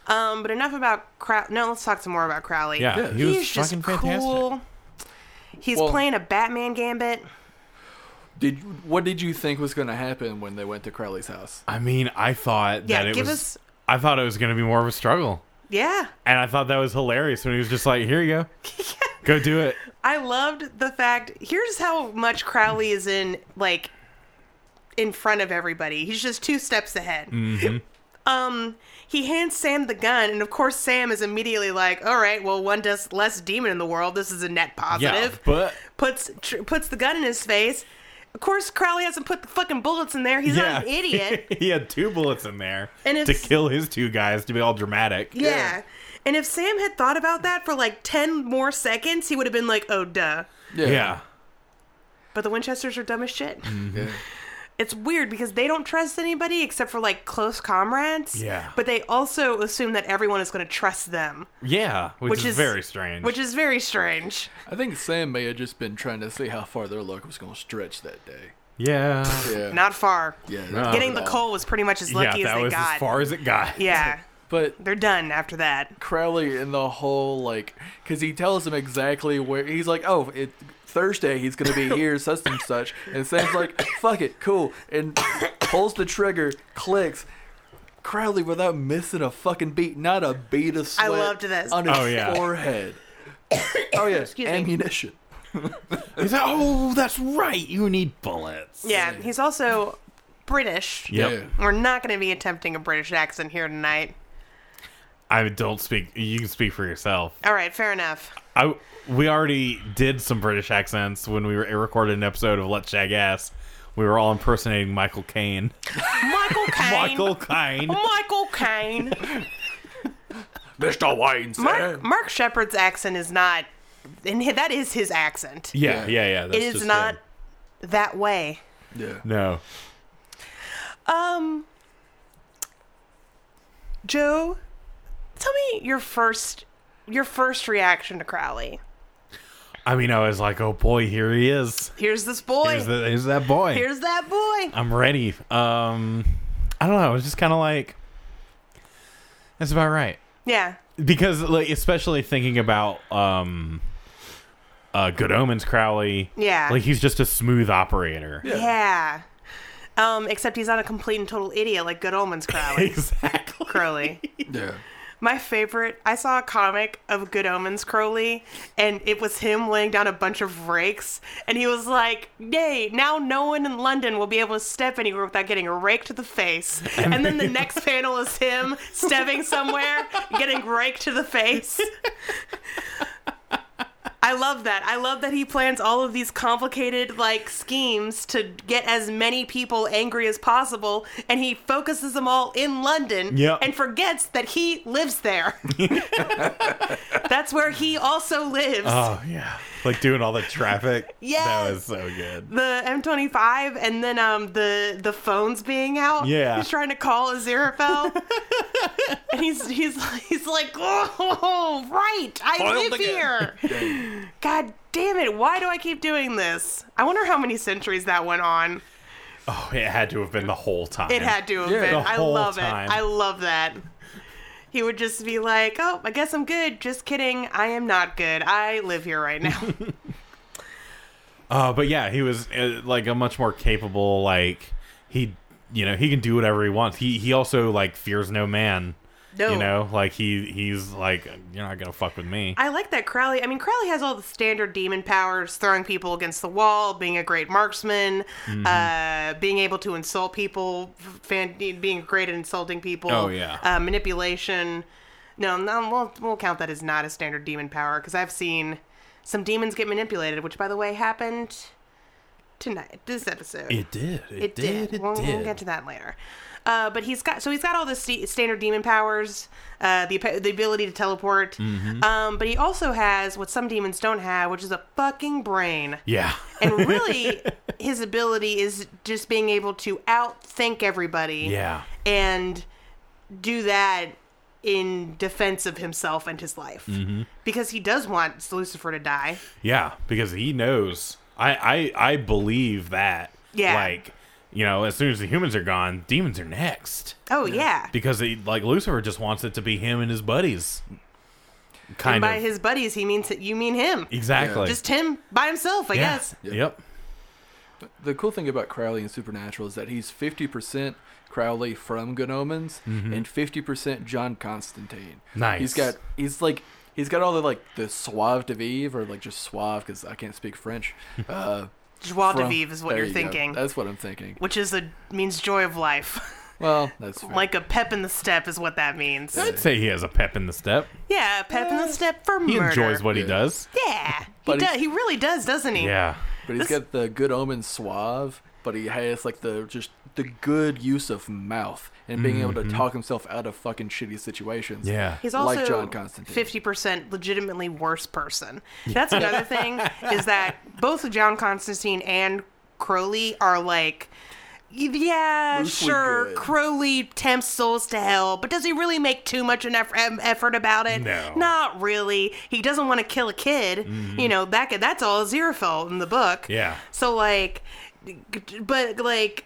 Speaker 3: Um but enough about Crowley. No, let's talk some more about Crowley.
Speaker 2: Yeah,
Speaker 1: Yeah.
Speaker 2: he was fucking fantastic.
Speaker 3: He's
Speaker 1: Well-
Speaker 3: playing a Batman gambit.
Speaker 1: Did what did you think was going to happen when they went to Crowley's house?
Speaker 2: I mean, I thought
Speaker 3: Yeah,
Speaker 2: that it
Speaker 3: give
Speaker 2: was.
Speaker 3: us-
Speaker 2: I thought it was going to be more of a struggle,
Speaker 3: Yeah.
Speaker 2: and I thought that was hilarious when he was just like, "Here you go, go do it."
Speaker 3: I loved the fact. Here's how much Crowley is in like in front of everybody. He's just two steps ahead.
Speaker 2: Mm-hmm.
Speaker 3: Um, he hands Sam the gun, and of course Sam is immediately like, "All right, well, one does less demon in the world. This is a net
Speaker 2: Yeah,
Speaker 3: positive."
Speaker 2: but
Speaker 3: puts tr- puts the gun in his face. Of course, Crowley hasn't put the fucking bullets in there. He's
Speaker 2: yeah,
Speaker 3: not an idiot.
Speaker 2: he had two bullets in there
Speaker 3: And
Speaker 2: to
Speaker 3: if-
Speaker 2: kill his two guys to be all dramatic.
Speaker 3: Yeah. And if Sam had thought about that for like 10 more seconds, he would have been like, oh, duh.
Speaker 2: yeah.
Speaker 3: But the Winchesters are dumb as shit.
Speaker 2: Mm-hmm.
Speaker 1: Yeah.
Speaker 3: It's weird because they don't trust anybody except for like close comrades.
Speaker 2: Yeah.
Speaker 3: But they also assume that everyone is going to trust them,
Speaker 2: Yeah, which,
Speaker 3: Which
Speaker 2: is,
Speaker 3: is-
Speaker 2: very strange.
Speaker 3: which is very strange.
Speaker 1: I think Sam may have just been trying to see how far their luck was going to stretch that day.
Speaker 2: yeah,
Speaker 1: Yeah.
Speaker 3: Not far.
Speaker 1: yeah.
Speaker 2: No.
Speaker 1: not
Speaker 3: Getting the
Speaker 1: at all.
Speaker 3: coal was pretty much as
Speaker 2: yeah,
Speaker 3: lucky as
Speaker 2: that
Speaker 3: they
Speaker 2: was
Speaker 3: got.
Speaker 2: as far as it got.
Speaker 3: yeah.
Speaker 1: But
Speaker 3: They're done after that.
Speaker 1: Crowley in the whole like because he tells him exactly where he's like, oh, it Thursday he's gonna be here, such and such, and Sam's like, fuck it, cool, and pulls the trigger, clicks. Crowley without missing a fucking beat, not a beat of sweat.
Speaker 3: loved this.
Speaker 1: on his
Speaker 2: Oh, yeah.
Speaker 1: forehead. Oh yeah,
Speaker 3: Excuse me.
Speaker 1: ammunition.
Speaker 2: He's like, "Oh, that's right. You need bullets."
Speaker 3: Yeah. He's also British.
Speaker 2: Yep.
Speaker 1: Yeah.
Speaker 3: We're not going to be attempting a British accent here tonight.
Speaker 2: I don't speak. You can speak for yourself.
Speaker 3: All right, fair enough.
Speaker 2: I we already did some British accents when we were, recorded an episode of Let's Shag Ass. We were all impersonating Michael Caine.
Speaker 3: Michael Caine.
Speaker 2: Michael Caine.
Speaker 3: Michael Caine.
Speaker 1: Mr. Wayne,
Speaker 3: Mark, Mark Shepard's accent is not, and he- that is his accent.
Speaker 2: Yeah, yeah, yeah. That's
Speaker 3: it is
Speaker 2: just
Speaker 3: not
Speaker 2: him.
Speaker 3: that way.
Speaker 1: Yeah.
Speaker 2: No.
Speaker 3: Um, Joe, tell me your first your first reaction to Crowley.
Speaker 2: I mean, I was like, oh boy, here he is.
Speaker 3: Here's this boy.
Speaker 2: Here's, the, here's that boy.
Speaker 3: Here's that boy.
Speaker 2: I'm ready. Um, I don't know. I was just kind of like, that's about right.
Speaker 3: Yeah.
Speaker 2: Because, like, especially thinking about um, uh, Good Omens Crowley.
Speaker 3: Yeah.
Speaker 2: Like, he's just a smooth operator.
Speaker 3: Yeah. Um, except he's not a complete and total idiot like Good Omens Crowley.
Speaker 2: Exactly.
Speaker 3: Crowley.
Speaker 1: Yeah.
Speaker 3: My favorite, I saw a comic of Good Omens Crowley, and it was him laying down a bunch of rakes, and he was like, Yay, now no one in London will be able to step anywhere without getting raked to the face. And then the next panel is him stepping somewhere, getting raked to the face. I love that. I love that he plans all of these complicated like schemes to get as many people angry as possible, and he focuses them all in London
Speaker 2: Yep.
Speaker 3: and forgets that he lives there. That's where he also lives.
Speaker 2: Oh, yeah. Like, doing all the traffic. That
Speaker 3: Yes.
Speaker 2: was so good.
Speaker 3: the M25 and then um the the phones being out.
Speaker 2: Yeah.
Speaker 3: He's trying to call Aziraphale. and he's he's he's like, "Oh, right. I
Speaker 1: Foiled
Speaker 3: live
Speaker 1: again."
Speaker 3: here." God damn it. Why do I keep doing this? I wonder how many centuries that went on.
Speaker 2: Oh, it had to have been the whole time.
Speaker 3: It had to have
Speaker 1: Yeah.
Speaker 3: been.
Speaker 2: The
Speaker 3: I
Speaker 2: whole
Speaker 3: love
Speaker 2: time.
Speaker 3: it. I love that. He would just be like, "Oh, I guess I'm good. Just kidding. I am not good. I live here right now."
Speaker 2: Uh, but yeah, he was uh, like a much more capable. Like he, you know, he can do whatever he wants. He he also like fears no man.
Speaker 3: No.
Speaker 2: You know, like he he's like you're not gonna fuck with me.
Speaker 3: I like that Crowley. I mean, Crowley has all the standard demon powers: throwing people against the wall, being a great marksman,
Speaker 2: Mm-hmm.
Speaker 3: uh, being able to insult people, fan- being great at insulting people.
Speaker 2: Oh, yeah.
Speaker 3: uh, manipulation. No, no, we'll we'll count that as not a standard demon power because I've seen some demons get manipulated, which, by the way, happened tonight, this episode.
Speaker 2: It did. It,
Speaker 3: It
Speaker 2: did. It
Speaker 3: we'll,
Speaker 2: did.
Speaker 3: we'll get to that later. Uh, but he's got so he's got all the st- standard demon powers, uh, the ap- the ability to teleport.
Speaker 2: Mm-hmm.
Speaker 3: Um, but he also has what some demons don't have, which is a fucking brain.
Speaker 2: yeah.
Speaker 3: And really, his ability is just being able to outthink everybody.
Speaker 2: Yeah.
Speaker 3: And do that in defense of himself and his life,
Speaker 2: Mm-hmm.
Speaker 3: because he does want Lucifer to die.
Speaker 2: Yeah, because he knows. I I I believe that.
Speaker 3: Yeah.
Speaker 2: Like, you know, as soon as the humans are gone, demons are next
Speaker 3: Oh yeah.
Speaker 2: because he, like Lucifer just wants it to be him and his buddies.
Speaker 3: And
Speaker 2: Kind
Speaker 3: by
Speaker 2: of.
Speaker 3: his buddies, he means that you mean him.
Speaker 2: exactly.
Speaker 3: Just him by himself, I
Speaker 2: yeah.
Speaker 3: guess.
Speaker 2: Yep.
Speaker 1: The cool thing about Crowley and Supernatural is that he's 50% Crowley from Good Omens and 50% John Constantine.
Speaker 2: Mm-hmm. Nice.
Speaker 1: He's got he's like he's got all the like the suave de vivre or like just suave because I can't speak French. Uh,
Speaker 3: Joie de
Speaker 1: from-
Speaker 3: vivre is what
Speaker 1: there
Speaker 3: you're
Speaker 1: you go.
Speaker 3: thinking,
Speaker 1: That's what I'm thinking.
Speaker 3: which is a means joy of life.
Speaker 1: Well, that's fair.
Speaker 3: like a pep in the step is what that means.
Speaker 2: I'd say he has a pep in the step.
Speaker 3: Yeah, a pep in the step for
Speaker 2: He
Speaker 3: murder.
Speaker 2: enjoys what he
Speaker 1: Yeah.
Speaker 2: does.
Speaker 3: Yeah, he
Speaker 1: But
Speaker 3: does.
Speaker 1: he's-
Speaker 3: He really does, doesn't he?
Speaker 2: Yeah.
Speaker 1: but he's got the Good Omens suave, but he has like the just the good use of mouth and being able to talk himself out of fucking shitty situations.
Speaker 2: Mm-hmm. Yeah.
Speaker 3: He's
Speaker 1: Like
Speaker 3: also
Speaker 1: John Constantine.
Speaker 3: 50% legitimately worse person. That's another thing is that both John Constantine and Crowley are like yeah,
Speaker 1: Loosely
Speaker 3: sure.
Speaker 1: good.
Speaker 3: Crowley tempts souls to hell, but does he really make too much an eff- em- effort about it?
Speaker 2: No. Mm-hmm.
Speaker 3: Not really. He doesn't want to kill a kid. You know, that could- that's all Xerophil in the book.
Speaker 2: Yeah.
Speaker 3: So like but like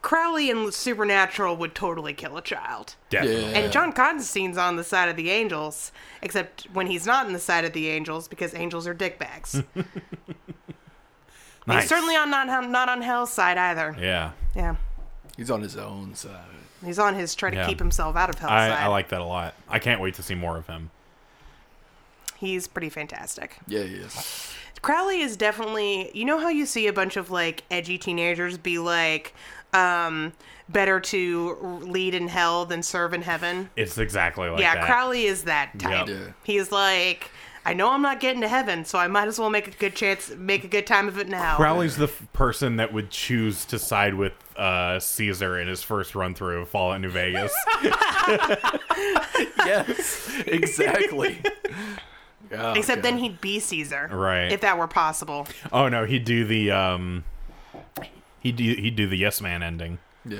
Speaker 3: Crowley and Supernatural would totally kill a child.
Speaker 2: Definitely.
Speaker 1: Yeah.
Speaker 3: And John Constantine's on the side of the angels, except when he's not on the side of the angels because angels are dickbags.
Speaker 2: Nice.
Speaker 3: He's certainly on not not on hell's side either.
Speaker 2: Yeah.
Speaker 3: Yeah,
Speaker 1: He's on his own side.
Speaker 3: he's on his try to
Speaker 2: Yeah.
Speaker 3: keep himself out of hell's
Speaker 2: I,
Speaker 3: side.
Speaker 2: I like that a lot. I can't wait to see more of him.
Speaker 3: He's pretty fantastic.
Speaker 1: Yeah, he is.
Speaker 3: Crowley is definitely you know how you see a bunch of like edgy teenagers be like, um, better to lead in hell than serve in heaven.
Speaker 2: It's exactly like
Speaker 3: yeah,
Speaker 2: that.
Speaker 3: Crowley is that
Speaker 2: Yep.
Speaker 3: type.
Speaker 1: Yeah.
Speaker 3: He's like, I know I'm not getting to heaven, so I might as well make a good chance, make a good time of it in hell.
Speaker 2: Crowley's the f- person that would choose to side with uh, Caesar in his first run through of Fallout New Vegas.
Speaker 1: yes, exactly. Oh,
Speaker 3: Except
Speaker 1: God.
Speaker 3: then he'd be Caesar,
Speaker 2: Right.
Speaker 3: If that were possible.
Speaker 2: oh no, he'd do the um, he'd do, he'd do the yes man ending,
Speaker 1: Yeah.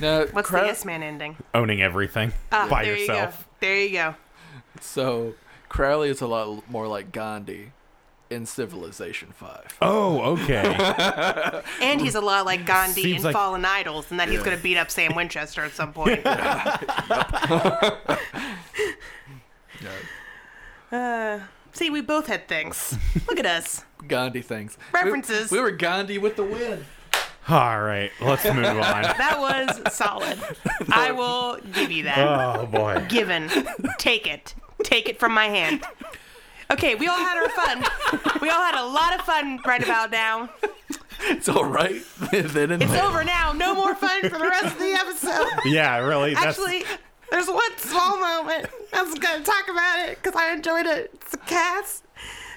Speaker 1: Now,
Speaker 3: What's
Speaker 1: Crow-
Speaker 3: the yes man ending?
Speaker 2: owning everything
Speaker 3: Ah,
Speaker 2: by
Speaker 3: there
Speaker 2: yourself.
Speaker 3: You go. There you go.
Speaker 1: so Crowley is a lot more like Gandhi in Civilization Five.
Speaker 2: Oh, okay.
Speaker 3: And he's a lot like Gandhi
Speaker 2: Seems
Speaker 3: in
Speaker 2: like-
Speaker 3: Fallen Idols, and that he's going to beat up Sam Winchester at some point.
Speaker 1: Yeah.
Speaker 3: See, we both had things. Look at us.
Speaker 1: Gandhi things.
Speaker 3: References.
Speaker 1: We, we were Gandhi with the wind.
Speaker 2: All right, let's move on.
Speaker 3: That was solid. I will give you that.
Speaker 2: Oh boy.
Speaker 3: given. Take it. Take it from my hand. Okay, we all had our fun. We all had a lot of fun right about now.
Speaker 1: It's all right. then and
Speaker 3: It's
Speaker 1: there.
Speaker 3: over now. No more fun for the rest of the episode.
Speaker 2: Yeah, really. That's,
Speaker 3: Actually, there's one small moment. I was going to talk about it because I enjoyed it. It's a cast.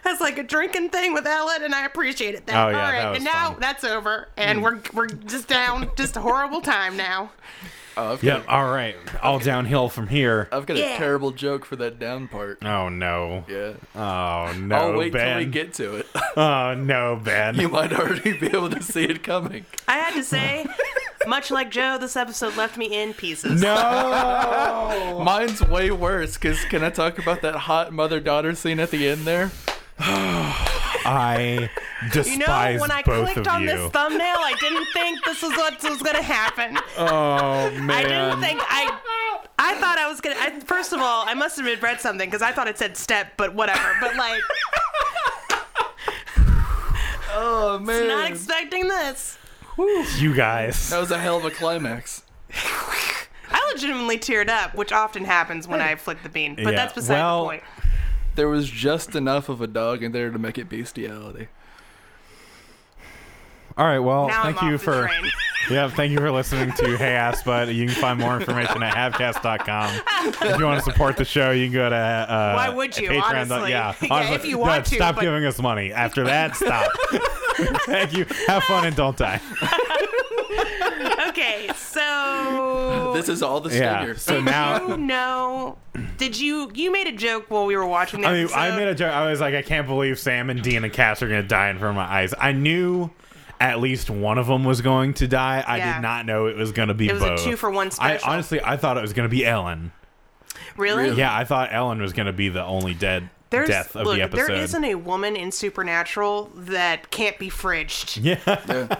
Speaker 3: That's like a drinking thing with Ellen, and I appreciate it.
Speaker 2: Oh, yeah,
Speaker 3: all right,
Speaker 2: that was
Speaker 3: and now
Speaker 2: fun. Mm.
Speaker 3: that's over, and we're we're just down, just a horrible time now.
Speaker 1: Oh, I've got,
Speaker 2: Yep. All right, all downhill from here.
Speaker 1: I've got
Speaker 3: Yeah.
Speaker 1: a terrible joke for that down part.
Speaker 2: Oh no.
Speaker 1: Yeah.
Speaker 2: Oh no,
Speaker 1: I'll wait till
Speaker 2: Ben.
Speaker 1: we get to it.
Speaker 2: oh no, Ben.
Speaker 1: you might already be able to see it coming.
Speaker 3: I had to say, much like Joe, this episode left me in pieces.
Speaker 2: no.
Speaker 1: Mine's way worse. Cause can I talk about that hot mother-daughter scene at the end there?
Speaker 2: I despise
Speaker 3: You know, when I
Speaker 2: both
Speaker 3: clicked
Speaker 2: of
Speaker 3: on
Speaker 2: you.
Speaker 3: this thumbnail, I didn't think this was what was going to happen.
Speaker 2: oh man.
Speaker 3: I didn't think I. I thought I was gonna. I, first of all, I must have misread something because I thought it said step, but whatever. But like,
Speaker 1: Oh man,
Speaker 3: not expecting this.
Speaker 2: you guys.
Speaker 1: that was a hell of a climax.
Speaker 3: I legitimately teared up, which often happens when I flick the bean. But
Speaker 2: Yeah,
Speaker 3: that's beside
Speaker 2: well-
Speaker 3: the point.
Speaker 1: There was just enough of a dog in there to make it bestiality.
Speaker 2: All right. Well,
Speaker 3: Now
Speaker 2: oh, thank
Speaker 3: I'm
Speaker 2: you
Speaker 3: off
Speaker 2: for
Speaker 3: the train.
Speaker 2: yeah, thank you for listening to Hey Ass But. You can find more information at havecast.com. If you want to support the show, you can go to uh,
Speaker 3: Why would you,
Speaker 2: Patreon.
Speaker 3: honestly?
Speaker 2: Yeah,
Speaker 3: Yeah, if you want
Speaker 2: no,
Speaker 3: to,
Speaker 2: stop
Speaker 3: but-
Speaker 2: giving us money. After that, stop. Thank you. Have fun and don't die.
Speaker 3: Okay, so
Speaker 1: This is all the
Speaker 2: Yeah.
Speaker 1: stinger.
Speaker 2: So
Speaker 3: you
Speaker 2: now,
Speaker 3: know, did you you made a joke while we were watching the
Speaker 2: I mean,
Speaker 3: episode?
Speaker 2: I made a joke. I was like, I can't believe Sam and Dean and Cass are gonna die in front of my eyes. I knew at least one of them was going to die. I
Speaker 3: Yeah.
Speaker 2: did not know it was gonna be.
Speaker 3: It was a
Speaker 2: both.
Speaker 3: two for one
Speaker 2: I
Speaker 3: special.
Speaker 2: honestly, I thought it was gonna be Ellen.
Speaker 3: really.
Speaker 1: Really?
Speaker 2: Yeah, I thought Ellen was gonna be the only dead
Speaker 3: There's,
Speaker 2: death of
Speaker 3: look,
Speaker 2: the episode.
Speaker 3: there isn't a woman in Supernatural that can't be fridged.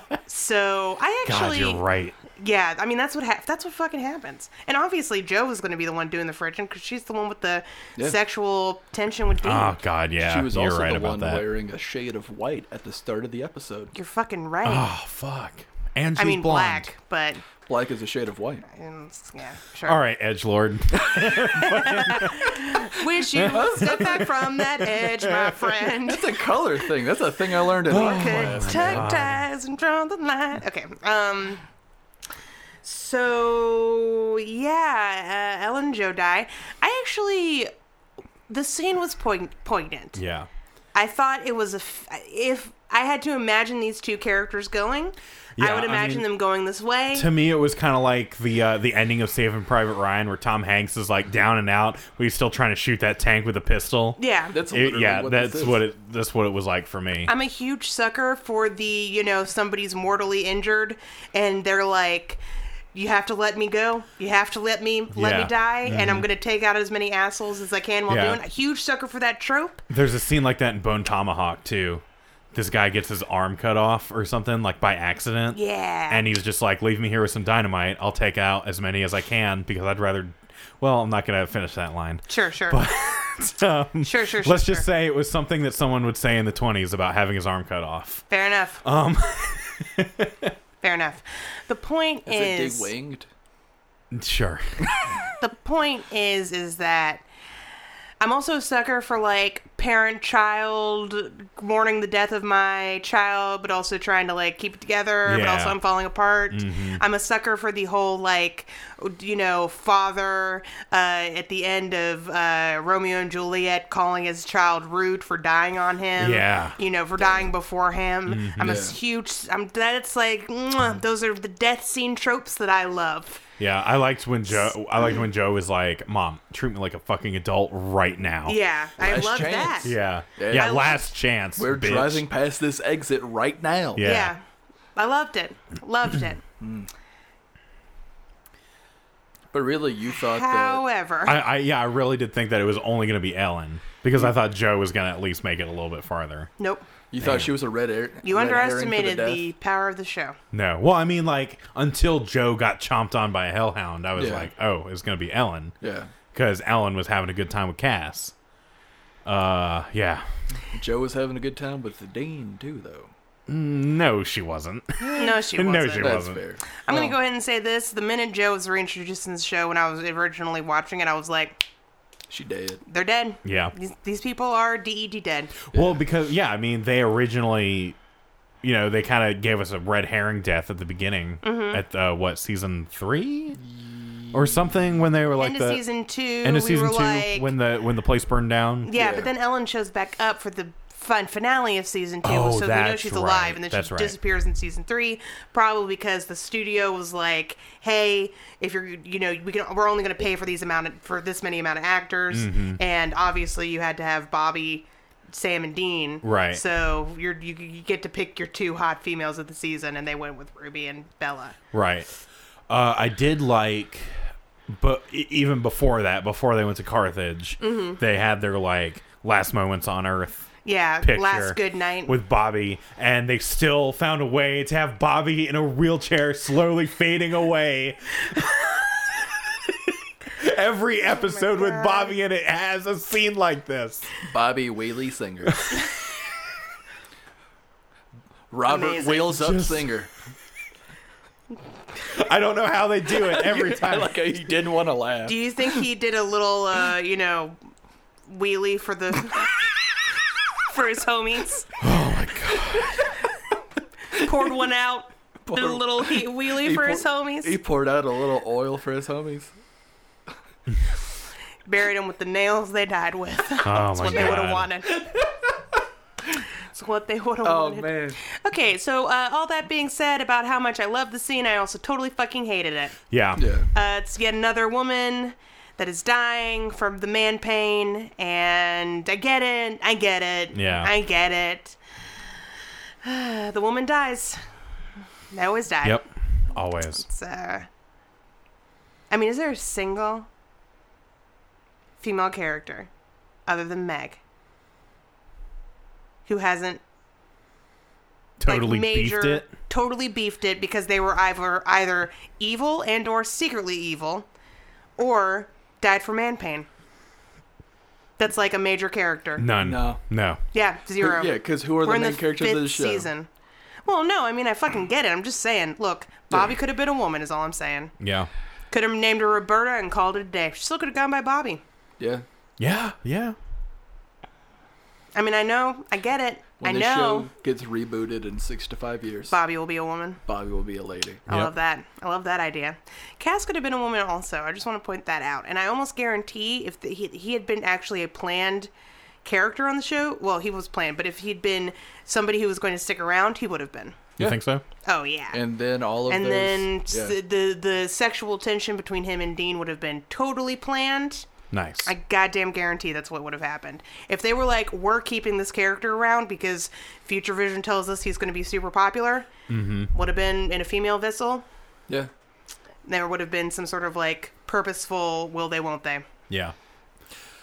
Speaker 2: yeah,
Speaker 3: So I
Speaker 2: God,
Speaker 3: actually,
Speaker 2: you're right.
Speaker 3: yeah, I mean that's what ha- that's what fucking happens. And obviously Joe is going to be the one doing the fridging because she's the one with the
Speaker 1: Yeah.
Speaker 3: sexual tension with Dean.
Speaker 2: Oh God, yeah,
Speaker 1: She was
Speaker 2: you're
Speaker 1: also
Speaker 2: right
Speaker 1: the
Speaker 2: about
Speaker 1: one
Speaker 2: that.
Speaker 1: wearing a shade of white at the start of the episode.
Speaker 3: You're fucking right.
Speaker 2: Oh fuck, and she's
Speaker 3: I mean
Speaker 2: blonde.
Speaker 3: black, but
Speaker 1: Black is a shade of white.
Speaker 3: um, yeah, sure.
Speaker 2: All right, Edge Lord.
Speaker 3: Wish you would step back from that edge, my friend.
Speaker 1: That's a color thing. That's a thing I learned in art
Speaker 3: Could
Speaker 1: class.
Speaker 3: tuck ties and draw the line. Oh Okay. Um. So yeah, uh, Ellen Joe die. I actually, the scene was poig- poignant.
Speaker 2: yeah.
Speaker 3: I thought it was a f- if I had to imagine these two characters going, I
Speaker 2: Yeah,
Speaker 3: would
Speaker 2: I
Speaker 3: imagine
Speaker 2: mean-
Speaker 3: them going this way.
Speaker 2: To me, it was kind of like the uh, the ending of Saving Private Ryan, where Tom Hanks is like down and out, but he's still trying to shoot that tank with a pistol.
Speaker 3: yeah.
Speaker 1: That's
Speaker 2: It-
Speaker 1: literally
Speaker 2: yeah,
Speaker 1: what this
Speaker 2: that's
Speaker 1: is.
Speaker 2: what it that's what it was like for me.
Speaker 3: I'm a huge sucker for the, you know, somebody's mortally injured and they're like, you have to let me go. You have to let me let me
Speaker 2: Yeah. Mm-hmm.
Speaker 3: die, and I'm gonna take out as many assholes as I can while
Speaker 2: Yeah.
Speaker 3: doing. A huge sucker for that trope.
Speaker 2: There's a scene like that in Bone Tomahawk too. This guy gets his arm cut off or something like by accident.
Speaker 3: Yeah.
Speaker 2: And he's just like, "Leave me here with some dynamite. I'll take out as many as I can because I'd rather." Well, I'm not gonna finish that line.
Speaker 3: Sure, sure,
Speaker 2: Um,
Speaker 3: sure, sure. sure
Speaker 2: let's just
Speaker 3: sure.
Speaker 2: say it was something that someone would say in the 20s about having his arm cut off.
Speaker 3: fair enough.
Speaker 2: Um,
Speaker 3: fair enough. The point
Speaker 1: Is it
Speaker 3: is,
Speaker 1: de-winged?
Speaker 2: sure.
Speaker 3: the point is, is that I'm also a sucker for like parent-child mourning the death of my child, but also trying to like keep it together. But
Speaker 2: Yeah. Mm-hmm.
Speaker 3: also, I'm falling apart. I'm a sucker for the whole like, you know, father uh, at the end of uh, Romeo and Juliet calling his child rude for dying on him.
Speaker 2: Yeah. Mm-hmm.
Speaker 3: you know, for dying before him. I'm a
Speaker 1: Yeah.
Speaker 3: huge. I'm that's like mwah, those are the death scene tropes that I love.
Speaker 2: Yeah, I liked when Joe. I liked when Joe was like, "Mom, treat me like a fucking adult right now."
Speaker 3: Yeah, I
Speaker 1: Last
Speaker 3: love
Speaker 1: chance.
Speaker 3: that.
Speaker 2: yeah,
Speaker 1: Yeah.
Speaker 2: yeah.
Speaker 1: I
Speaker 3: liked-
Speaker 2: last chance.
Speaker 1: We're
Speaker 2: bitch.
Speaker 1: driving past this exit right now.
Speaker 2: Yeah.
Speaker 3: Yeah. I loved it. Loved it.
Speaker 1: But really, you thought that
Speaker 3: However,
Speaker 2: I, I yeah, I really did think that it was only going to be Ellen because I thought Joe was going to at least make it a little bit farther.
Speaker 3: nope.
Speaker 1: you thought she was a red air.
Speaker 3: You
Speaker 1: red herring for
Speaker 3: underestimated
Speaker 1: the,
Speaker 3: the,
Speaker 1: death.
Speaker 3: power of the show.
Speaker 2: No, well, I mean, like until Joe got chomped on by a hellhound, I was
Speaker 1: Yeah.
Speaker 2: like, "Oh, it's going to be Ellen,"
Speaker 1: Yeah,
Speaker 2: because Ellen was having a good time with Cass. Uh, yeah.
Speaker 1: Joe was having a good time with the dean too, though.
Speaker 2: No, she wasn't.
Speaker 3: No, she
Speaker 2: No,
Speaker 3: wasn't.
Speaker 2: she
Speaker 1: That's
Speaker 2: wasn't.
Speaker 1: fair.
Speaker 3: I'm gonna go ahead and say this: the minute Joe was reintroduced in the show, when I was originally watching it, I was like,
Speaker 1: She did.
Speaker 3: "They're dead.
Speaker 2: Yeah.
Speaker 3: These, these people are DED dead."
Speaker 2: Well, because yeah, I mean, they originally, you know, they kind of gave us a red herring death at the beginning
Speaker 3: Mm-hmm.
Speaker 2: at uh, what season three or something when they were like
Speaker 3: end
Speaker 2: the
Speaker 3: of season two.
Speaker 2: end of
Speaker 3: we
Speaker 2: season
Speaker 3: were
Speaker 2: two
Speaker 3: like,
Speaker 2: when the when the place burned down.
Speaker 3: yeah,
Speaker 1: Yeah.
Speaker 3: but then Ellen shows back up for the fun finale of season two,
Speaker 2: Oh,
Speaker 3: so we know
Speaker 2: that's
Speaker 3: she's
Speaker 2: right.
Speaker 3: alive, and then
Speaker 2: That's
Speaker 3: she
Speaker 2: right.
Speaker 3: disappears in season three, probably because the studio was like, "Hey, if you're, you know, we can, we're only going to pay for these amount of, for this many amount of actors,
Speaker 2: Mm-hmm.
Speaker 3: and obviously you had to have Bobby." Sam and Dean,
Speaker 2: Right.
Speaker 3: So you're you, you get to pick your two hot females of the season, and they went with Ruby and Bella.
Speaker 2: Right. Uh, I did like, but e- even before that, before they went to Carthage,
Speaker 3: Mm-hmm.
Speaker 2: they had their like last moments on Earth.
Speaker 3: Yeah,
Speaker 2: Picture
Speaker 3: last good night.
Speaker 2: with Bobby, and they still found a way to have Bobby in a wheelchair slowly fading away. Every episode with
Speaker 3: Oh God.
Speaker 2: Bobby in it has a scene like this.
Speaker 1: Bobby Whaley Singer. Robert
Speaker 3: Amazing.
Speaker 1: Wheels Up
Speaker 2: Just-
Speaker 1: Singer.
Speaker 2: I don't know how they do it every
Speaker 1: I
Speaker 2: time.
Speaker 3: Oh
Speaker 1: like how he didn't want to laugh.
Speaker 3: Do you think he did a little, uh, you know, wheelie for the for his homies? Oh my god! Poured one out. Did a
Speaker 1: Poured-
Speaker 3: little he- wheelie
Speaker 1: He
Speaker 3: for
Speaker 1: pour-
Speaker 3: his homies.
Speaker 1: He poured out a little oil for his homies.
Speaker 3: Buried him with the nails they died with. That's
Speaker 2: oh my
Speaker 3: what they would have wanted. That's what they would have wanted.
Speaker 1: Oh, man.
Speaker 3: Okay, so uh, all that being said about how much I love the scene, I also totally fucking hated it.
Speaker 2: Yeah.
Speaker 1: Yeah.
Speaker 3: Uh, it's yet another woman that is dying from the man pain, and I get it. I get it.
Speaker 2: Yeah.
Speaker 3: I get it. the woman dies. They always die.
Speaker 2: Yep. Always.
Speaker 3: It's, uh, I mean, is there a single female character other than Meg who hasn't like,
Speaker 2: Totally
Speaker 3: major,
Speaker 2: beefed it.
Speaker 3: totally beefed it because they were either either evil and or secretly evil, or died for man pain? That's like a major character.
Speaker 2: None.
Speaker 1: No.
Speaker 2: No.
Speaker 3: Yeah, zero.
Speaker 1: Yeah, because who are the
Speaker 3: We're in
Speaker 1: main
Speaker 3: the
Speaker 1: characters
Speaker 3: fifth
Speaker 1: of the show?
Speaker 3: season. Well, no, I mean I fucking get it. I'm just saying. Look, Bobby could have been a woman. Is all I'm saying.
Speaker 2: Yeah.
Speaker 3: Could have named her Roberta and called it a day. She still could have gone by Bobby.
Speaker 1: Yeah.
Speaker 2: Yeah. Yeah.
Speaker 3: I mean, I know, I get it.
Speaker 1: When
Speaker 3: I
Speaker 1: this
Speaker 3: know
Speaker 1: show gets rebooted in six to five years,
Speaker 3: Bobby will be a woman.
Speaker 1: Bobby will be a lady.
Speaker 3: I
Speaker 2: Yep.
Speaker 3: love that. I love that idea. Cass could have been a woman also. I just want to point that out. And I almost guarantee if the, he, he had been actually a planned character on the show, well, he was planned, but if he'd been somebody who was going to stick around, he would have been.
Speaker 2: You
Speaker 1: Yeah.
Speaker 2: think so?
Speaker 3: Oh, yeah. And,
Speaker 1: And then all of those.
Speaker 3: then
Speaker 1: yeah.
Speaker 3: s the, the sexual tension between him and Dean would have been totally planned.
Speaker 2: Nice.
Speaker 3: I goddamn guarantee that's what would have happened. If they were like, we're keeping this character around because Future Vision tells us he's going to be super popular, would have been in a female vessel.
Speaker 1: yeah.
Speaker 3: There would have been some sort of like purposeful will they, won't they.
Speaker 2: yeah.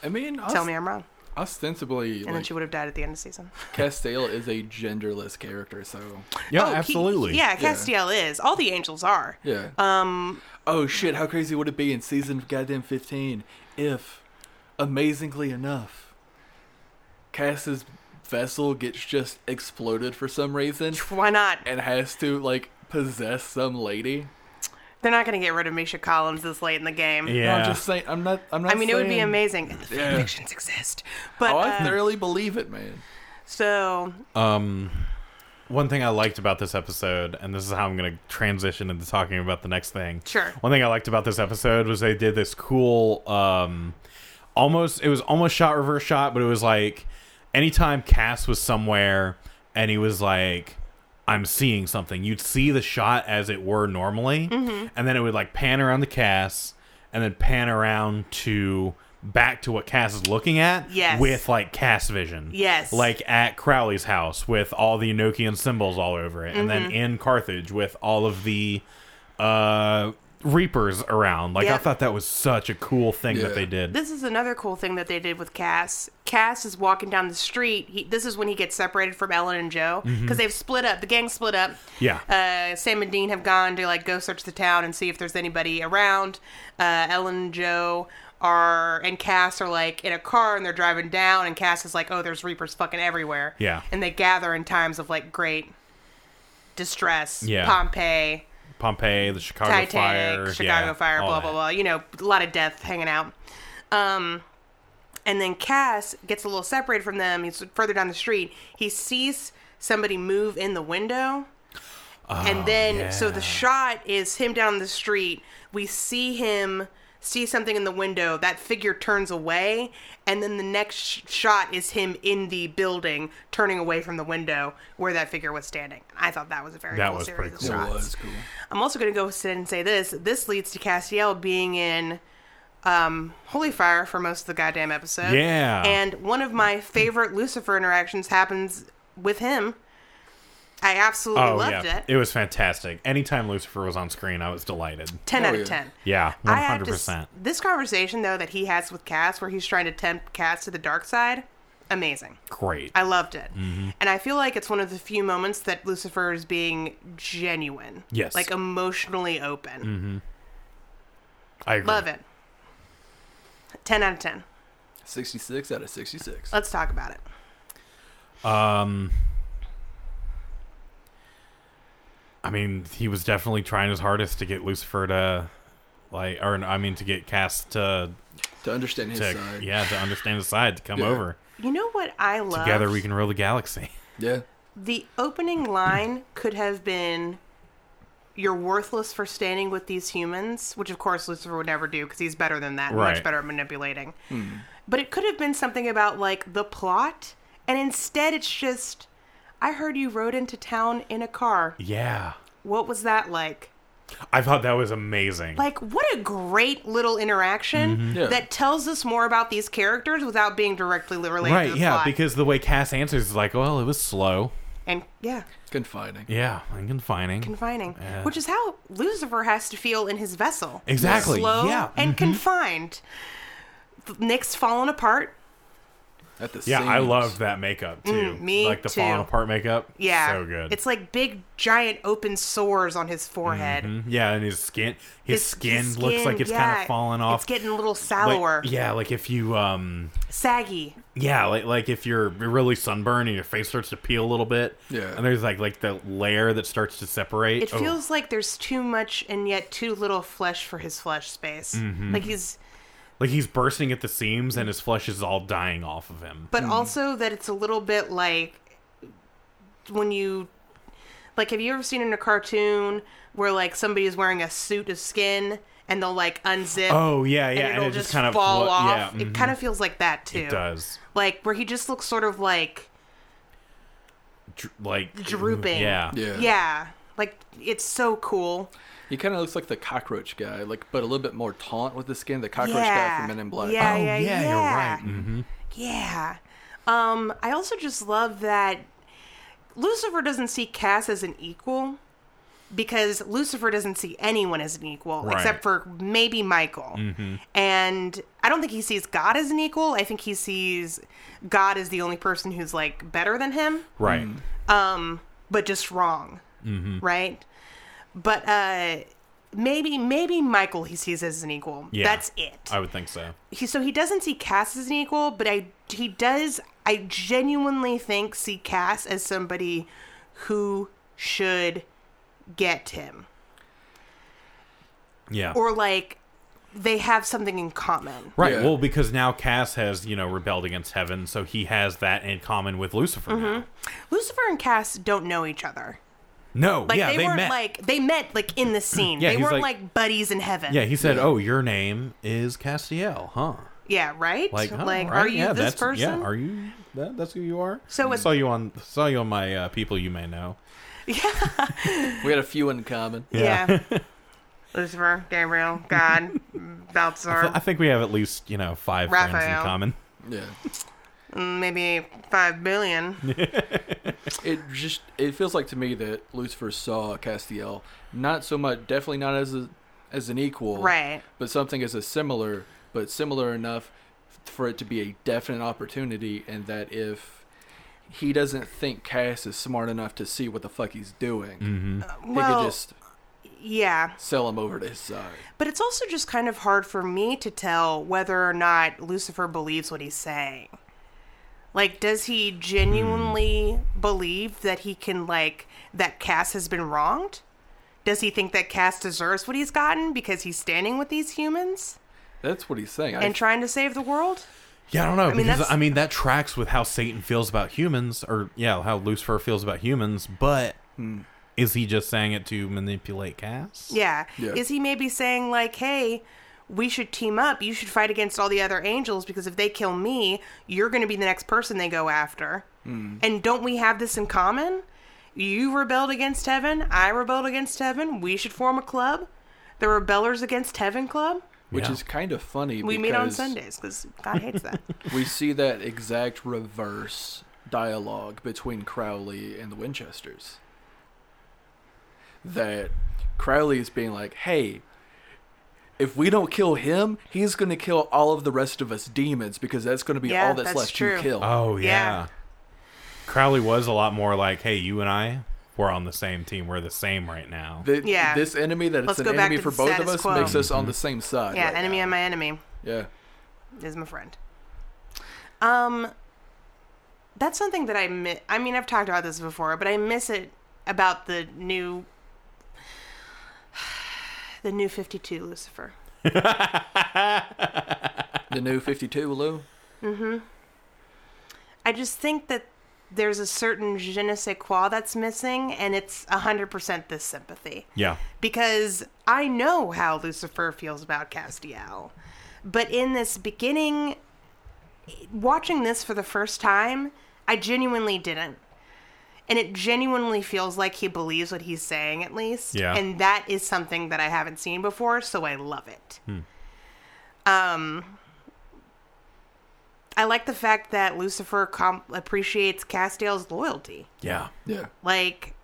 Speaker 1: I mean,
Speaker 3: Tell
Speaker 1: ost-
Speaker 3: me I'm wrong.
Speaker 1: ostensibly,
Speaker 3: And then
Speaker 1: like,
Speaker 3: she would have died at the end of the season.
Speaker 1: Castile is a genderless character, so
Speaker 2: Yeah.
Speaker 3: he-
Speaker 2: absolutely.
Speaker 3: Oh, yeah, Castiel is. All the angels are.
Speaker 1: Oh, yeah. Um. Oh shit! How crazy would it be in season goddamn fifteen if, amazingly enough, Cass's vessel gets just exploded for some reason
Speaker 3: Why not?
Speaker 1: and has to like possess some lady?
Speaker 3: They're not going to get rid of Misha Collins this late in the game.
Speaker 2: Yeah.
Speaker 1: No, I'm just saying. I'm not. I'm not.
Speaker 3: I mean, it would be
Speaker 1: saying-
Speaker 3: amazing. The
Speaker 1: Yeah.
Speaker 3: fictions exist. But
Speaker 1: Oh, I
Speaker 3: uh,
Speaker 1: thoroughly believe it, man.
Speaker 3: so
Speaker 2: Um, one thing I liked about this episode, and this is how I'm going to transition into talking about the next thing.
Speaker 3: Sure.
Speaker 2: One thing I liked about this episode was they did this cool, um, almost it was almost shot reverse shot, but it was like anytime Cass was somewhere and he was like. I'm seeing something. You'd see the shot as it were normally,
Speaker 3: Mm-hmm.
Speaker 2: and then it would like pan around the Cass, and then pan around to back to what Cass is looking at.
Speaker 3: Yes.
Speaker 2: with like Cass vision.
Speaker 3: Yes.
Speaker 2: like like at Crowley's house with all the Enochian symbols all over it, and
Speaker 3: Mm-hmm.
Speaker 2: then in Carthage with all of the uh, Reapers around. Like I
Speaker 3: Yep.
Speaker 2: thought that was such a cool thing that
Speaker 1: Yeah.
Speaker 2: they did.
Speaker 3: This is another cool thing that they did with Cass. Cass is walking down the street. He, this is when he gets separated from Ellen and Joe
Speaker 1: Mm-hmm.
Speaker 3: because they've split up. The gang's split up.
Speaker 2: Yeah.
Speaker 3: Uh, Sam and Dean have gone to like go search the town and see if there's anybody around. Uh, Ellen and Joe are and Cass are like in a car and they're driving down and Cass is like, oh, there's Reapers fucking everywhere.
Speaker 2: Yeah.
Speaker 3: And they gather in times of like great distress.
Speaker 2: Yeah.
Speaker 3: Pompeii.
Speaker 2: Pompeii, the Chicago
Speaker 3: Titanic,
Speaker 2: Fire,
Speaker 3: Chicago
Speaker 2: yeah,
Speaker 3: Fire,
Speaker 2: all
Speaker 3: blah
Speaker 2: that.
Speaker 3: blah blah. You know, a lot of death hanging out. Um, and then Cass gets a little separated from them. He's further down the street. He sees somebody move in the window, and then so
Speaker 2: Oh, yeah.
Speaker 3: the shot is him down the street. We see him see something in the window. That figure turns away, and then the next sh- shot is him in the building, turning away from the window where that figure was standing. I thought that was a very
Speaker 2: That
Speaker 3: cool
Speaker 2: was
Speaker 3: series
Speaker 2: pretty
Speaker 3: of
Speaker 2: cool.
Speaker 1: It
Speaker 3: shots.
Speaker 1: was cool.
Speaker 3: I'm also going to go sit and say this. This leads to Castiel being in um, Holy Fire for most of the goddamn episode.
Speaker 2: Yeah.
Speaker 3: And one of my favorite Lucifer interactions happens with him. I absolutely
Speaker 2: Oh
Speaker 3: loved
Speaker 2: yeah,
Speaker 3: it.
Speaker 2: it was fantastic. Anytime Lucifer was on screen, I was delighted.
Speaker 3: 10
Speaker 1: Oh,
Speaker 3: out of
Speaker 1: yeah.
Speaker 3: 10.
Speaker 2: Yeah,
Speaker 3: I
Speaker 2: one
Speaker 3: have
Speaker 2: hundred
Speaker 3: to, s-
Speaker 2: percent.
Speaker 3: this conversation, though, that he has with Cass, where he's trying to tempt Cass to the dark side, amazing.
Speaker 2: Great.
Speaker 3: I loved it.
Speaker 2: Mm-hmm.
Speaker 3: And I feel like it's one of the few moments that Lucifer is being genuine.
Speaker 2: Yes. Mm-hmm.
Speaker 3: Like emotionally open.
Speaker 2: I agree.
Speaker 3: Love it. 10 out of 10.
Speaker 1: Sixty-six out of sixty-six.
Speaker 3: Let's talk about it.
Speaker 2: I mean, he was definitely trying his hardest to get Lucifer to, like, or I mean, to get Cass to,
Speaker 1: to understand his
Speaker 2: to
Speaker 1: side.
Speaker 2: yeah, to understand his side, to come
Speaker 1: Yeah.
Speaker 2: over.
Speaker 3: You know what I love?
Speaker 2: Together we can rule the galaxy.
Speaker 1: Yeah.
Speaker 3: the opening line could have been you're worthless for standing with these humans, which of course Lucifer would never do because he's better than that, and much
Speaker 2: Right. Hmm.
Speaker 3: better at manipulating. But it could have been something about like the plot, and instead it's just I heard you rode into town in a car.
Speaker 2: Yeah.
Speaker 3: What was that like?
Speaker 2: I thought that was amazing.
Speaker 3: Like, what a great little interaction
Speaker 2: Mm-hmm.
Speaker 1: Yeah.
Speaker 3: that tells us more about these characters without being directly related to
Speaker 2: right,
Speaker 3: the
Speaker 2: yeah,
Speaker 3: plot.
Speaker 2: because the way Cass answers is like, well, it was slow.
Speaker 3: and yeah,
Speaker 1: Confining.
Speaker 2: Yeah, and confining.
Speaker 3: confining, which is how Lucifer has to feel in his vessel.
Speaker 2: Exactly,
Speaker 3: slow
Speaker 2: yeah, Mm-hmm.
Speaker 3: and confined. Nick's fallen apart.
Speaker 1: At the
Speaker 2: yeah, I
Speaker 1: seams.
Speaker 2: loved that makeup too.
Speaker 3: Mm, me
Speaker 2: like the
Speaker 3: too.
Speaker 2: falling apart makeup.
Speaker 3: Yeah,
Speaker 2: so good.
Speaker 3: It's like big, giant, open sores on his forehead.
Speaker 2: yeah, and his skin, Mm-hmm. his,
Speaker 3: His-
Speaker 2: skin
Speaker 3: his
Speaker 2: looks like
Speaker 3: skin,
Speaker 2: it's kind
Speaker 3: yeah,
Speaker 2: of falling off.
Speaker 3: It's getting a little
Speaker 2: Like-
Speaker 3: sallower,
Speaker 2: yeah, like if you um
Speaker 3: saggy.
Speaker 2: yeah, like like if you're really sunburned and your face starts to peel a little bit.
Speaker 1: Yeah.
Speaker 2: And there's like like the layer that starts to separate.
Speaker 3: It
Speaker 2: Oh,
Speaker 3: feels like there's too much and yet too little flesh for his flesh space.
Speaker 2: Mm-hmm.
Speaker 3: Like he's,
Speaker 2: like he's bursting at the seams and his flesh is all dying off of him.
Speaker 3: but also that it's a little bit like when you, like, have you ever seen in a cartoon where like somebody's wearing a suit of skin and they'll like unzip
Speaker 2: Oh yeah, yeah,
Speaker 3: and
Speaker 2: and,
Speaker 3: it'll
Speaker 2: it
Speaker 3: just,
Speaker 2: just, kind of
Speaker 3: fall
Speaker 2: flo-
Speaker 3: off?
Speaker 2: Yeah, mm-hmm.
Speaker 3: It kind of feels like that too.
Speaker 2: it does.
Speaker 3: Like where he just looks sort of like
Speaker 2: Dr- like
Speaker 3: drooping.
Speaker 2: Mm, Yeah.
Speaker 1: Yeah.
Speaker 3: Yeah. Like it's so cool.
Speaker 1: He kind of looks like the cockroach guy, like but a little bit more taunt with the skin. The cockroach
Speaker 3: yeah.
Speaker 1: guy from Men in Black.
Speaker 3: Yeah,
Speaker 2: Oh,
Speaker 3: yeah,
Speaker 2: yeah, you're
Speaker 3: yeah.
Speaker 2: right.
Speaker 3: Yeah. Um, I also just love that Lucifer doesn't see Cass as an equal because Lucifer doesn't see anyone as an equal
Speaker 2: Right. Mm-hmm.
Speaker 3: except for maybe Michael. And I don't think he sees God as an equal. I think he sees God as the only person who's like better than him,
Speaker 2: Right.
Speaker 3: but just wrong.
Speaker 2: Mm-hmm.
Speaker 3: Right? But uh maybe maybe Michael he sees as an equal.
Speaker 2: Yeah.
Speaker 3: That's it
Speaker 2: I would think so.
Speaker 3: he so he doesn't see Cass as an equal, but I he does. I genuinely think see Cass as somebody who should get him,
Speaker 2: Yeah.
Speaker 3: or like they have something in common.
Speaker 2: Right.
Speaker 1: Yeah.
Speaker 2: Well, because now Cass has, you know, rebelled against heaven, so he has that in common with Lucifer
Speaker 3: Mm-hmm.
Speaker 2: now.
Speaker 3: Lucifer and Cass don't know each other.
Speaker 2: No,
Speaker 3: Like
Speaker 2: yeah,
Speaker 3: they,
Speaker 2: they,
Speaker 3: weren't
Speaker 2: met.
Speaker 3: like they met like in the scene.
Speaker 2: Yeah,
Speaker 3: they
Speaker 2: he's
Speaker 3: weren't like,
Speaker 2: like-
Speaker 3: buddies in heaven.
Speaker 2: yeah, he said, "Oh, your name is Castiel, huh?"
Speaker 3: Yeah, right.
Speaker 2: Like, huh, right?
Speaker 3: are you
Speaker 2: yeah,
Speaker 3: this
Speaker 2: that's,
Speaker 3: person?
Speaker 2: Yeah, are you? That, that's who you are.
Speaker 3: So it's-
Speaker 2: saw you on saw you on my uh, people you may know.
Speaker 1: We had a few in common.
Speaker 3: yeah. Lucifer, Gabriel, God, Balthazar.
Speaker 2: I think we have at least you know five friends
Speaker 3: Raphael.
Speaker 2: in common.
Speaker 1: Yeah.
Speaker 3: maybe five billion.
Speaker 1: It just it feels like to me that Lucifer saw Castiel not so much, definitely not as a, as an equal,
Speaker 3: Right.
Speaker 1: But something as a similar, but similar enough for it to be a definite opportunity, and that if he doesn't think Cass is smart enough to see what the fuck he's doing, he
Speaker 3: Well,
Speaker 1: could just
Speaker 3: yeah,
Speaker 1: sell him over to his side.
Speaker 3: but it's also just kind of hard for me to tell whether or not Lucifer believes what he's saying. Like, does he genuinely believe that he can, like, that Cass has been wronged? Does he think that Cass deserves what he's gotten because he's standing with these humans
Speaker 1: That's what he's saying. I
Speaker 3: and trying to save the world?
Speaker 2: Yeah, I don't know
Speaker 3: mean,
Speaker 2: because
Speaker 3: that's-
Speaker 2: I mean that tracks with how Satan feels about humans, or yeah, how Lucifer feels about humans. But is he just saying it to manipulate Cass?
Speaker 3: Yeah.
Speaker 1: Yeah.
Speaker 3: Is he maybe saying, like, hey, we should team up. You should fight against all the other angels because if they kill me, you're going to be the next person they go after.
Speaker 1: Hmm.
Speaker 3: And don't we have this in common? You rebelled against heaven. I rebelled against heaven. We should form a club. The Rebellers Against Heaven Club.
Speaker 1: which
Speaker 2: Yeah.
Speaker 1: is kind of funny.
Speaker 3: We meet on
Speaker 1: because
Speaker 3: Sundays because God hates that.
Speaker 1: We see that exact reverse dialogue between Crowley and the Winchesters. That Crowley is being like, "Hey, if we don't kill him, he's going to kill all of the rest of us demons because that's going to be
Speaker 3: Yeah,
Speaker 1: all that's,
Speaker 3: that's
Speaker 1: left
Speaker 3: true.
Speaker 1: to kill."
Speaker 2: Oh yeah.
Speaker 3: Yeah.
Speaker 2: Crowley was a lot more like, "Hey, you and I, we're on the same team. We're the same right now."
Speaker 1: Th-
Speaker 3: yeah.
Speaker 1: This enemy that it's
Speaker 3: Let's
Speaker 1: an
Speaker 3: go back
Speaker 1: enemy
Speaker 3: to
Speaker 1: for
Speaker 3: the
Speaker 1: both of
Speaker 3: status
Speaker 1: us
Speaker 3: quo.
Speaker 1: makes us on the same side.
Speaker 3: yeah,
Speaker 1: right
Speaker 3: enemy
Speaker 1: now.
Speaker 3: of my enemy
Speaker 1: Yeah.
Speaker 3: is my friend. Um, that's something that I miss. I mean, I've talked about this before, but I miss it about the new, the new Fifty Two Lucifer.
Speaker 1: The new 52 Lou.
Speaker 3: I just think that there's a certain je ne sais quoi that's missing, and it's hundred percent this sympathy.
Speaker 2: Yeah.
Speaker 3: because I know how Lucifer feels about Castiel. But in this beginning, watching this for the first time, I genuinely didn't. and it genuinely feels like he believes what he's saying at least.
Speaker 2: Yeah.
Speaker 3: And that is something that I haven't seen before, so I love it. Um I like the fact that Lucifer com- appreciates Castiel's loyalty.
Speaker 2: Yeah.
Speaker 1: Yeah.
Speaker 3: Like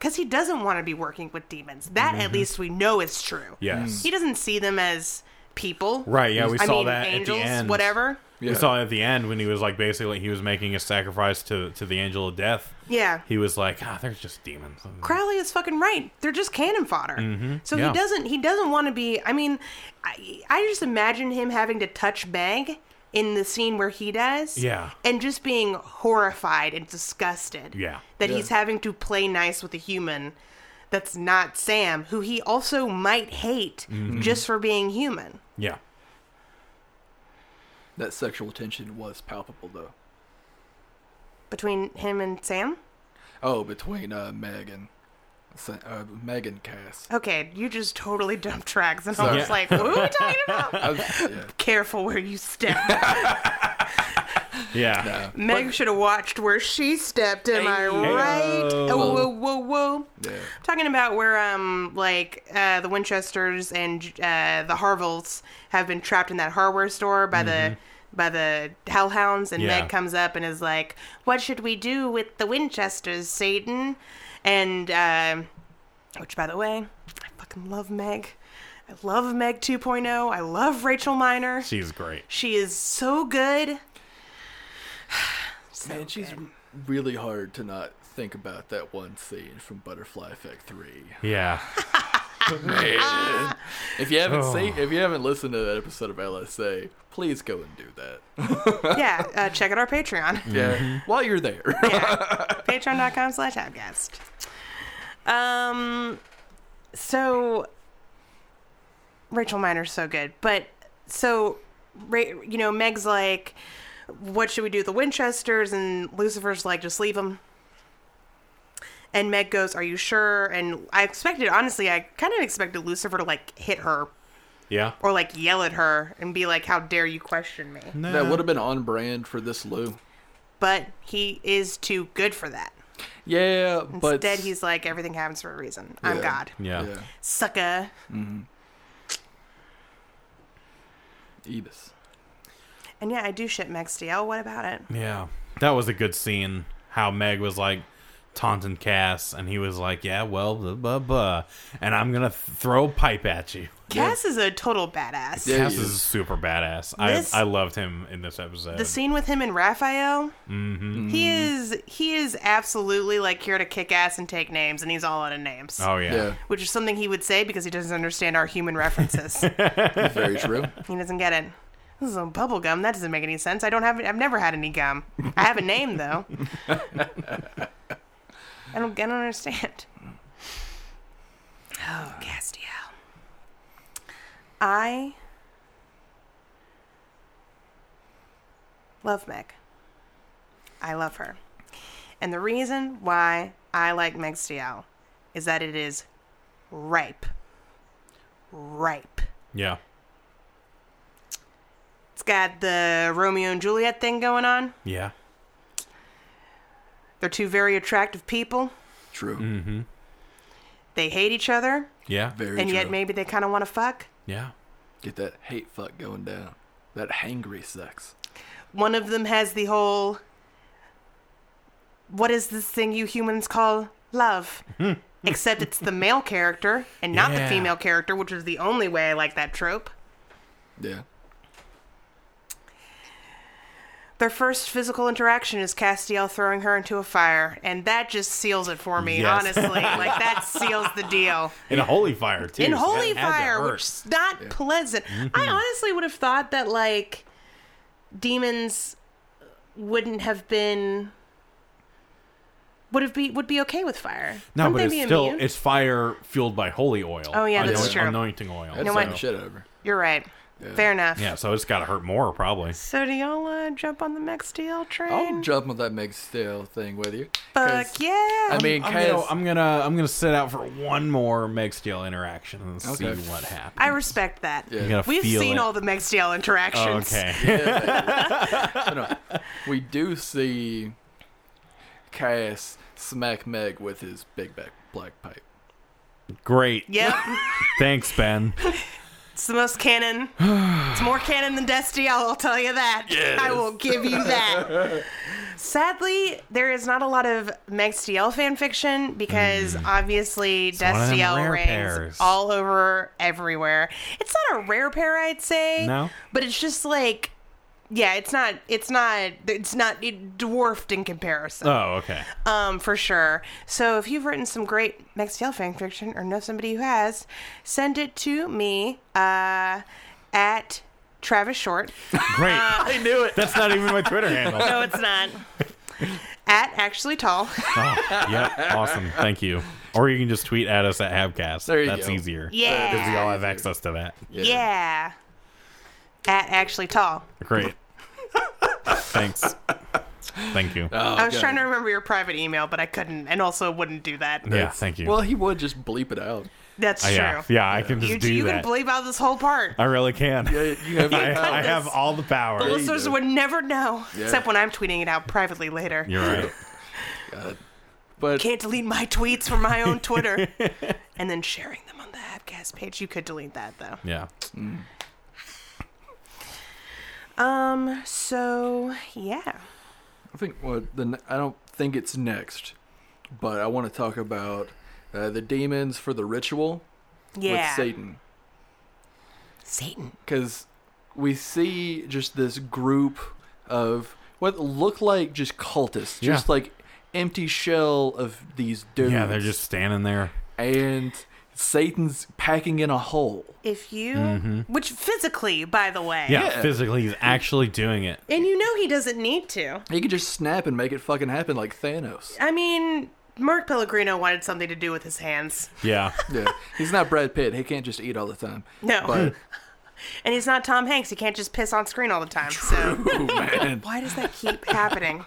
Speaker 3: cuz he doesn't want to be working with demons. That at least we know is true.
Speaker 2: Mm-hmm. Yes.
Speaker 3: He doesn't see them as people.
Speaker 2: Right. Yeah, we
Speaker 3: I
Speaker 2: saw
Speaker 3: mean,
Speaker 2: that
Speaker 3: angels,
Speaker 2: at the end.
Speaker 3: whatever.
Speaker 1: yeah.
Speaker 2: We saw it at the end when he was like basically he was making a sacrifice to to the angel of death.
Speaker 3: Yeah.
Speaker 2: He was like, ah, there's just demons.
Speaker 3: Crowley is fucking right. They're just cannon fodder. So
Speaker 2: Mm-hmm. Yeah.
Speaker 3: he doesn't he doesn't want to be. I mean, I, I just imagine him having to touch Meg in the scene where he does.
Speaker 2: Yeah.
Speaker 3: And just being horrified and disgusted.
Speaker 2: Yeah.
Speaker 3: That
Speaker 1: Yeah.
Speaker 3: he's having to play nice with a human that's not Sam, who he also might hate
Speaker 2: Mm-hmm.
Speaker 3: just for being human.
Speaker 2: Yeah.
Speaker 1: That sexual tension was palpable, though.
Speaker 3: Between him and Sam?
Speaker 1: Oh, between uh, Meg and Sa- uh, Meg and Cass.
Speaker 3: Okay, you just totally dump tracks. And I
Speaker 1: Sorry.
Speaker 3: was like, what are we talking about?
Speaker 1: I was- yeah.
Speaker 3: Careful where you step.
Speaker 2: Yeah.
Speaker 3: Meg should have watched where she stepped. Am I right?
Speaker 2: Hey-o.
Speaker 3: Oh, whoa, whoa, whoa.
Speaker 1: Yeah.
Speaker 3: Talking about where, um, like, uh, the Winchesters and uh, the Harvilles have been trapped in that hardware store by the by the Hellhounds, and
Speaker 2: Mm-hmm. Yeah.
Speaker 3: Meg comes up and is like, "What should we do with the Winchesters, Satan?" And um which, by the way, I fucking love Meg. I love Meg 2.0. I love Rachel Miner.
Speaker 2: She's great.
Speaker 3: She is so good. So
Speaker 1: Man, she's
Speaker 3: good.
Speaker 1: really hard to not think about that one scene from Butterfly Effect Three.
Speaker 2: Yeah.
Speaker 1: Man. if you haven't
Speaker 2: Oh.
Speaker 1: seen, if you haven't listened to that episode of LSA, please go and do that.
Speaker 3: yeah, uh, check out our Patreon.
Speaker 2: Mm-hmm.
Speaker 1: Yeah, while you're there.
Speaker 3: Patreon.com slash Outcast. Um, so Rachel Miner's so good, but so Ra- you know Meg's like, what should we do with the Winchesters? And Lucifer's like, just leave them. And Meg goes, "Are you sure?" And I expected, honestly, I kind of expected Lucifer to like hit her
Speaker 2: Yeah.
Speaker 3: or like yell at her and be like, "How dare you question me?"
Speaker 2: No.
Speaker 1: that would have been on brand for this Lou.
Speaker 3: But he is too good for that.
Speaker 1: Yeah, but
Speaker 3: Instead, he's like, everything happens for a reason. I'm
Speaker 1: Yeah.
Speaker 3: God.
Speaker 2: Yeah.
Speaker 1: yeah,
Speaker 3: Sucker.
Speaker 1: Ebus.
Speaker 3: And yeah, I do ship Max DL. What about it?
Speaker 2: Yeah. That was a good scene. How Meg was like taunting Cass, and he was like, "Yeah, well, blah blah blah," and I'm gonna th- throw a pipe at you.
Speaker 3: Cass is a total badass.
Speaker 1: Yeah. he
Speaker 2: Cass
Speaker 1: is.
Speaker 2: is super badass.
Speaker 3: This-
Speaker 2: I I loved him in this episode.
Speaker 3: The scene with him and Raphael, he is he is absolutely like here to kick ass and take names, and he's all out of names,
Speaker 2: oh
Speaker 1: Yeah,
Speaker 2: yeah.
Speaker 3: which is something he would say because he doesn't understand our human references.
Speaker 1: very true.
Speaker 3: he doesn't get it. This is a bubble gum. That doesn't make any sense. I don't have. I've never had any gum. I have a name though. I don't. I don't understand. Oh, Castiel. I love Meg. I love her, and the reason why I like Meg Stiel is that it is ripe. Ripe.
Speaker 2: Yeah.
Speaker 3: It's got the Romeo and Juliet thing going on.
Speaker 2: Yeah.
Speaker 3: They're two very attractive people.
Speaker 1: True.
Speaker 2: Mm-hmm.
Speaker 3: They hate each other,
Speaker 2: Yeah.
Speaker 1: Very
Speaker 3: and
Speaker 1: true.
Speaker 3: yet maybe they kind of want to fuck.
Speaker 2: Yeah.
Speaker 1: Get that hate fuck going down. That hangry sex.
Speaker 3: One of them has the whole what is this thing you humans call love? Except it's the male character and not the
Speaker 2: Yeah.
Speaker 3: female character, which is the only way I like that trope.
Speaker 1: Yeah.
Speaker 3: Their first physical interaction is Castiel throwing her into a fire, and that just seals it for me,
Speaker 2: Yes.
Speaker 3: honestly. like, that seals the deal.
Speaker 2: In a holy fire too.
Speaker 3: in
Speaker 2: so
Speaker 3: holy
Speaker 2: that had to
Speaker 3: fire,
Speaker 2: hurt. Mm-hmm.
Speaker 3: which is not pleasant. I honestly would have thought that like demons wouldn't have been would have be would be okay with fire.
Speaker 2: no,
Speaker 3: Wouldn't
Speaker 2: but
Speaker 3: they
Speaker 2: it's
Speaker 3: be
Speaker 2: still
Speaker 3: immune?
Speaker 2: it's fire fueled by holy oil.
Speaker 3: Oh, yeah,
Speaker 1: that's
Speaker 2: Anoint-
Speaker 1: true.
Speaker 2: Anointing oil.
Speaker 1: That's
Speaker 3: know
Speaker 1: like
Speaker 3: what?
Speaker 1: shit over.
Speaker 3: You're right. Fair enough.
Speaker 2: Yeah, so it's got to hurt more probably.
Speaker 3: So do y'all uh, jump on the Max DL
Speaker 1: I'll
Speaker 3: train?
Speaker 1: jump on that Meg Stale thing with you. 'cause,
Speaker 3: Fuck yeah!
Speaker 1: I mean,
Speaker 2: I'm
Speaker 1: Cass-
Speaker 2: gonna, I'm gonna I'm gonna sit out for one more Meg Steele interaction and
Speaker 1: Okay.
Speaker 2: see what happens.
Speaker 3: I respect that.
Speaker 1: Yeah.
Speaker 2: gotta
Speaker 3: We've
Speaker 2: feel
Speaker 3: seen
Speaker 2: it.
Speaker 3: all the Max DL
Speaker 2: Oh,
Speaker 3: interactions.
Speaker 2: okay.
Speaker 1: No, we do see Cass smack Meg with his big back black pipe.
Speaker 2: Great.
Speaker 3: Yep.
Speaker 2: Thanks, Ben.
Speaker 3: it's the most canon. It's more canon than Destiny, I'll tell you that. I will give you that. Sadly, there is not a lot of Meg Steele fan fiction because obviously
Speaker 2: Hmm. one of them
Speaker 3: Destiny
Speaker 2: rare
Speaker 3: reigns
Speaker 2: pairs.
Speaker 3: all over everywhere. It's not a rare pair, I'd say.
Speaker 2: No?
Speaker 3: But it's just like yeah, it's not it's not it's not it dwarfed in comparison.
Speaker 2: Oh, okay.
Speaker 3: Um, for sure. So if you've written some great Max Steel fan fiction or know somebody who has, send it to me uh, at Travis Short.
Speaker 2: Great.
Speaker 1: I knew it.
Speaker 2: That's not even my Twitter handle.
Speaker 3: No, it's not. at actually tall.
Speaker 2: Oh, yep. Awesome. Thank you. Or you can just tweet at us at Habcast.
Speaker 1: There you
Speaker 2: That's
Speaker 1: go.
Speaker 2: easier. Because Uh, we
Speaker 3: Yeah.
Speaker 2: all have access to that.
Speaker 3: Yeah. At actually tall.
Speaker 2: Great. Thanks. Thank you.
Speaker 3: I was trying to remember your private email, but I couldn't, and also wouldn't do that.
Speaker 2: yeah, thank you.
Speaker 1: Well, he would just bleep it out.
Speaker 3: That's
Speaker 2: Uh,
Speaker 3: true.
Speaker 2: yeah, yeah, I can just
Speaker 3: You,
Speaker 2: do
Speaker 3: you
Speaker 2: that. Uh,
Speaker 3: can bleep out this whole part.
Speaker 2: I really can.
Speaker 1: Yeah, you have
Speaker 2: I, I
Speaker 1: that.
Speaker 2: have all the power.
Speaker 3: The listeners
Speaker 1: do.
Speaker 3: would never know,
Speaker 1: Yeah.
Speaker 3: except when I'm tweeting it out privately later.
Speaker 2: You're right.
Speaker 1: but
Speaker 3: can't delete my tweets from my own Twitter and then sharing them on the Abcast page. You could delete that though.
Speaker 2: Yeah.
Speaker 3: Um, so yeah.
Speaker 1: I think what the ne- I don't think it's next, but I want to talk about uh, the demons for the ritual
Speaker 3: Yeah.
Speaker 1: with Satan
Speaker 3: Satan.
Speaker 1: because we see just this group of what look like just cultists,
Speaker 2: Yeah.
Speaker 1: just like empty shell of these dudes.
Speaker 2: Yeah, they're just standing there.
Speaker 1: and Satan's packing in a hole.
Speaker 3: If you which physically, by the way.
Speaker 2: Yeah,
Speaker 1: Yeah.
Speaker 2: physically, he's actually doing it.
Speaker 3: And you know he doesn't need to.
Speaker 1: He could just snap and make it fucking happen like Thanos.
Speaker 3: I mean, Mark Pellegrino wanted something to do with his hands.
Speaker 2: Yeah.
Speaker 1: Yeah, he's not Brad Pitt. He can't just eat all the time.
Speaker 3: No.
Speaker 1: But
Speaker 3: And he's not Tom Hanks. He can't just piss on screen all the time. So
Speaker 1: oh man,
Speaker 3: why does that keep happening?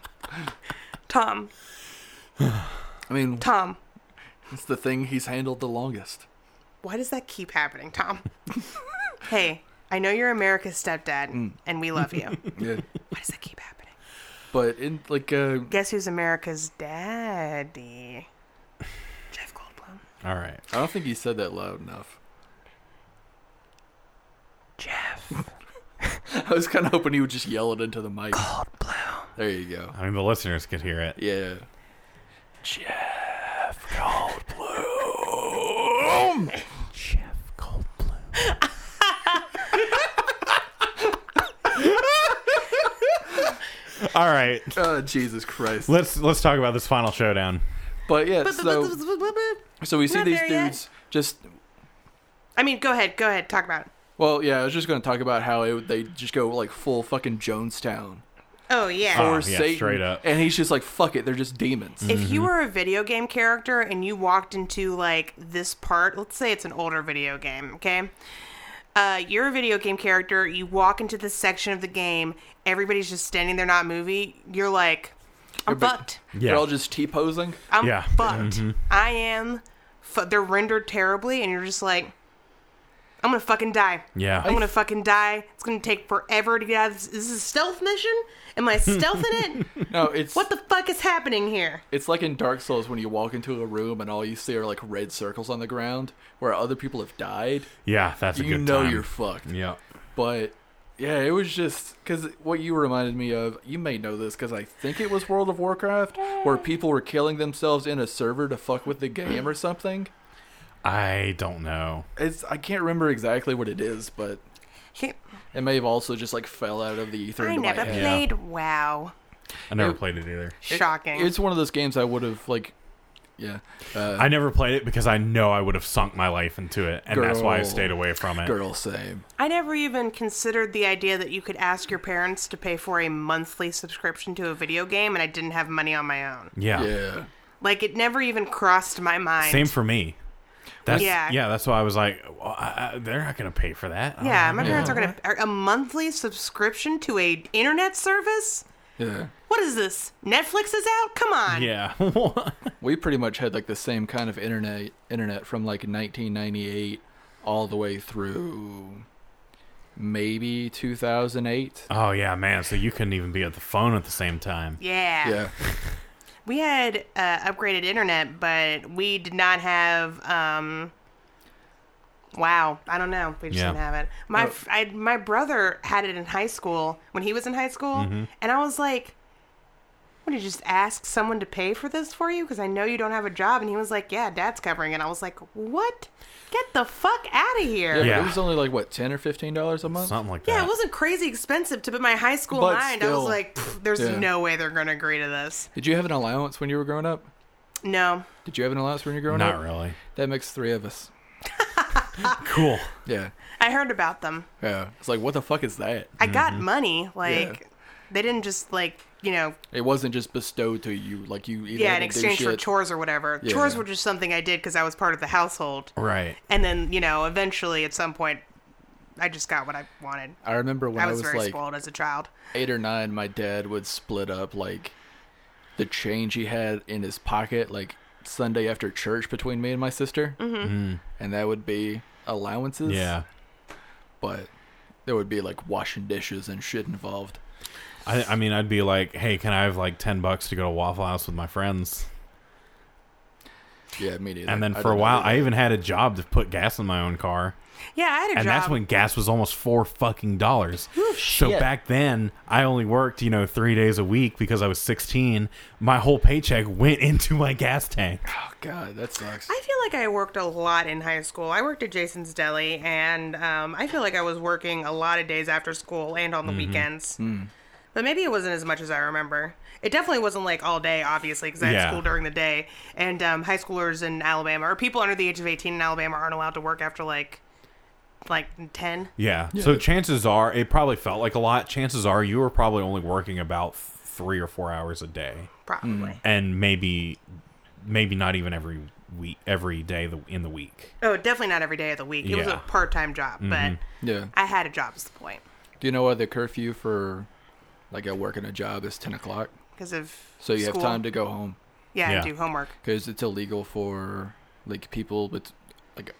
Speaker 3: Tom.
Speaker 1: I mean,
Speaker 3: Tom.
Speaker 1: it's the thing he's handled the longest.
Speaker 3: Why does that keep happening, Tom? hey, I know you're America's stepdad, and we love you. Why
Speaker 1: Yeah,
Speaker 3: does that keep happening?
Speaker 1: but in like uh,
Speaker 3: Guess who's America's daddy? Jeff Goldblum.
Speaker 2: All right.
Speaker 1: I don't think he said that loud enough.
Speaker 3: Jeff
Speaker 1: I was kind of hoping he would just yell it into the mic.
Speaker 3: Goldblum.
Speaker 1: There you go.
Speaker 2: I mean, the listeners could hear it.
Speaker 1: Yeah.
Speaker 2: Jeff Goldblum. All right.
Speaker 1: Oh Jesus Christ.
Speaker 2: Let's let's talk about this final showdown.
Speaker 1: But yeah, so so we see
Speaker 3: Not
Speaker 1: these
Speaker 3: there yet.
Speaker 1: dudes just.
Speaker 3: I mean, go ahead, go ahead, talk about it.
Speaker 1: Well, yeah, I was just going to talk about how it, they just go like full fucking Jonestown
Speaker 3: Oh yeah.
Speaker 2: Oh,
Speaker 1: or
Speaker 2: yeah,
Speaker 1: Satan,
Speaker 2: straight up. Mm-hmm.
Speaker 1: and he's just like, "Fuck it, they're just demons."
Speaker 3: If you were a video game character and you walked into like this part, let's say it's an older video game, okay? Uh, you're a video game character. You walk into this section of the game. Everybody's just standing there, not moving. You're like, I'm
Speaker 1: Everybody-
Speaker 3: fucked.
Speaker 2: Yeah.
Speaker 1: They're all just T posing.
Speaker 3: I'm
Speaker 2: Yeah. Mm-hmm.
Speaker 3: fucked. I am. Fu- they're rendered terribly, and you're just like, I'm gonna fucking die.
Speaker 2: Yeah.
Speaker 3: I'm gonna fucking die. It's gonna take forever to get out. Of this. Is this a stealth mission? Am I stealthing it?
Speaker 1: No, it's
Speaker 3: What the fuck is happening here?
Speaker 1: it's like in Dark Souls when you walk into a room and all you see are like red circles on the ground where other people have died.
Speaker 2: yeah, that's a
Speaker 1: You
Speaker 2: good
Speaker 1: know
Speaker 2: time.
Speaker 1: you're fucked.
Speaker 2: yeah.
Speaker 1: But yeah, it was just because what you reminded me of. You may know this because I think it was World of Warcraft where people were killing themselves in a server to fuck with the game or something.
Speaker 2: I don't know.
Speaker 1: It's I can't remember exactly what it is, but it may have also just like fell out of the ether.
Speaker 3: I
Speaker 1: into my
Speaker 3: never
Speaker 1: head.
Speaker 3: played WoW.
Speaker 2: I never played it either.
Speaker 1: It-
Speaker 3: Shocking.
Speaker 1: it's one of those games I would have like, yeah, uh,
Speaker 2: I never played it because I know I would have sunk my life into it, and that's why I
Speaker 1: Girl.
Speaker 2: stayed away from it.
Speaker 1: girl same.
Speaker 3: I never even considered the idea that you could ask your parents to pay for a monthly subscription to a video game, and I didn't have money on my own.
Speaker 2: Yeah.
Speaker 1: Yeah.
Speaker 3: Like it never even crossed my mind.
Speaker 2: Same for me. That's,
Speaker 3: Yeah.
Speaker 2: yeah. That's why I was like, well, I, I, they're not going to pay for that. I
Speaker 3: Yeah,
Speaker 2: don't
Speaker 3: my
Speaker 2: know.
Speaker 3: parents are gonna are a monthly subscription to a internet service.
Speaker 1: Yeah.
Speaker 3: What is this? Netflix is out. Come on.
Speaker 2: Yeah.
Speaker 1: We pretty much had like the same kind of internet internet from like 1998 all the way through maybe 2008.
Speaker 2: oh, yeah, man. So you couldn't even be at the phone at the same time.
Speaker 3: Yeah.
Speaker 1: Yeah.
Speaker 3: We had uh, upgraded internet, but we did not have. Um, wow, I don't know. We just
Speaker 2: Yeah.
Speaker 3: didn't have it. My f I my brother had it in high school when he was in high school,
Speaker 2: Mm-hmm.
Speaker 3: and I was like, "What did you just ask someone to pay for this for you? Because I know you don't have a job." And he was like, "Yeah, Dad's covering." it." And I was like, "What? Get the fuck out of here!"
Speaker 1: Yeah,
Speaker 3: Yeah.
Speaker 1: But
Speaker 2: Yeah.
Speaker 1: it was only like what ten or fifteen dollars a month.
Speaker 2: Something like that.
Speaker 3: it wasn't crazy expensive to put my high school
Speaker 1: But
Speaker 3: mind. I
Speaker 1: still.
Speaker 3: was like, "Pfft, "There's
Speaker 1: Yeah.
Speaker 3: no way they're gonna agree to this."
Speaker 1: Did you have an allowance when you were growing up?
Speaker 3: No.
Speaker 1: Did you have an allowance when you were growing up?
Speaker 2: Not really.
Speaker 1: That makes three of us.
Speaker 2: Cool.
Speaker 1: Yeah,
Speaker 3: I heard about them.
Speaker 1: yeah. It's like what the fuck is that?
Speaker 3: I got money. Like they didn't just like you know
Speaker 1: It wasn't just bestowed to you. Like you, either
Speaker 3: yeah
Speaker 1: had
Speaker 3: in
Speaker 1: to do
Speaker 3: exchange for
Speaker 1: shit-
Speaker 3: chores or whatever. Chores
Speaker 1: Yeah.
Speaker 3: were just something I did because I was part of the household.
Speaker 2: Right.
Speaker 3: And then you know eventually at some point I just got what I wanted.
Speaker 1: I remember when
Speaker 3: I was, very
Speaker 1: like
Speaker 3: spoiled as a child.
Speaker 1: eight or nine, my dad would split up like the change he had in his pocket, like Sunday after church between me and my sister, mm-hmm. and that would be allowances.
Speaker 2: Yeah.
Speaker 1: but there would be like washing dishes and shit involved.
Speaker 2: I, I mean, I'd be like, hey, can I have like 10 bucks to go to Waffle House with my friends?
Speaker 1: Yeah, me neither.
Speaker 2: And then
Speaker 1: I
Speaker 2: for a
Speaker 1: didn't
Speaker 2: while,
Speaker 1: do that.
Speaker 2: I even had a job to put gas in my own car.
Speaker 3: Yeah, I had
Speaker 2: And
Speaker 3: a job.
Speaker 2: that's when gas was almost four fucking dollars. So
Speaker 1: shit.
Speaker 2: back then, I only worked, you know, three days a week because I was 16. My whole paycheck went into my gas tank.
Speaker 1: oh god, that sucks.
Speaker 3: I feel like I worked a lot in high school. I worked at Jason's Deli, and um, I feel like I was working a lot of days after school and on the
Speaker 1: Mm-hmm.
Speaker 3: weekends.
Speaker 1: Hmm.
Speaker 3: But maybe it wasn't as much as I remember. It definitely wasn't like all day, obviously, because I had
Speaker 2: Yeah.
Speaker 3: school during the day. And um, high schoolers in Alabama, or people under the age of 18 in Alabama, aren't allowed to work after like like 10.
Speaker 2: Yeah. So chances are, it probably felt like a lot. Chances are, you were probably only working about th- three or four hours a day,
Speaker 3: Probably.
Speaker 1: Mm.
Speaker 2: and maybe, maybe not even every week, every day the, in the week.
Speaker 3: Oh, definitely not every day of the week. It was
Speaker 2: Yeah.
Speaker 3: a part time job,
Speaker 1: Mm-hmm.
Speaker 3: but
Speaker 1: yeah.
Speaker 3: I had a job, is the point.
Speaker 1: Do you know why the curfew for like a work and a job is ten o'clock?
Speaker 3: Because of.
Speaker 1: So you have
Speaker 3: school.
Speaker 1: time to go home
Speaker 3: Yeah,
Speaker 2: Yeah.
Speaker 3: and do homework.
Speaker 1: because it's illegal for like people but like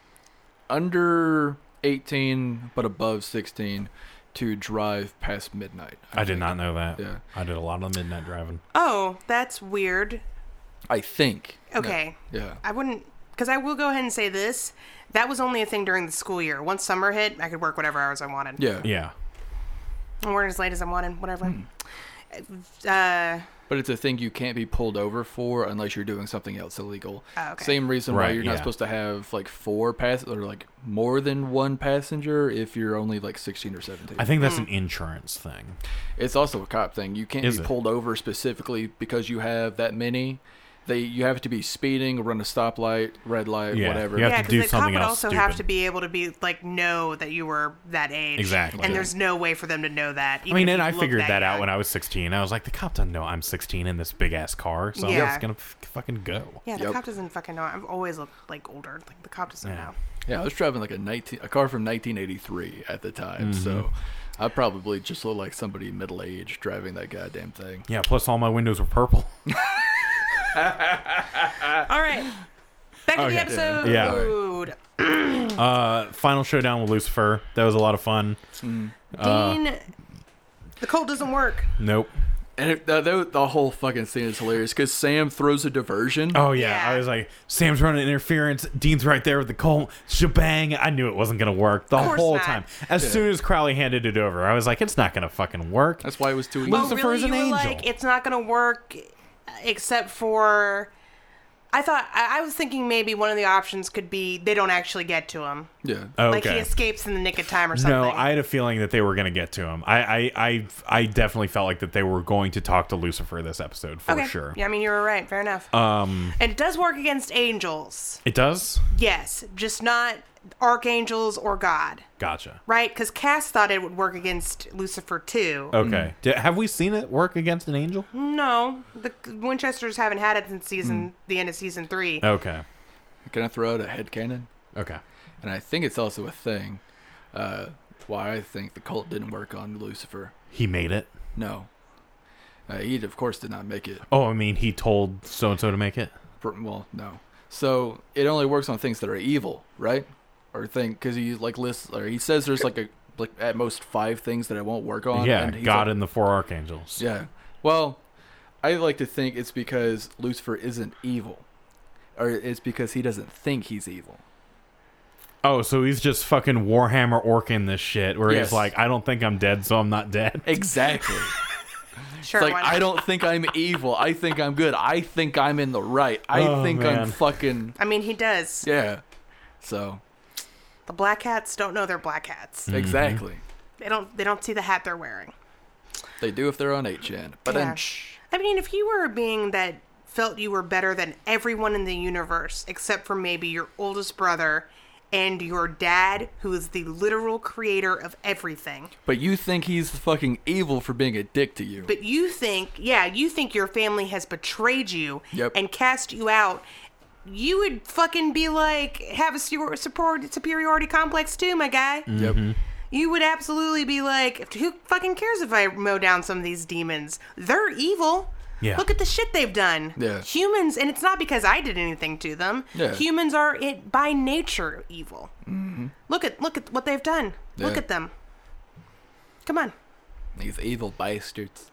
Speaker 1: under eighteen but above sixteen to drive past midnight.
Speaker 2: I did
Speaker 1: think.
Speaker 2: not know that.
Speaker 1: Yeah.
Speaker 2: I did a lot of midnight driving.
Speaker 3: Oh, that's weird.
Speaker 1: I think. No.
Speaker 3: Okay.
Speaker 1: Yeah.
Speaker 3: I wouldn't, because I will go ahead and say this. That was only a thing during the school year. Once summer hit, I could work whatever hours I wanted.
Speaker 1: Yeah.
Speaker 2: Yeah. Hmm.
Speaker 3: And work as late as I wanted, whatever. Uh,
Speaker 1: But it's a thing you can't be pulled over for unless you're doing something else illegal.
Speaker 3: Oh, okay.
Speaker 1: Same reason why
Speaker 2: Right,
Speaker 1: you're
Speaker 2: yeah.
Speaker 1: not supposed to have like four pass or like more than one passenger if you're only like 16 or 17.
Speaker 2: I think
Speaker 3: Hmm.
Speaker 2: that's an insurance thing.
Speaker 1: it's also a cop thing. You can't
Speaker 2: Is
Speaker 1: be
Speaker 2: it?
Speaker 1: pulled over specifically because you have that many. They you have to be speeding, run a stoplight, red light,
Speaker 2: Yeah,
Speaker 1: whatever.
Speaker 2: you have
Speaker 3: yeah,
Speaker 2: to do
Speaker 3: because the cop
Speaker 2: something
Speaker 3: would
Speaker 2: else
Speaker 3: also have
Speaker 2: stupid.
Speaker 3: to be able to be like know that you were that age.
Speaker 2: Exactly.
Speaker 3: And there's no way for them to know that.
Speaker 2: I mean, and I figured that, out when I was 16. I was like, the cop doesn't know I'm 16 in this big ass car, so
Speaker 3: Yeah.
Speaker 2: I'm just gonna f- fucking go.
Speaker 3: Yeah, the
Speaker 1: Yep.
Speaker 3: cop doesn't fucking know. I've always looked like older. Like the cop doesn't know.
Speaker 1: Yeah, I was driving like a 19 a car from 1983 at the time,
Speaker 2: Mm-hmm.
Speaker 1: so I probably just looked like somebody middle aged driving that goddamn thing.
Speaker 2: Yeah. Plus, all my windows were purple.
Speaker 3: All right. Back to the
Speaker 2: Okay.
Speaker 3: episode.
Speaker 2: Oh, Yeah. uh, final showdown with Lucifer. That was a lot of fun. Uh.
Speaker 3: Dean, the cold doesn't work.
Speaker 2: Nope.
Speaker 1: And it, the, the, the whole fucking scene is hilarious because Sam throws a diversion.
Speaker 2: Oh yeah.
Speaker 3: Yeah.
Speaker 2: I was like, Sam's running interference. Dean's right there with the Colt. Shebang! I knew it wasn't gonna work the
Speaker 3: course
Speaker 2: whole
Speaker 3: not.
Speaker 2: time. As soon as Crowley handed it over, I was like, it's not gonna fucking work.
Speaker 1: That's why it was too easy.
Speaker 3: Well,
Speaker 2: Lucifer
Speaker 3: Oh, really,
Speaker 2: is an
Speaker 3: you were
Speaker 2: angel.
Speaker 3: like, it's not going to work except for. I thought I, I was thinking maybe one of the options could be they don't actually get to him,
Speaker 1: yeah.
Speaker 2: okay.
Speaker 3: like he escapes in the nick of time or something.
Speaker 2: No, I had a feeling that they were going to get to him. I, I, I, I definitely felt like that they were going to talk to Lucifer this episode for
Speaker 3: okay.
Speaker 2: sure.
Speaker 3: Yeah, I mean you were right. Fair enough.
Speaker 2: Um,
Speaker 3: and it does work against angels,
Speaker 2: it does.
Speaker 3: yes, just not archangels or God,
Speaker 2: Gotcha.
Speaker 3: right? Because Cass thought it would work against Lucifer too.
Speaker 2: Okay. Di- have we seen it work against an angel?
Speaker 3: Mm-hmm. No, the Winchesters haven't had it since
Speaker 2: Hmm.
Speaker 3: season the end of season three.
Speaker 2: Okay.
Speaker 1: Can I throw out a head cannon?
Speaker 2: Okay.
Speaker 1: And I think it's also a thing uh, why I think the cult didn't work on Lucifer.
Speaker 2: He made it.
Speaker 1: No. Uh, he, of course, did not make it.
Speaker 2: Oh, I mean, he told so and so to make it.
Speaker 1: For- Well, no. So it only works on things that are evil, right? Or thing because he like lists or he says there's like a like at most five things that it won't work on.
Speaker 2: yeah,
Speaker 1: and he's
Speaker 2: God
Speaker 1: like-
Speaker 2: and the four archangels.
Speaker 1: Yeah. Well, I like to think it's because Lucifer isn't evil, or it's because he doesn't think he's evil.
Speaker 2: Oh, so he's just fucking Warhammer Orkin this shit, where
Speaker 1: Yes.
Speaker 2: he's like, I don't think I'm dead, so I'm not dead.
Speaker 1: Exactly.
Speaker 3: Sure.
Speaker 1: It's like
Speaker 3: why
Speaker 1: I
Speaker 3: not?
Speaker 1: don't think I'm evil. I think I'm good. I think I'm in the right. I
Speaker 2: Oh,
Speaker 1: think I'm
Speaker 2: man.
Speaker 1: fucking
Speaker 3: I mean, he does.
Speaker 1: yeah. So
Speaker 3: The black hats don't know they're black hats.
Speaker 2: Mm-hmm.
Speaker 1: exactly,
Speaker 3: They don't. They don't see the hat they're wearing.
Speaker 1: they do if they're on 8chan. But
Speaker 3: Yeah.
Speaker 1: then shh,
Speaker 3: I mean, if you were a being that felt you were better than everyone in the universe, except for maybe your oldest brother and your dad, who is the literal creator of everything,
Speaker 1: but you think he's fucking evil for being a dick to you.
Speaker 3: but you think, yeah, you think your family has betrayed you
Speaker 1: Yep.
Speaker 3: and cast you out, you would fucking be like, have a su- support, superiority complex too, my guy.
Speaker 1: Yep.
Speaker 2: Mm-hmm.
Speaker 3: You would absolutely be like, who fucking cares if I mow down some of these demons? They're evil.
Speaker 2: Yeah.
Speaker 3: Look at the shit they've done.
Speaker 1: Yeah.
Speaker 3: Humans, and it's not because I did anything to them.
Speaker 1: Yeah. Mm-hmm.
Speaker 3: Humans are it by nature evil. Look at look at what they've done. Look
Speaker 1: Yeah.
Speaker 3: at them. Come on.
Speaker 1: These evil bastards.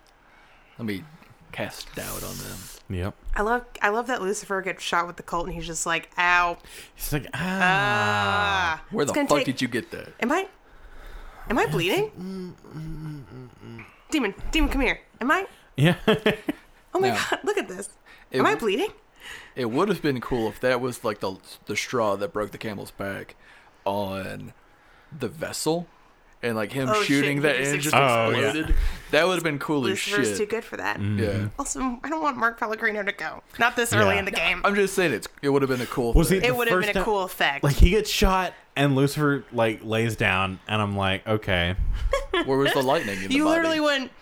Speaker 1: Let me cast doubt on them.
Speaker 2: Yep.
Speaker 3: I love I love that Lucifer gets shot with the Colt and he's just like, ow.
Speaker 2: He's like, ah.
Speaker 3: Ah.
Speaker 1: Where the
Speaker 3: It's gonna
Speaker 1: fuck
Speaker 3: take-
Speaker 1: did you Mm, get that?
Speaker 3: Am I Am I bleeding?
Speaker 1: mm.
Speaker 3: Demon, demon, come here. Am I
Speaker 2: yeah.
Speaker 3: Oh my
Speaker 1: No.
Speaker 3: god, look at this.
Speaker 1: It
Speaker 3: Am I
Speaker 1: w-
Speaker 3: bleeding?
Speaker 1: It would have been cool if that was like the the straw that broke the camel's back on the vessel, and like him
Speaker 3: Oh, shit,
Speaker 1: shooting
Speaker 3: he
Speaker 1: that
Speaker 3: just
Speaker 1: and it just
Speaker 2: Oh, yeah.
Speaker 1: exploded. That would have been cool as
Speaker 3: Lucifer's
Speaker 1: shit.
Speaker 3: too good for that.
Speaker 2: Mm-hmm.
Speaker 1: Yeah,
Speaker 3: Also, I don't want Mark Pellegrino to go. Not this early
Speaker 2: Mm. Yeah.
Speaker 3: in the game.
Speaker 1: I'm just saying it's it would have been a cool.
Speaker 2: Was
Speaker 1: thing.
Speaker 2: he-
Speaker 3: it
Speaker 2: the
Speaker 3: would have
Speaker 2: first
Speaker 3: been a
Speaker 2: time-
Speaker 3: cool effect.
Speaker 2: Like, he gets shot, and Lucifer, like, lays down, and I'm like, okay.
Speaker 1: Where was the lightning? In the
Speaker 3: you
Speaker 1: body?
Speaker 3: literally went,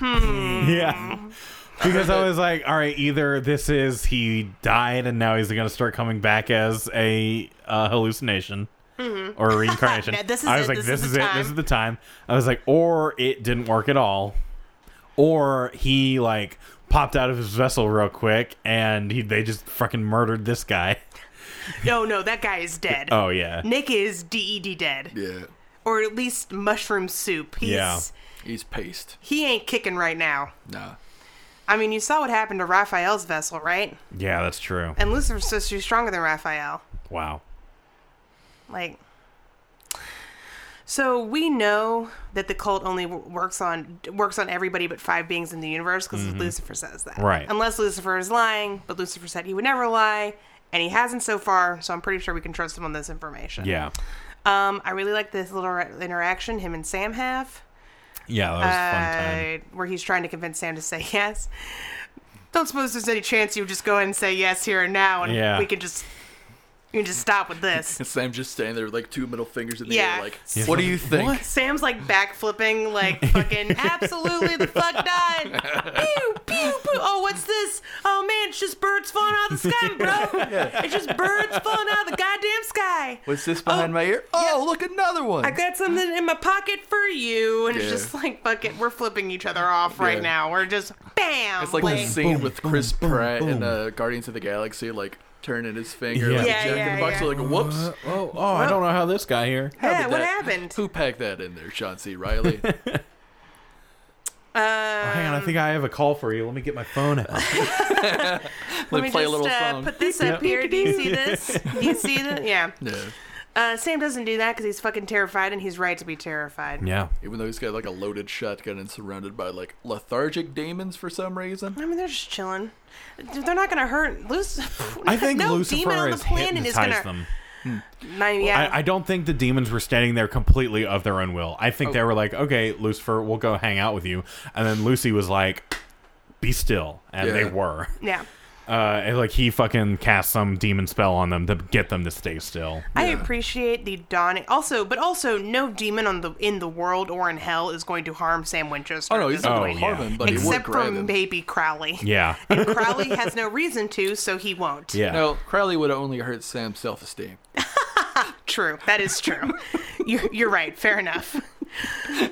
Speaker 2: Yeah. Because I was like, all right, either this is he died and now he's going to start coming back as a uh, hallucination or a reincarnation.
Speaker 3: No, Mm-hmm. this is
Speaker 2: I was like,
Speaker 3: it, this
Speaker 2: this,
Speaker 3: is
Speaker 2: is,
Speaker 3: the
Speaker 2: it.
Speaker 3: time.
Speaker 2: This is the time. I was like, or it didn't work at all, or he like popped out of his vessel real quick and he, they just fucking murdered this guy.
Speaker 3: no, no, that guy is dead.
Speaker 2: Oh yeah,
Speaker 3: Nick is DED dead.
Speaker 1: Yeah,
Speaker 3: Or at least mushroom soup. He's,
Speaker 2: Yeah.
Speaker 1: he's paste.
Speaker 3: He ain't kicking right now.
Speaker 1: Nah,
Speaker 3: I mean, you saw what happened to Raphael's vessel, right?
Speaker 2: yeah, that's true.
Speaker 3: And Lucifer's supposed to be stronger than Raphael.
Speaker 2: Wow.
Speaker 3: Like, so we know that the cult only w- works on works on everybody but five beings in the universe because Lucifer says that,
Speaker 2: Mm-hmm. Right.
Speaker 3: Unless Lucifer is lying, but Lucifer said he would never lie, and he hasn't so far. So I'm pretty sure we can trust him on this information.
Speaker 2: Yeah.
Speaker 3: Um, I really like this little re- interaction him and Sam have,
Speaker 2: Yeah, that was a fun time.
Speaker 3: uh, where he's trying to convince Sam to say yes. Don't suppose there's any chance you would just go ahead and say yes here and now, and
Speaker 2: Yeah.
Speaker 3: we can just you can just stop with this.
Speaker 1: and Sam just standing there with like two middle fingers in the
Speaker 3: Yeah.
Speaker 1: air, like,
Speaker 2: Yeah.
Speaker 1: what do you think?
Speaker 2: What?
Speaker 3: Sam's like backflipping, like fucking absolutely the fuck not. Pew, pew, pew. Oh, what's this? Oh man, it's just birds falling out of the sky, bro. It's just birds falling out of the goddamn sky.
Speaker 1: What's this behind my ear? Oh, look, another one.
Speaker 3: I got something in my pocket for you, and it's
Speaker 1: Yeah.
Speaker 3: just like fuck it, we're flipping each other off right
Speaker 1: Yeah.
Speaker 3: now. We're just bam.
Speaker 1: It's like
Speaker 3: boom.
Speaker 1: the scene
Speaker 2: Boom,
Speaker 1: with
Speaker 2: boom,
Speaker 1: Chris
Speaker 2: boom,
Speaker 1: Pratt in
Speaker 2: boom.
Speaker 1: uh, Guardians of the Galaxy, like turning his finger,
Speaker 2: Yeah.
Speaker 1: like
Speaker 3: Yeah,
Speaker 1: Jack in
Speaker 3: yeah,
Speaker 1: the Box,
Speaker 3: yeah.
Speaker 1: like whoops.
Speaker 2: Oh, oh, I don't know how this got here.
Speaker 1: How
Speaker 3: Yeah,
Speaker 1: did
Speaker 3: what
Speaker 1: that-
Speaker 3: happened?
Speaker 1: Who packed that in there, Sean C. Riley?
Speaker 3: Uh,
Speaker 2: Hang
Speaker 3: um,
Speaker 2: on, I think I have a call for you. Let me get my phone out.
Speaker 3: Let me
Speaker 1: play a
Speaker 3: just
Speaker 1: little
Speaker 3: uh,
Speaker 1: song.
Speaker 3: put this up here. Do you see this? Do you see that? Yeah.
Speaker 1: yeah.
Speaker 3: Uh, Sam doesn't do that because he's fucking terrified, and he's right to be terrified.
Speaker 2: yeah.
Speaker 1: Even though he's got like a loaded shotgun and surrounded by like lethargic demons for some reason.
Speaker 3: I mean, they're just chilling. They're not gonna hurt. Lucifer.
Speaker 2: I think
Speaker 3: no
Speaker 2: Lucifer
Speaker 3: demon on the
Speaker 2: has
Speaker 3: planet is
Speaker 2: hypnotized
Speaker 3: gonna.
Speaker 2: them.
Speaker 3: No, yeah.
Speaker 2: I, I don't think the demons were standing there completely of their own will. I think they were like, "Okay, Lucifer, we'll go hang out with you," and then Lucy was like, "Be still," and they
Speaker 1: Yeah.
Speaker 2: were.
Speaker 3: yeah.
Speaker 2: Uh, and, like he fucking cast some demon spell on them to get them to stay still.
Speaker 3: I appreciate the dawning. Also, but also, no demon on the in the world or in hell is going to harm Sam Winchester.
Speaker 1: Oh no,
Speaker 3: at
Speaker 1: he's
Speaker 3: this
Speaker 1: not
Speaker 2: Oh,
Speaker 1: gonna
Speaker 2: yeah.
Speaker 3: point.
Speaker 1: harm him, but he would
Speaker 3: Except for
Speaker 1: grab him.
Speaker 3: maybe Crowley.
Speaker 2: Yeah,
Speaker 3: Crowley has no reason to, so he won't.
Speaker 2: yeah.
Speaker 1: No, Crowley would only hurt Sam's self esteem.
Speaker 3: True. That is true. you're, you're right. Fair enough.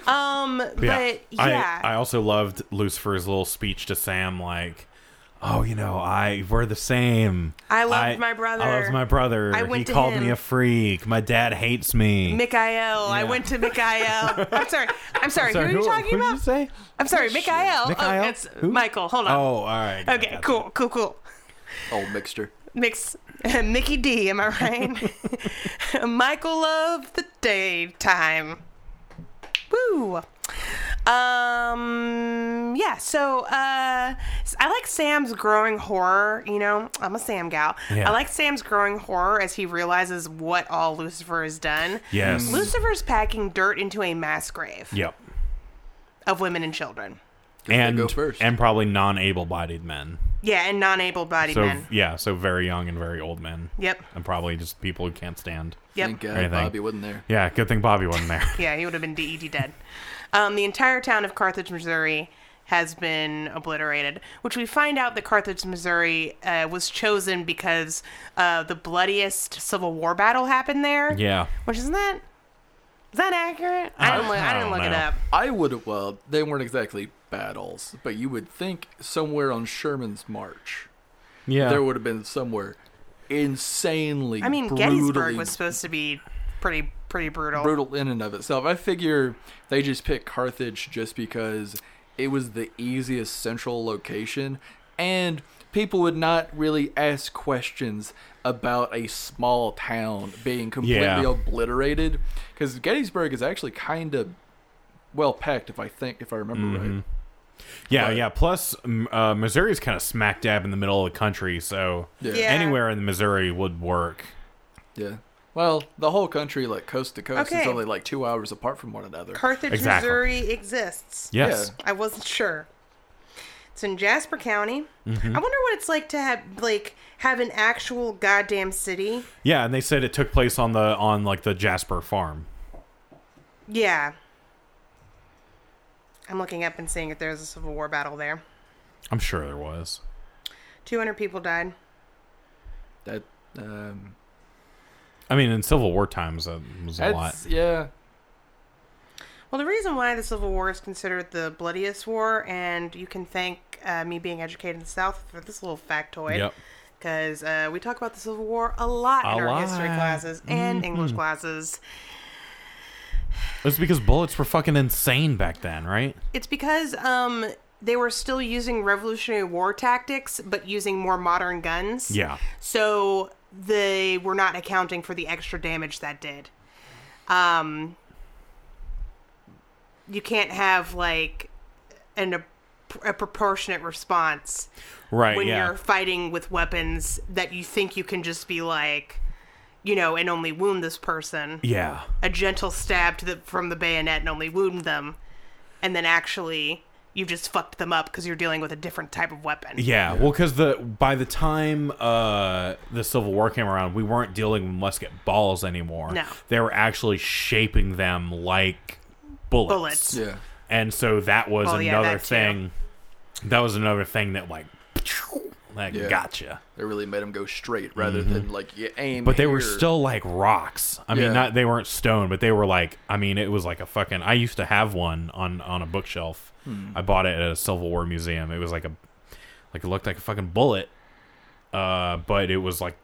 Speaker 3: Um, but yeah.
Speaker 2: I, I also loved Lucifer's little speech to Sam, like, oh, you know, I we're the same.
Speaker 3: I loved my brother.
Speaker 2: I loved my brother.
Speaker 3: I went
Speaker 2: he
Speaker 3: to
Speaker 2: called
Speaker 3: him."
Speaker 2: me a freak. My dad hates me.
Speaker 3: Mikael. I
Speaker 2: Yeah.
Speaker 3: went to Mikael. I'm sorry. I'm
Speaker 2: Sorry,
Speaker 3: sorry. who are you
Speaker 2: who-
Speaker 3: talking
Speaker 2: who did
Speaker 3: about?
Speaker 2: you say?
Speaker 3: I'm sorry, Mikael.
Speaker 2: Mikael?
Speaker 3: Oh, it's
Speaker 2: Who?
Speaker 3: Michael. Hold
Speaker 2: Oh,
Speaker 3: on.
Speaker 2: all right. got it,
Speaker 3: okay,
Speaker 2: got it.
Speaker 3: cool, cool, cool.
Speaker 1: Old mixture.
Speaker 3: Mix Mickey D, am I right? Michael of the daytime. Woo. Um yeah, so uh I like Sam's growing horror, you know. I'm a Sam gal.
Speaker 2: Yeah.
Speaker 3: I like Sam's growing horror as he realizes what all Lucifer has done.
Speaker 2: Yes.
Speaker 3: Lucifer's packing dirt into a mass grave
Speaker 2: Yep.
Speaker 3: of women and children.
Speaker 2: And
Speaker 1: go first.
Speaker 2: and probably non-able-bodied men.
Speaker 3: Yeah, and non-able-bodied
Speaker 2: So
Speaker 3: men.
Speaker 2: yeah, so very young and very old men.
Speaker 3: Yep.
Speaker 2: And probably just people who can't stand.
Speaker 3: Yep.
Speaker 1: Thank God
Speaker 2: Anything.
Speaker 1: Bobby wasn't there.
Speaker 2: Yeah, good thing Bobby wasn't there.
Speaker 3: Yeah, he would have been DED dead. Um, the entire town of Carthage, Missouri has been obliterated, which we find out that Carthage, Missouri uh, was chosen because uh, the bloodiest Civil War battle happened there.
Speaker 2: yeah.
Speaker 3: Which isn't that. Is that accurate? I didn't look, I
Speaker 2: I
Speaker 3: didn't
Speaker 2: don't
Speaker 3: look it
Speaker 2: know.
Speaker 3: up.
Speaker 1: I would, well, they weren't exactly battles, but you would think somewhere on Sherman's March,
Speaker 2: Yeah.
Speaker 1: there would have been somewhere insanely
Speaker 3: I mean,
Speaker 1: brutally
Speaker 3: Gettysburg was supposed to be pretty pretty brutal.
Speaker 1: brutal in and of itself. I figure they just picked Carthage just because it was the easiest central location and people would not really ask questions about a small town being completely
Speaker 2: Yeah.
Speaker 1: obliterated cuz Gettysburg is actually kind of well packed if I think if I remember
Speaker 2: Mm-hmm.
Speaker 1: right.
Speaker 2: Yeah,
Speaker 1: But-
Speaker 2: yeah. Plus, m- uh, Missouri's kind of smack dab in the middle of the country, so
Speaker 1: Yeah.
Speaker 3: Yeah.
Speaker 2: anywhere in Missouri would work.
Speaker 1: Yeah. Well, the whole country like coast to coast is
Speaker 3: Okay.
Speaker 1: only like 2 hours apart from one another.
Speaker 3: Carthage,
Speaker 2: Exactly.
Speaker 3: Missouri exists.
Speaker 2: Yes.
Speaker 3: I wasn't sure. It's in Jasper County.
Speaker 2: Mm-hmm.
Speaker 3: I wonder what it's like to have like have an actual goddamn city.
Speaker 2: Yeah. and they said it took place on the on like the Jasper farm.
Speaker 3: Yeah. I'm looking up and seeing if there's a Civil War battle there.
Speaker 2: I'm sure there was.
Speaker 3: 200 people died.
Speaker 1: That um
Speaker 2: I mean, in Civil War times, that was a lot.
Speaker 1: that's, yeah.
Speaker 3: Well, the reason why the Civil War is considered the bloodiest war, and you can thank uh, me being educated in the South for this little factoid.
Speaker 2: Yep.
Speaker 3: Because uh, we talk about the Civil War a lot in
Speaker 2: A
Speaker 3: our history
Speaker 2: lot. Mm-hmm.
Speaker 3: classes and English classes.
Speaker 2: It's because bullets were fucking insane back then, right?
Speaker 3: It's because um, they were still using Revolutionary War tactics, but using more modern guns.
Speaker 2: Yeah.
Speaker 3: So they were not accounting for the extra damage that did. Um, you can't have like an a, a proportionate response
Speaker 2: Right.
Speaker 3: when
Speaker 2: yeah.
Speaker 3: you're fighting with weapons that you think you can just be like, you know, and only wound this person
Speaker 2: Yeah.
Speaker 3: a gentle stab to the, from the bayonet and only wound them, and then actually you just fucked them up because you're dealing with a different type of weapon.
Speaker 2: Yeah, well, because the by the time uh, the Civil War came around, we weren't dealing with musket balls anymore.
Speaker 3: No.
Speaker 2: they were actually shaping them like bullets.
Speaker 3: Bullets.
Speaker 1: Yeah.
Speaker 2: and so that was
Speaker 3: Well, yeah,
Speaker 2: another
Speaker 3: that too.
Speaker 2: thing. That was another thing that like, like
Speaker 1: Yeah.
Speaker 2: gotcha.
Speaker 1: They really made them go straight rather than like you aim.
Speaker 2: Mm-hmm. But they were
Speaker 1: here.
Speaker 2: still like rocks. I mean,
Speaker 1: Yeah.
Speaker 2: not they weren't stone, but they were like. I mean, it was like a fucking. I used to have one on on a bookshelf. I bought it at a Civil War museum. It was like a, like it looked like a fucking bullet, uh, but it was like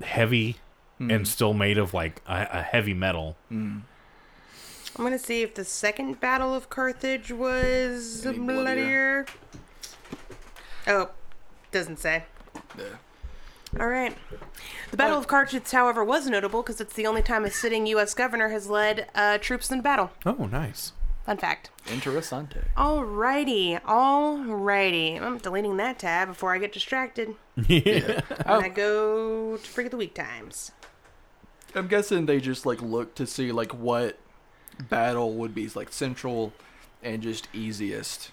Speaker 2: heavy and still made of like a, a heavy metal.
Speaker 3: I'm gonna see if the second battle of Carthage was
Speaker 1: Any
Speaker 3: bloodier.
Speaker 1: bloodier?
Speaker 3: Oh, doesn't say. Oh.
Speaker 1: Yeah.
Speaker 3: All right. The Battle of Carthage, however, was notable because it's the only time a sitting U.S. governor has led uh, troops in battle.
Speaker 2: Oh, nice.
Speaker 3: Fun fact.
Speaker 1: Interessante.
Speaker 3: Alrighty, alrighty. I'm deleting that tab before I get distracted.
Speaker 2: yeah.
Speaker 1: Oh.
Speaker 3: And I go to Freak of the Week times.
Speaker 1: I'm guessing they just like looked to see like what battle would be like central and just easiest,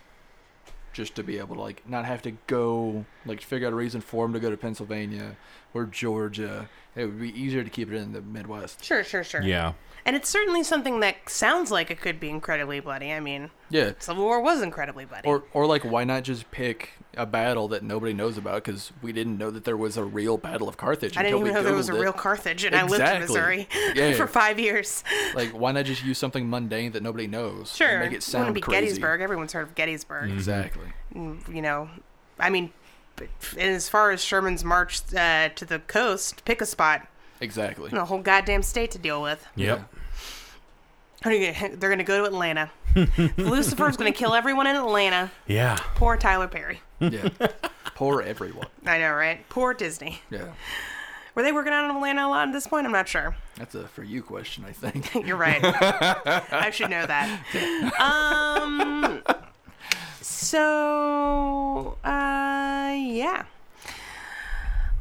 Speaker 1: just to be able to like not have to go like figure out a reason for them to go to Pennsylvania or Georgia. It would be easier to keep it in the Midwest.
Speaker 3: Sure, sure, sure.
Speaker 2: yeah.
Speaker 3: And it's certainly something that sounds like it could be incredibly bloody. I mean,
Speaker 1: Yeah.
Speaker 3: Civil War was incredibly bloody.
Speaker 1: Or, or like why not just pick a battle that nobody knows about because we didn't know that there was a real battle of carthage
Speaker 3: I didn't
Speaker 1: until
Speaker 3: even know
Speaker 1: we
Speaker 3: there was a
Speaker 1: Googled it.
Speaker 3: real Carthage, and I lived in
Speaker 1: Exactly.
Speaker 3: Missouri
Speaker 1: Yeah.
Speaker 3: for five years.
Speaker 1: like why not just use something mundane that nobody knows and
Speaker 3: Sure,
Speaker 1: make it
Speaker 3: wouldn't
Speaker 1: sound
Speaker 3: be
Speaker 1: crazy Mm-hmm.
Speaker 3: Gettysburg. Everyone's heard of Gettysburg.
Speaker 1: exactly
Speaker 3: You know, I mean, as far as Sherman's march uh, to the coast, pick a spot.
Speaker 1: Exactly.
Speaker 3: A whole goddamn state to deal with.
Speaker 2: Yep.
Speaker 3: They're gonna- they're gonna go to Atlanta. Lucifer's gonna kill everyone in Atlanta.
Speaker 2: Yeah.
Speaker 3: Poor Tyler Perry.
Speaker 1: Yeah. Poor everyone.
Speaker 3: I know, right? Poor Disney.
Speaker 1: Yeah.
Speaker 3: Were they working out in Atlanta a lot at this point? I'm not sure.
Speaker 1: That's a for you question, I think.
Speaker 3: You're right. I should know that. Um, so, uh, yeah.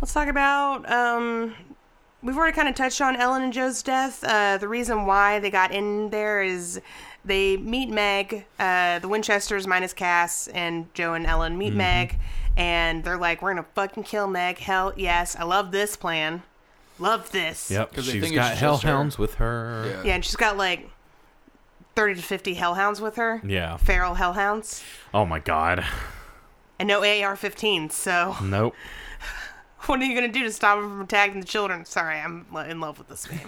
Speaker 3: Let's talk about. Um, we've already kind of touched on Ellen and Joe's death. Uh, the reason why they got in there is they meet Meg, uh, the Winchesters minus Cass, and Joe and Ellen meet Meg, and they're like, we're going to fucking kill Meg. Hell yes. I love this plan. Love this.
Speaker 2: Yep.
Speaker 1: 'Cause they
Speaker 2: She's
Speaker 1: think it's
Speaker 2: got
Speaker 1: just her.
Speaker 2: hellhounds with her.
Speaker 1: Yeah.
Speaker 3: Yeah, and she's got like 30 to 50 hellhounds with her.
Speaker 2: Yeah.
Speaker 3: Feral hellhounds.
Speaker 2: Oh my god.
Speaker 3: And no AR 15, so
Speaker 2: Nope.
Speaker 3: what are you going to do to stop him from attacking the children? Sorry, I'm lo- in love with this man.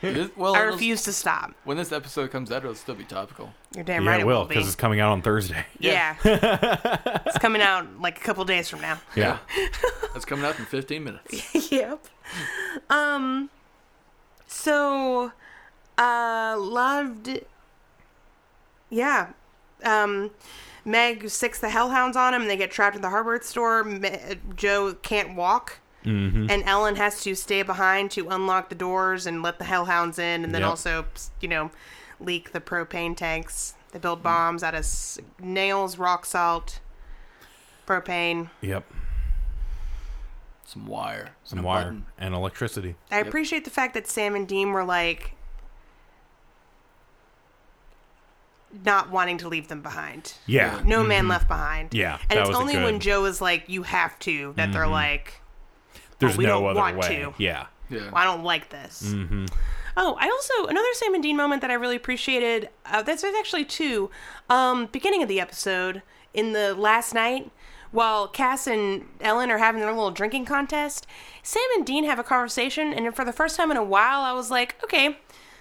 Speaker 1: This- well,
Speaker 3: I
Speaker 1: it'll-
Speaker 3: refuse to stop.
Speaker 1: When this episode comes out, it'll still be topical.
Speaker 3: You're damn
Speaker 2: Yeah,
Speaker 3: right
Speaker 2: it
Speaker 3: it
Speaker 2: will
Speaker 3: be.
Speaker 2: because it's coming out on Thursday.
Speaker 3: Yeah. it's coming out like a couple days from now.
Speaker 2: Yeah.
Speaker 1: That's coming up in 15 minutes.
Speaker 3: yep. Um. So, uh, loved. Yeah. Um, Meg sticks the hellhounds on him. And they get trapped in the hardware store. Me- Joe can't walk. And Ellen has to stay behind to unlock the doors and let the hellhounds in, and then
Speaker 2: Yep.
Speaker 3: also, you know, leak the propane tanks. They build bombs out of s- nails, rock salt, propane.
Speaker 2: Yep.
Speaker 1: Some wire.
Speaker 2: Some
Speaker 1: and a
Speaker 2: wire
Speaker 1: button.
Speaker 2: and electricity.
Speaker 3: I appreciate the fact that Sam and Dean were like not wanting to leave them behind.
Speaker 2: Yeah.
Speaker 3: No man left behind.
Speaker 2: Mm-hmm. Yeah,
Speaker 3: and
Speaker 2: that
Speaker 3: it's
Speaker 2: was a
Speaker 3: only when
Speaker 2: good- Mm-hmm.
Speaker 3: Joe is like, "You have to," that they're like,
Speaker 2: There's
Speaker 3: Well, we
Speaker 2: no
Speaker 3: don't
Speaker 2: other
Speaker 3: want
Speaker 2: way.
Speaker 3: to.
Speaker 2: Yeah.
Speaker 1: Yeah.
Speaker 3: well, "I don't like this." Oh, I also another Sam and Dean moment that I really appreciated. Uh, that's that's actually two. Um, beginning of the episode in the last night. While Cass and Ellen are having their little drinking contest, Sam and Dean have a conversation, and for the first time in a while, I was like, okay,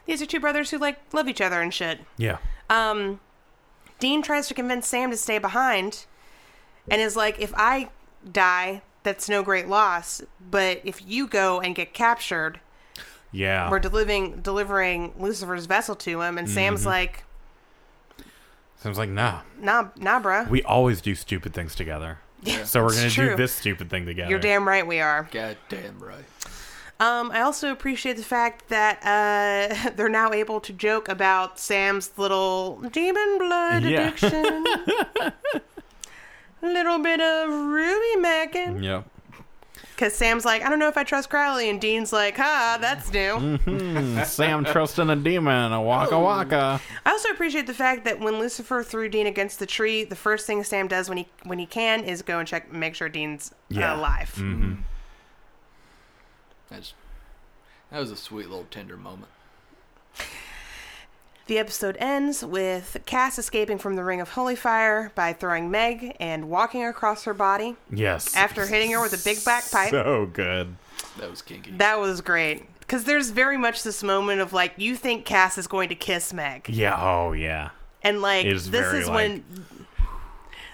Speaker 3: these are two brothers who like love each other and shit.
Speaker 2: Yeah.
Speaker 3: Um, Dean tries to convince Sam to stay behind and is like, if I die, that's no great loss, but if you go and get captured,
Speaker 2: Yeah.
Speaker 3: we're delivering delivering Lucifer's vessel to him, and
Speaker 2: Mm-hmm.
Speaker 3: Sam's like,
Speaker 2: so I was like, nah.
Speaker 3: "Nah, nah, bruh,
Speaker 2: We always do stupid things together.
Speaker 3: Yeah,
Speaker 2: So we're
Speaker 3: it's
Speaker 2: gonna
Speaker 3: true.
Speaker 2: do this stupid thing together.
Speaker 3: you're damn right we are."
Speaker 1: God damn right.
Speaker 3: Um, I also appreciate the fact that uh, they're now able to joke about Sam's little demon blood
Speaker 2: Yeah.
Speaker 3: addiction, little bit of Ruby Mackin.
Speaker 2: Yep.
Speaker 3: Because Sam's like, I don't know if I trust Crowley. And Dean's like, ha, that's
Speaker 2: Mm.
Speaker 3: new.
Speaker 2: Hmm. Sam trusting a demon, a waka waka.
Speaker 3: I also appreciate the fact that when Lucifer threw Dean against the tree, the first thing Sam does when he when he can is go and check, make sure Dean's
Speaker 2: Yeah. Mm.
Speaker 3: uh, alive.
Speaker 1: That's, that was a sweet little tender moment.
Speaker 3: The episode ends with Cass escaping from the Ring of Holy Fire by throwing Meg and walking across her body
Speaker 2: Yes.
Speaker 3: after hitting her with a big black pipe.
Speaker 2: So good.
Speaker 1: That was kinky.
Speaker 3: that was great. Because there's very much this moment of like, you think Cass is going to kiss Meg.
Speaker 2: Yeah. Oh yeah.
Speaker 3: And like
Speaker 2: It is
Speaker 3: this
Speaker 2: very,
Speaker 3: is
Speaker 2: like-
Speaker 3: when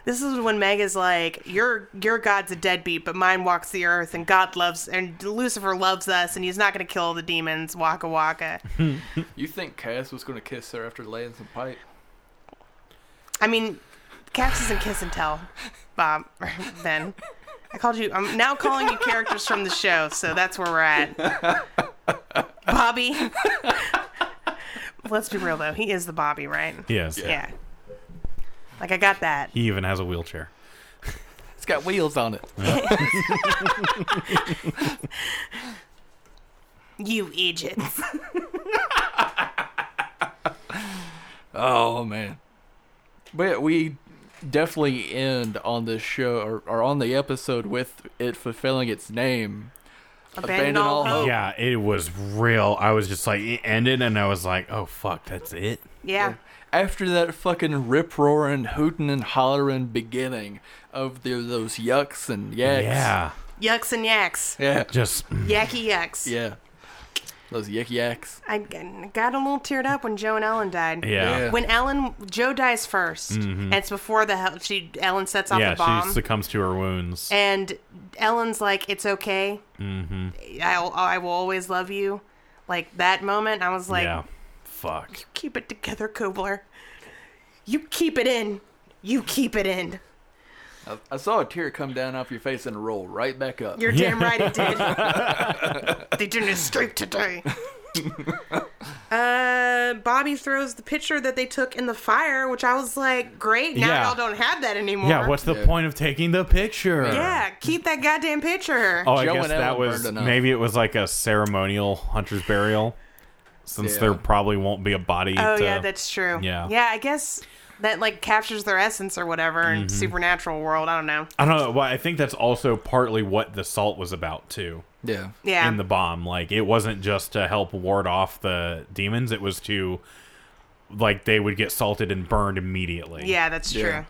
Speaker 3: this is when Meg is like, "Your your God's a deadbeat, but mine walks the earth, and God loves and Lucifer loves us, and he's not gonna kill all the demons." Waka waka.
Speaker 1: You think Cass was going to kiss her after laying some pipe?
Speaker 3: I mean, Cass isn't kiss and tell, Bob. Then I called you. I'm now calling you characters from the show, so that's where we're at. Bobby. Let's be real though. He is the Bobby, right?
Speaker 2: Yes.
Speaker 3: Yeah. Like I got that.
Speaker 2: He even has a wheelchair.
Speaker 1: It's got wheels on it.
Speaker 3: You idiots.
Speaker 1: Oh man. But yeah, we definitely end on this show or, or on the episode with it fulfilling its name. Abandon all hope.
Speaker 2: Yeah. It was real. I was just like, it ended, and I was like, oh fuck, that's it.
Speaker 3: Yeah.
Speaker 1: After that fucking rip roaring, hooting and hollering beginning of the, those yucks and yaks.
Speaker 2: Yeah.
Speaker 3: Yucks and yaks.
Speaker 1: Yeah.
Speaker 2: Just
Speaker 3: Yucky yucks.
Speaker 1: Yeah. Those yik yaks.
Speaker 3: I I got a little teared up when Joe and Ellen died.
Speaker 2: Yeah. Mm-hmm.
Speaker 1: Yeah.
Speaker 3: When Ellen Joe dies 1st and it's before the hel- she Ellen sets off
Speaker 2: Yeah,
Speaker 3: the bomb,
Speaker 2: she succumbs to her wounds.
Speaker 3: and Ellen's like, "It's okay. Mm-hmm. I'll I will always love you." Like that moment, I was like,
Speaker 2: yeah. Fuck.
Speaker 3: "Keep it together, Kobler. You keep it in. You keep it in.
Speaker 1: I, I saw a tear come down off your face and roll right back up.
Speaker 3: You're damn right it did. they didn't escape today." uh, Bobby throws the picture that they took in the fire, which I was like, "Great! Now
Speaker 2: Yeah.
Speaker 3: y'all don't have that anymore."
Speaker 2: Yeah, what's the
Speaker 1: Yeah.
Speaker 2: point of taking the picture?
Speaker 3: Yeah, keep that goddamn picture.
Speaker 2: Oh, I
Speaker 1: Joe
Speaker 2: guess
Speaker 1: and
Speaker 2: that
Speaker 1: Ellen
Speaker 2: was
Speaker 1: burned enough.
Speaker 2: maybe it was like a ceremonial hunter's burial, since
Speaker 1: Yeah.
Speaker 2: there probably won't be a body.
Speaker 3: Oh
Speaker 2: to,
Speaker 3: yeah, that's true.
Speaker 2: Yeah.
Speaker 3: Yeah, I guess that like captures their essence or whatever in
Speaker 2: Mm-hmm.
Speaker 3: supernatural world. I don't know.
Speaker 2: I don't know. Well, I think that's also partly what the salt was about too.
Speaker 1: Yeah.
Speaker 3: Yeah.
Speaker 2: In the bomb, like it wasn't just to help ward off the demons; it was to, like, they would get salted and burned immediately.
Speaker 3: yeah, that's true.
Speaker 1: Yeah.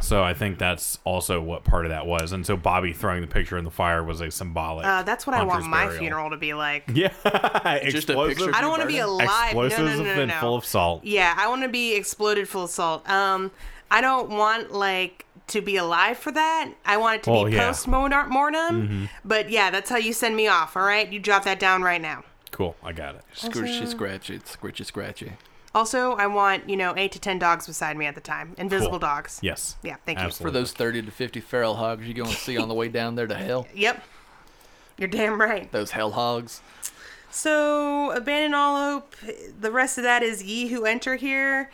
Speaker 2: So I think that's also what part of that was, and so Bobby throwing the picture in the fire was a symbolic.
Speaker 3: Uh, that's what I want
Speaker 2: hunter's
Speaker 3: my
Speaker 2: burial.
Speaker 3: funeral to be like.
Speaker 2: Yeah,
Speaker 1: Just a
Speaker 2: explosive.
Speaker 1: picture.
Speaker 3: I don't want to be
Speaker 1: Burning.
Speaker 3: alive. No, no,
Speaker 2: Explosives
Speaker 3: no, no,
Speaker 2: have
Speaker 3: no,
Speaker 2: been full of salt.
Speaker 3: Yeah, I want to be exploded full of salt. Um, I don't want like to be alive for that. I want it to
Speaker 2: Well,
Speaker 3: be
Speaker 2: yeah. Mm-hmm.
Speaker 3: post mortem. But yeah, that's how you send me off. All right, you drop that down right now.
Speaker 2: Cool, I got it.
Speaker 1: Scratchy, scratchy, scratchy, scratchy.
Speaker 3: Also, I want you know eight to ten dogs beside me at the time, invisible dogs.
Speaker 2: Yes.
Speaker 3: Yeah, thank you.
Speaker 1: For
Speaker 2: Absolutely.
Speaker 1: those 30 to 50 feral hogs you're going to see on the way down there to hell.
Speaker 3: Yep. You're damn right.
Speaker 1: Those hell hogs.
Speaker 3: So, abandon all hope. The rest of that is ye who enter here.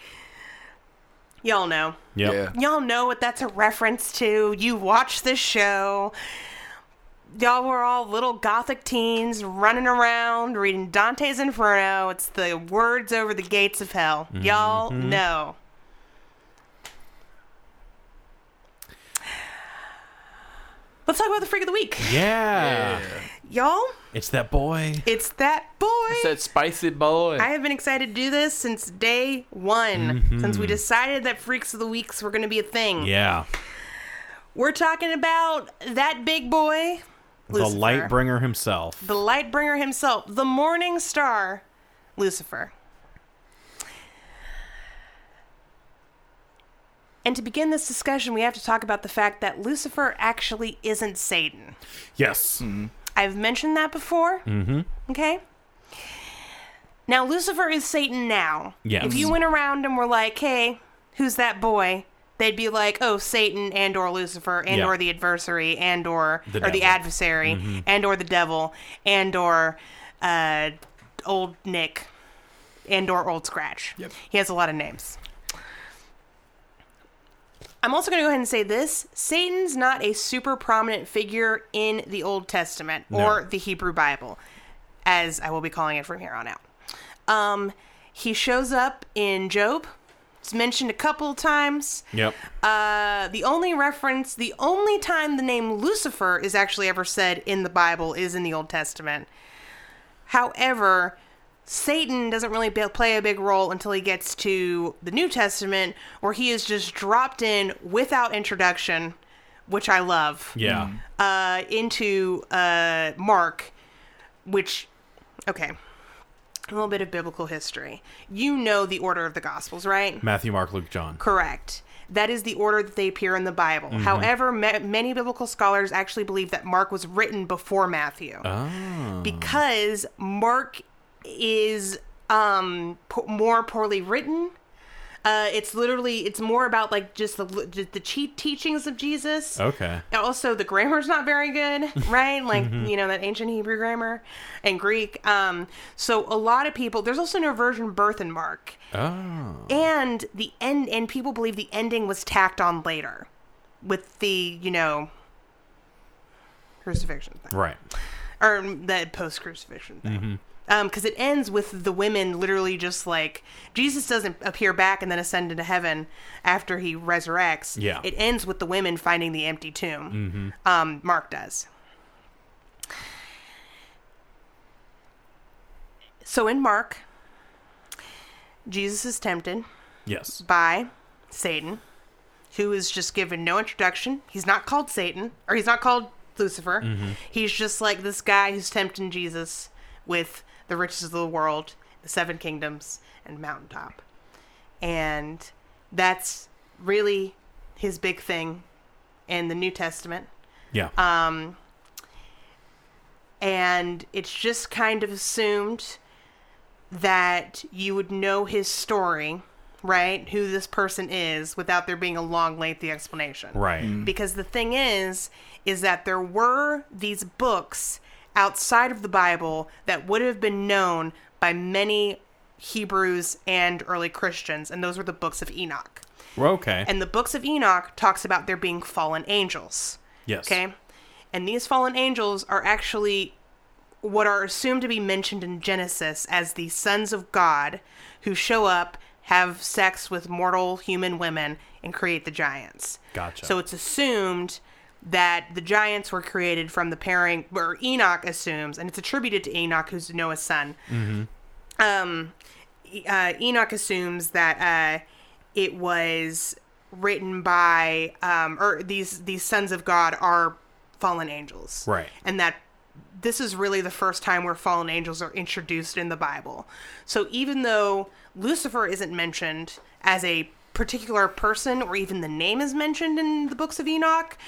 Speaker 3: Y'all know.
Speaker 2: Yep.
Speaker 1: Yeah.
Speaker 3: Y'all know what that's a reference to. You watch this show. Y'all were all little gothic teens running around reading Dante's Inferno. It's the words over the gates of hell. Y'all know. Let's talk about the freak of the week.
Speaker 2: Yeah.
Speaker 3: Y'all,
Speaker 2: It's that boy.
Speaker 3: it's that boy.
Speaker 1: Said spicy boy.
Speaker 3: I have been excited to do this since day one, since we decided that Freaks of the Weeks were going to be a thing.
Speaker 2: Mm-hmm. Yeah.
Speaker 3: We're talking about that big boy, Lucifer.
Speaker 2: The light bringer himself.
Speaker 3: the light bringer himself, the morning star, Lucifer. And to begin this discussion, we have to talk about the fact that Lucifer actually isn't Satan.
Speaker 2: Yes.
Speaker 3: I've mentioned that before. Mm-hmm. Okay. Now Lucifer is Satan now.
Speaker 2: Yes.
Speaker 3: If you went around and were like, "Hey, who's that boy?" They'd be like, "Oh, Satan and or Lucifer and
Speaker 2: Yeah.
Speaker 3: or the adversary and or
Speaker 2: The
Speaker 3: or
Speaker 2: devil.
Speaker 3: the
Speaker 2: Mm-hmm.
Speaker 3: adversary and or the devil and or uh, old Nick and or old Scratch."
Speaker 1: Yep.
Speaker 3: He has a lot of names. I'm also going to go ahead and say this Satan's not a super prominent figure in the Old Testament or the Hebrew Bible, as I will be calling it from here on out. Um, he shows up in Job. It's mentioned a couple of times.
Speaker 2: Yep.
Speaker 3: Uh, the only reference, the only time the name Lucifer is actually ever said in the Bible is in the Old Testament. However, Satan doesn't really be- play a big role until he gets to the New Testament, where he is just dropped in without introduction, which I love,
Speaker 2: Yeah.
Speaker 3: uh, into uh, Mark, which, okay, a little bit of biblical history. You know the order of the Gospels, right?
Speaker 2: Matthew, Mark, Luke, John.
Speaker 3: Correct. That is the order that they appear in the Bible. However, ma- many biblical scholars actually believe that Mark was written before Matthew Ah.
Speaker 2: Oh.
Speaker 3: because Mark is um po- more poorly written. Uh, it's literally it's more about like just the just the cheat teachings of Jesus.
Speaker 2: Oh. Okay.
Speaker 3: And also the grammar's not very good right like you know that ancient hebrew grammar and greek um so a lot of people there's also no virgin birth in mark
Speaker 2: Oh.
Speaker 3: and the end and people believe the ending was tacked on later with the you know crucifixion thing
Speaker 2: Right.
Speaker 3: or the post crucifixion thing Um, 'cause because it ends with the women literally just like jesus doesn't appear back and then ascend into heaven after he resurrects
Speaker 2: Yeah.
Speaker 3: it ends with the women finding the empty tomb um, mark does so in mark jesus is tempted
Speaker 2: Yes.
Speaker 3: by Satan, who is just given no introduction. He's not called Satan, or he's not called Lucifer. He's just like this guy who's tempting Jesus with the riches of the world, the seven kingdoms, and mountaintop. And that's really his big thing in the New Testament.
Speaker 2: Yeah.
Speaker 3: Uh, And it's just kind of assumed that you would know his story, right? Who this person is without there being a long, lengthy explanation.
Speaker 2: right.
Speaker 3: Because the thing is, is that there were these books outside of the Bible that would have been known by many Hebrews and early Christians, and those were the books of Enoch.
Speaker 2: Well, okay.
Speaker 3: And the books of Enoch talks about there being fallen angels.
Speaker 2: yes.
Speaker 3: Okay. And these fallen angels are actually what are assumed to be mentioned in Genesis as the sons of God who show up, have sex with mortal human women, and create the giants.
Speaker 2: Gotcha.
Speaker 3: So it's assumed that the giants were created from the pairing, or Enoch assumes, and it's attributed to Enoch, who's Noah's son. Um, E- uh, Enoch assumes that uh, it was written by, um, or these these sons of God are fallen angels,
Speaker 2: Right.
Speaker 3: And that this is really the first time where fallen angels are introduced in the Bible. So even though Lucifer isn't mentioned as a particular person, or even the name is mentioned in the books of Enoch,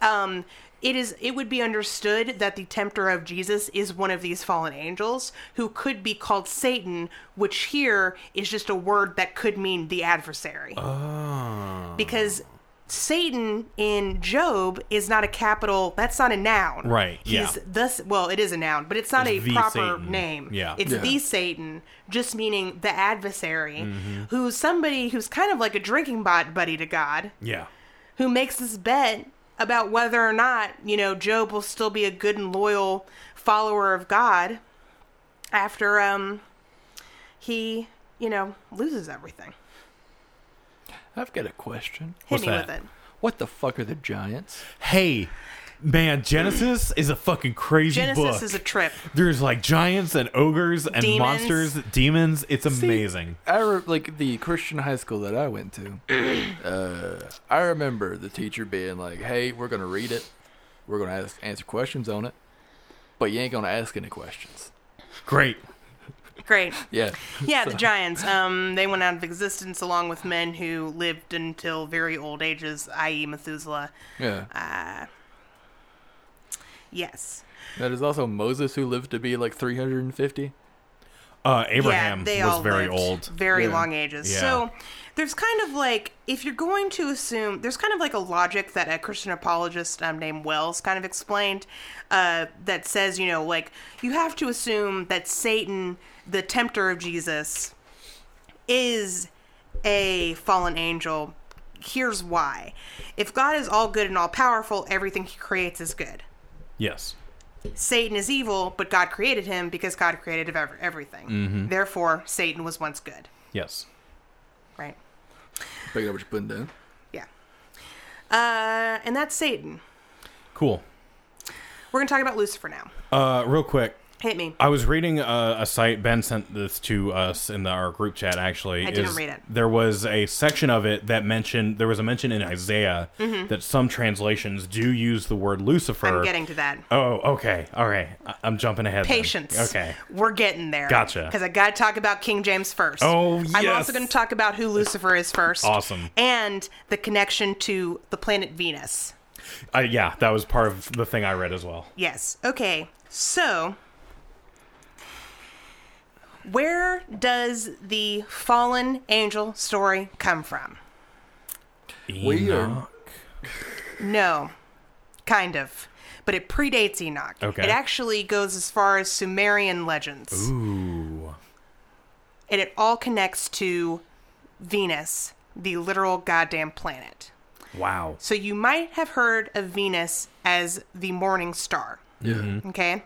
Speaker 3: um, it is it would be understood that the tempter of Jesus is one of these fallen angels who could be called Satan, which here is just a word that could mean the adversary.
Speaker 2: Oh.
Speaker 3: Because Satan in Job is not a capital. That's not a noun.
Speaker 2: Right, yeah.
Speaker 3: He's thus. Well, it is a noun, but it's not
Speaker 2: It's
Speaker 3: a
Speaker 2: the
Speaker 3: proper
Speaker 2: Satan.
Speaker 3: name.
Speaker 2: Yeah.
Speaker 3: It's
Speaker 1: Yeah.
Speaker 3: the Satan, just meaning the adversary,
Speaker 2: Mm-hmm.
Speaker 3: who's somebody who's kind of like a drinking bot buddy to God
Speaker 2: Yeah.
Speaker 3: who makes this bet about whether or not, you know, Job will still be a good and loyal follower of God after um he, you know, loses everything.
Speaker 1: I've got a question.
Speaker 3: Hit
Speaker 2: What's
Speaker 3: me
Speaker 2: that?
Speaker 3: with it.
Speaker 1: What the fuck are the giants?
Speaker 2: Hey, man, Genesis is a fucking crazy
Speaker 3: Genesis
Speaker 2: book.
Speaker 3: is a trip.
Speaker 2: There's like giants and ogres and
Speaker 3: Demons.
Speaker 2: monsters, demons. It's amazing.
Speaker 1: I re- like the Christian high school that I went to. uh, I remember the teacher being like, "Hey, we're gonna read it. We're gonna ask, answer questions on it, but you ain't gonna ask any questions."
Speaker 2: Great.
Speaker 3: Great.
Speaker 1: Yeah,
Speaker 3: Yeah, the giants. Um, they went out of existence along with men who lived until very old ages, i.e., Methuselah. Uh,
Speaker 1: yeah.
Speaker 3: Yes.
Speaker 1: That is also Moses who lived to be like 350.
Speaker 2: Uh, Abraham
Speaker 3: yeah, they
Speaker 2: was
Speaker 3: all
Speaker 2: very
Speaker 3: lived
Speaker 2: old.
Speaker 3: very
Speaker 1: Yeah.
Speaker 3: long ages.
Speaker 2: Yeah.
Speaker 3: So there's kind of like if you're going to assume there's kind of like a logic that a Christian apologist um, named Wells kind of explained uh, that says you know like you have to assume that Satan, the tempter of Jesus, is a fallen angel. Here's why: if God is all good and all powerful, everything He creates is good.
Speaker 2: Yes.
Speaker 3: Satan is evil, but God created him because God created ev- everything.
Speaker 2: Mm-hmm.
Speaker 3: Therefore, Satan was once good,
Speaker 2: Yes.
Speaker 3: right?
Speaker 1: Pick it up what you're putting down.
Speaker 3: Yeah. Uh, and that's Satan.
Speaker 2: Cool.
Speaker 3: We're going to talk about Lucifer now.
Speaker 2: Uh, real quick,
Speaker 3: Hit me.
Speaker 2: I was reading a, a site. Ben sent this to us in the, our group chat. Actually,
Speaker 3: I didn't read it.
Speaker 2: There was a section of it that mentioned there was a mention in Isaiah that some translations do use the word Lucifer.
Speaker 3: Mm-hmm. I'm getting to that.
Speaker 2: Oh, okay, all right. I- I'm jumping ahead. then.
Speaker 3: Patience.
Speaker 2: Okay.
Speaker 3: We're getting there.
Speaker 2: Gotcha.
Speaker 3: Because I got to talk about King James first.
Speaker 2: Oh,
Speaker 3: I'm
Speaker 2: yes.
Speaker 3: also going to talk about who Lucifer is first.
Speaker 2: Awesome.
Speaker 3: And the connection to the planet Venus.
Speaker 2: Uh, yeah, that was part of the thing I read as well.
Speaker 3: Yes. Okay. So, where does the fallen angel story come from?
Speaker 1: We are-
Speaker 2: Enoch.
Speaker 3: No, kind of. But it predates Enoch.
Speaker 2: Okay.
Speaker 3: It actually goes as far as Sumerian legends.
Speaker 2: Ooh.
Speaker 3: And it all connects to Venus, the literal goddamn planet.
Speaker 2: Wow.
Speaker 3: So you might have heard of Venus as the morning star.
Speaker 1: Yeah.
Speaker 3: okay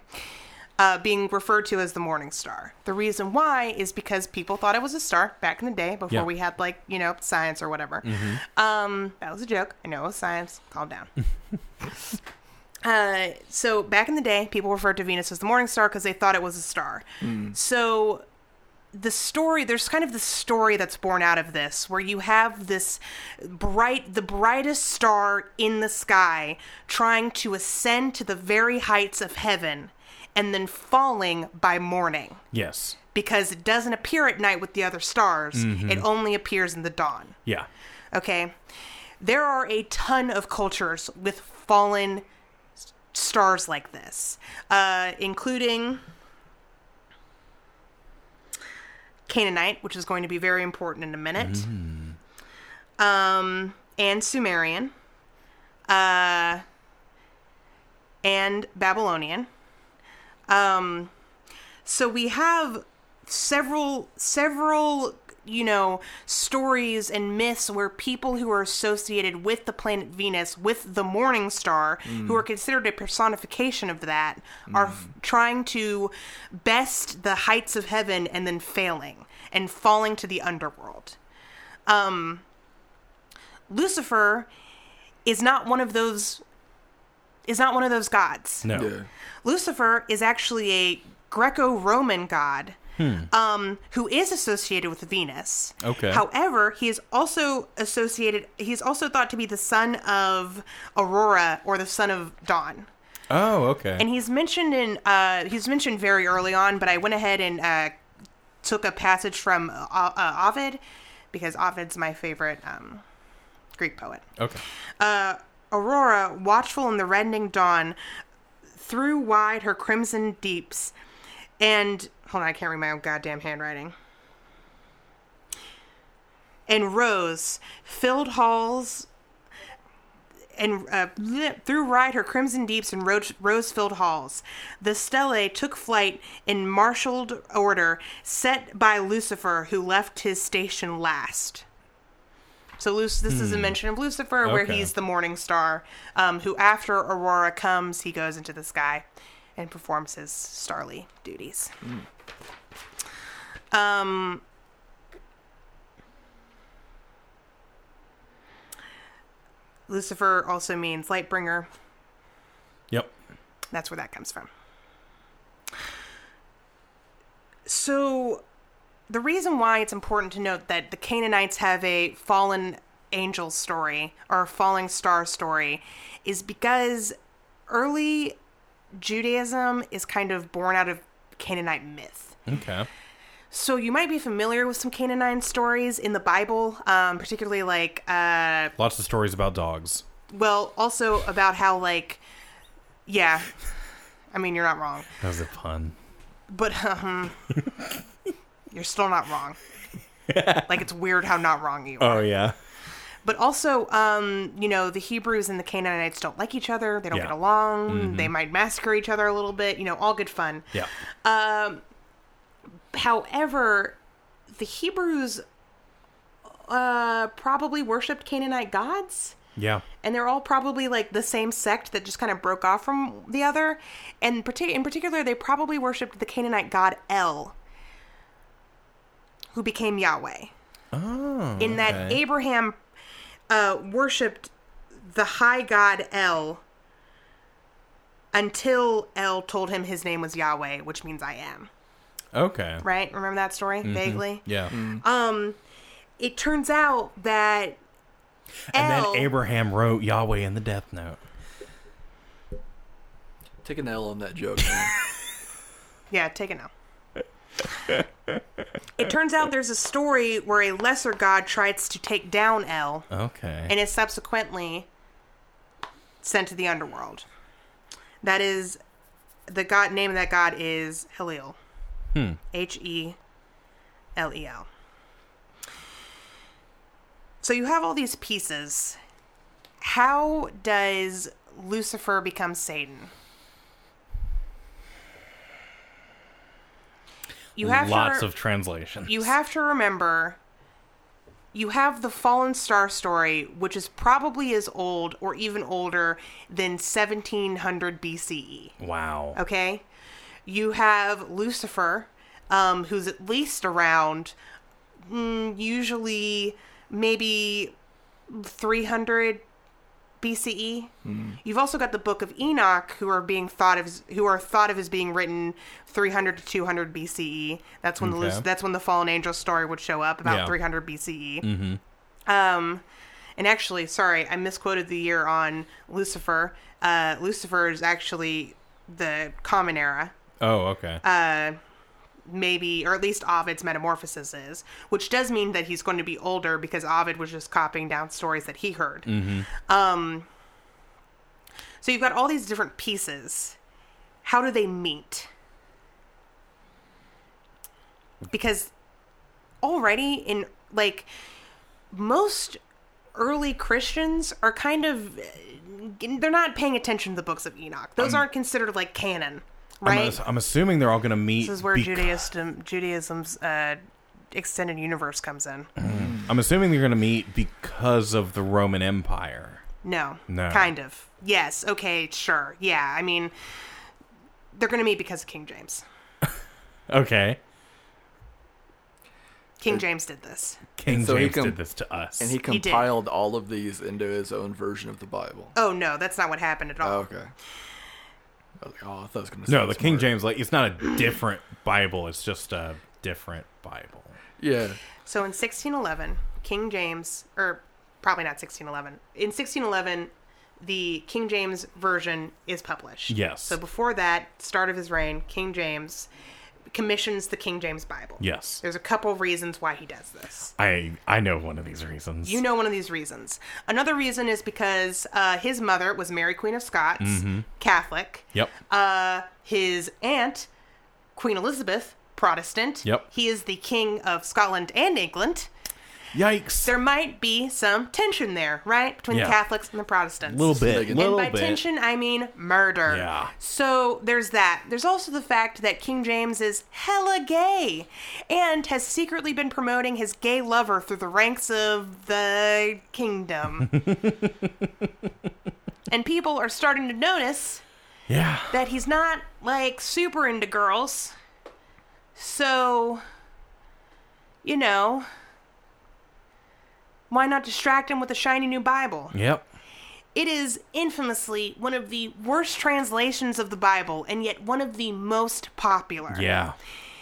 Speaker 3: uh, being referred to as the morning star the reason why is because people thought it was a star back in the day before
Speaker 2: Yeah.
Speaker 3: we had like you know science or whatever um, that was a joke i know it was science calm down uh, so back in the day people referred to venus as the morning star because they thought it was a star so the story there's kind of the story that's born out of this where you have this bright the brightest star in the sky trying to ascend to the very heights of heaven and then falling by morning
Speaker 2: Yes.
Speaker 3: because it doesn't appear at night with the other stars it only appears in the dawn
Speaker 2: Yeah.
Speaker 3: okay there are a ton of cultures with fallen s- stars like this uh, including canaanite which is going to be very important in a minute um, and sumerian uh, and babylonian um, so we have several several you know stories and myths where people who are associated with the planet Venus with the morning star who are considered a personification of that are f- trying to best the heights of heaven and then failing and falling to the underworld um Lucifer is not one of those is not one of those gods
Speaker 2: No.
Speaker 1: Yeah.
Speaker 3: Lucifer is actually a Greco-Roman god um, who is associated with Venus.
Speaker 2: Okay.
Speaker 3: However, he is also associated. He is also thought to be the son of Aurora or the son of Dawn.
Speaker 2: Oh, okay.
Speaker 3: And he's mentioned in uh, he's mentioned very early on, but I went ahead and uh, took a passage from uh, uh, Ovid because Ovid's my favorite um, Greek poet.
Speaker 2: okay.
Speaker 3: Uh, Aurora, watchful in the rending dawn, threw wide her crimson deeps, and hold on, I can't read my own goddamn handwriting. And rose, filled halls, and uh, bleh, threw wide her crimson deeps and ro- rose-filled halls. The stelae took flight in marshaled order, set by Lucifer, who left his station last. So Luc- this is a mention of Lucifer, where
Speaker 2: Okay.
Speaker 3: he's the morning star, um, who after Aurora comes, he goes into the sky and performs his starly duties. Um, Lucifer also means light bringer.
Speaker 2: Yep.
Speaker 3: That's where that comes from. So, the reason why it's important to note that the Canaanites have a fallen angel story or a falling star story is because early Judaism is kind of born out of Canaanite myth.
Speaker 2: Okay.
Speaker 3: So, you might be familiar with some Canaanite stories in the Bible, um, particularly like uh,
Speaker 2: Lots of stories about dogs.
Speaker 3: well, also about how like, yeah, I mean you're not wrong,
Speaker 2: That was a pun.
Speaker 3: but um, you're still not wrong. like it's weird how not wrong you are.
Speaker 2: Oh yeah.
Speaker 3: But also, um, you know, the Hebrews and the Canaanites don't like each other. They don't
Speaker 2: Yeah. Mm-hmm.
Speaker 3: get along. They might massacre each other a little bit. You know, all good fun.
Speaker 2: Yeah.
Speaker 3: However, the Hebrews uh, probably worshipped Canaanite gods.
Speaker 2: Yeah.
Speaker 3: and they're all probably like the same sect that just kind of broke off from the other. And partic- in particular, they probably worshipped the Canaanite god El, who became Yahweh.
Speaker 2: Oh.
Speaker 3: In that
Speaker 2: okay.
Speaker 3: Abraham uh, worshipped the high god El until El told him his name was Yahweh, which means I am.
Speaker 2: Okay.
Speaker 3: Right? Remember that story
Speaker 2: Mm-hmm.
Speaker 3: vaguely? Um,
Speaker 2: Yeah.
Speaker 1: Mm.
Speaker 3: It turns out that
Speaker 2: And
Speaker 3: El-
Speaker 2: then Abraham wrote Yahweh in the Death Note.
Speaker 1: Take an L on that joke. man.
Speaker 3: Yeah, take it now. it turns out there's a story where a lesser god tries to take down El
Speaker 2: Okay.
Speaker 3: and is subsequently sent to the underworld. That is the god name of that god is Helil.
Speaker 2: Hmm.
Speaker 3: H E L E L. So you have all these pieces. How does Lucifer become Satan? You have to
Speaker 2: Lots
Speaker 3: re-
Speaker 2: of translations.
Speaker 3: you have to remember you have the fallen star story which is probably as old or even older than 1700 bce
Speaker 2: Wow.
Speaker 3: E, okay you have lucifer um, who's at least around mm, usually maybe 300 BCE. You've also got the Book of Enoch, who are being thought of as, who are thought of as being written 300 to 200 BCE. E. That's when the
Speaker 2: Okay.
Speaker 3: Luc- that's when the fallen angel story would show up about
Speaker 2: Yeah.
Speaker 3: 300 BCE. E. Um, and actually, sorry, I misquoted the year on Lucifer. Uh, Lucifer is actually the Common Era
Speaker 2: Oh, okay.
Speaker 3: uh, maybe, or at least Ovid's Metamorphosis is, which does mean that he's going to be older because Ovid was just copying down stories that he heard. Um, so you've got all these different pieces. How do they meet? Because already in like most early Christians are kind of they're not paying attention to the books of Enoch. Those aren't considered like canon,
Speaker 2: I'm,
Speaker 3: right?
Speaker 2: I'm assuming they're all going to meet.
Speaker 3: This is where
Speaker 2: bec-
Speaker 3: Judaism, Judaism's uh, extended universe comes in.
Speaker 2: I'm assuming they're going to meet because of the Roman Empire.
Speaker 3: No,
Speaker 2: No.
Speaker 3: kind of. Yes. Okay. Sure. Yeah. I mean, they're going to meet because of King James.
Speaker 2: Okay. Uh,
Speaker 3: King James did this.
Speaker 2: King
Speaker 1: so he
Speaker 2: James
Speaker 1: com-
Speaker 2: did this to us.
Speaker 1: And he
Speaker 3: did.
Speaker 1: compiled all of these into his own version of the Bible.
Speaker 3: Oh no, that's not what happened at all.
Speaker 1: Oh, okay. I was like, oh, I thought it was gonna.
Speaker 2: no,
Speaker 1: sound
Speaker 2: the King
Speaker 1: smart.
Speaker 2: James like it's not a different Bible. It's just a different Bible.
Speaker 1: Yeah,
Speaker 3: So in 1611, King James, or probably not 1611, in 1611, the King James version is published.
Speaker 2: Yes.
Speaker 3: So before that, start of his reign, King James commissions the King James Bible.
Speaker 2: Yes.
Speaker 3: There's a couple reasons why he does this.
Speaker 2: I I know one of these reasons.
Speaker 3: You know one of these reasons. Another reason is because uh, his mother was Mary Queen of Scots,
Speaker 2: Mm-hmm.
Speaker 3: Catholic.
Speaker 2: Yep.
Speaker 3: Uh, his aunt, Queen Elizabeth, Protestant.
Speaker 2: Yep.
Speaker 3: He is the King of Scotland and England.
Speaker 2: Yikes.
Speaker 3: There might be some tension there, right, between
Speaker 2: Yeah.
Speaker 3: the Catholics and the Protestants.
Speaker 2: A little bit.
Speaker 1: And
Speaker 2: little
Speaker 3: And by
Speaker 2: bit.
Speaker 3: tension, I mean murder.
Speaker 2: Yeah.
Speaker 3: So there's that. There's also the fact that King James is hella gay and has secretly been promoting his gay lover through the ranks of the kingdom. and people are starting to notice
Speaker 2: Yeah.
Speaker 3: that he's not like super into girls. So, you know, why not distract him with a shiny new Bible?
Speaker 2: Yep.
Speaker 3: It is infamously one of the worst translations of the Bible, and yet one of the most popular.
Speaker 2: Yeah.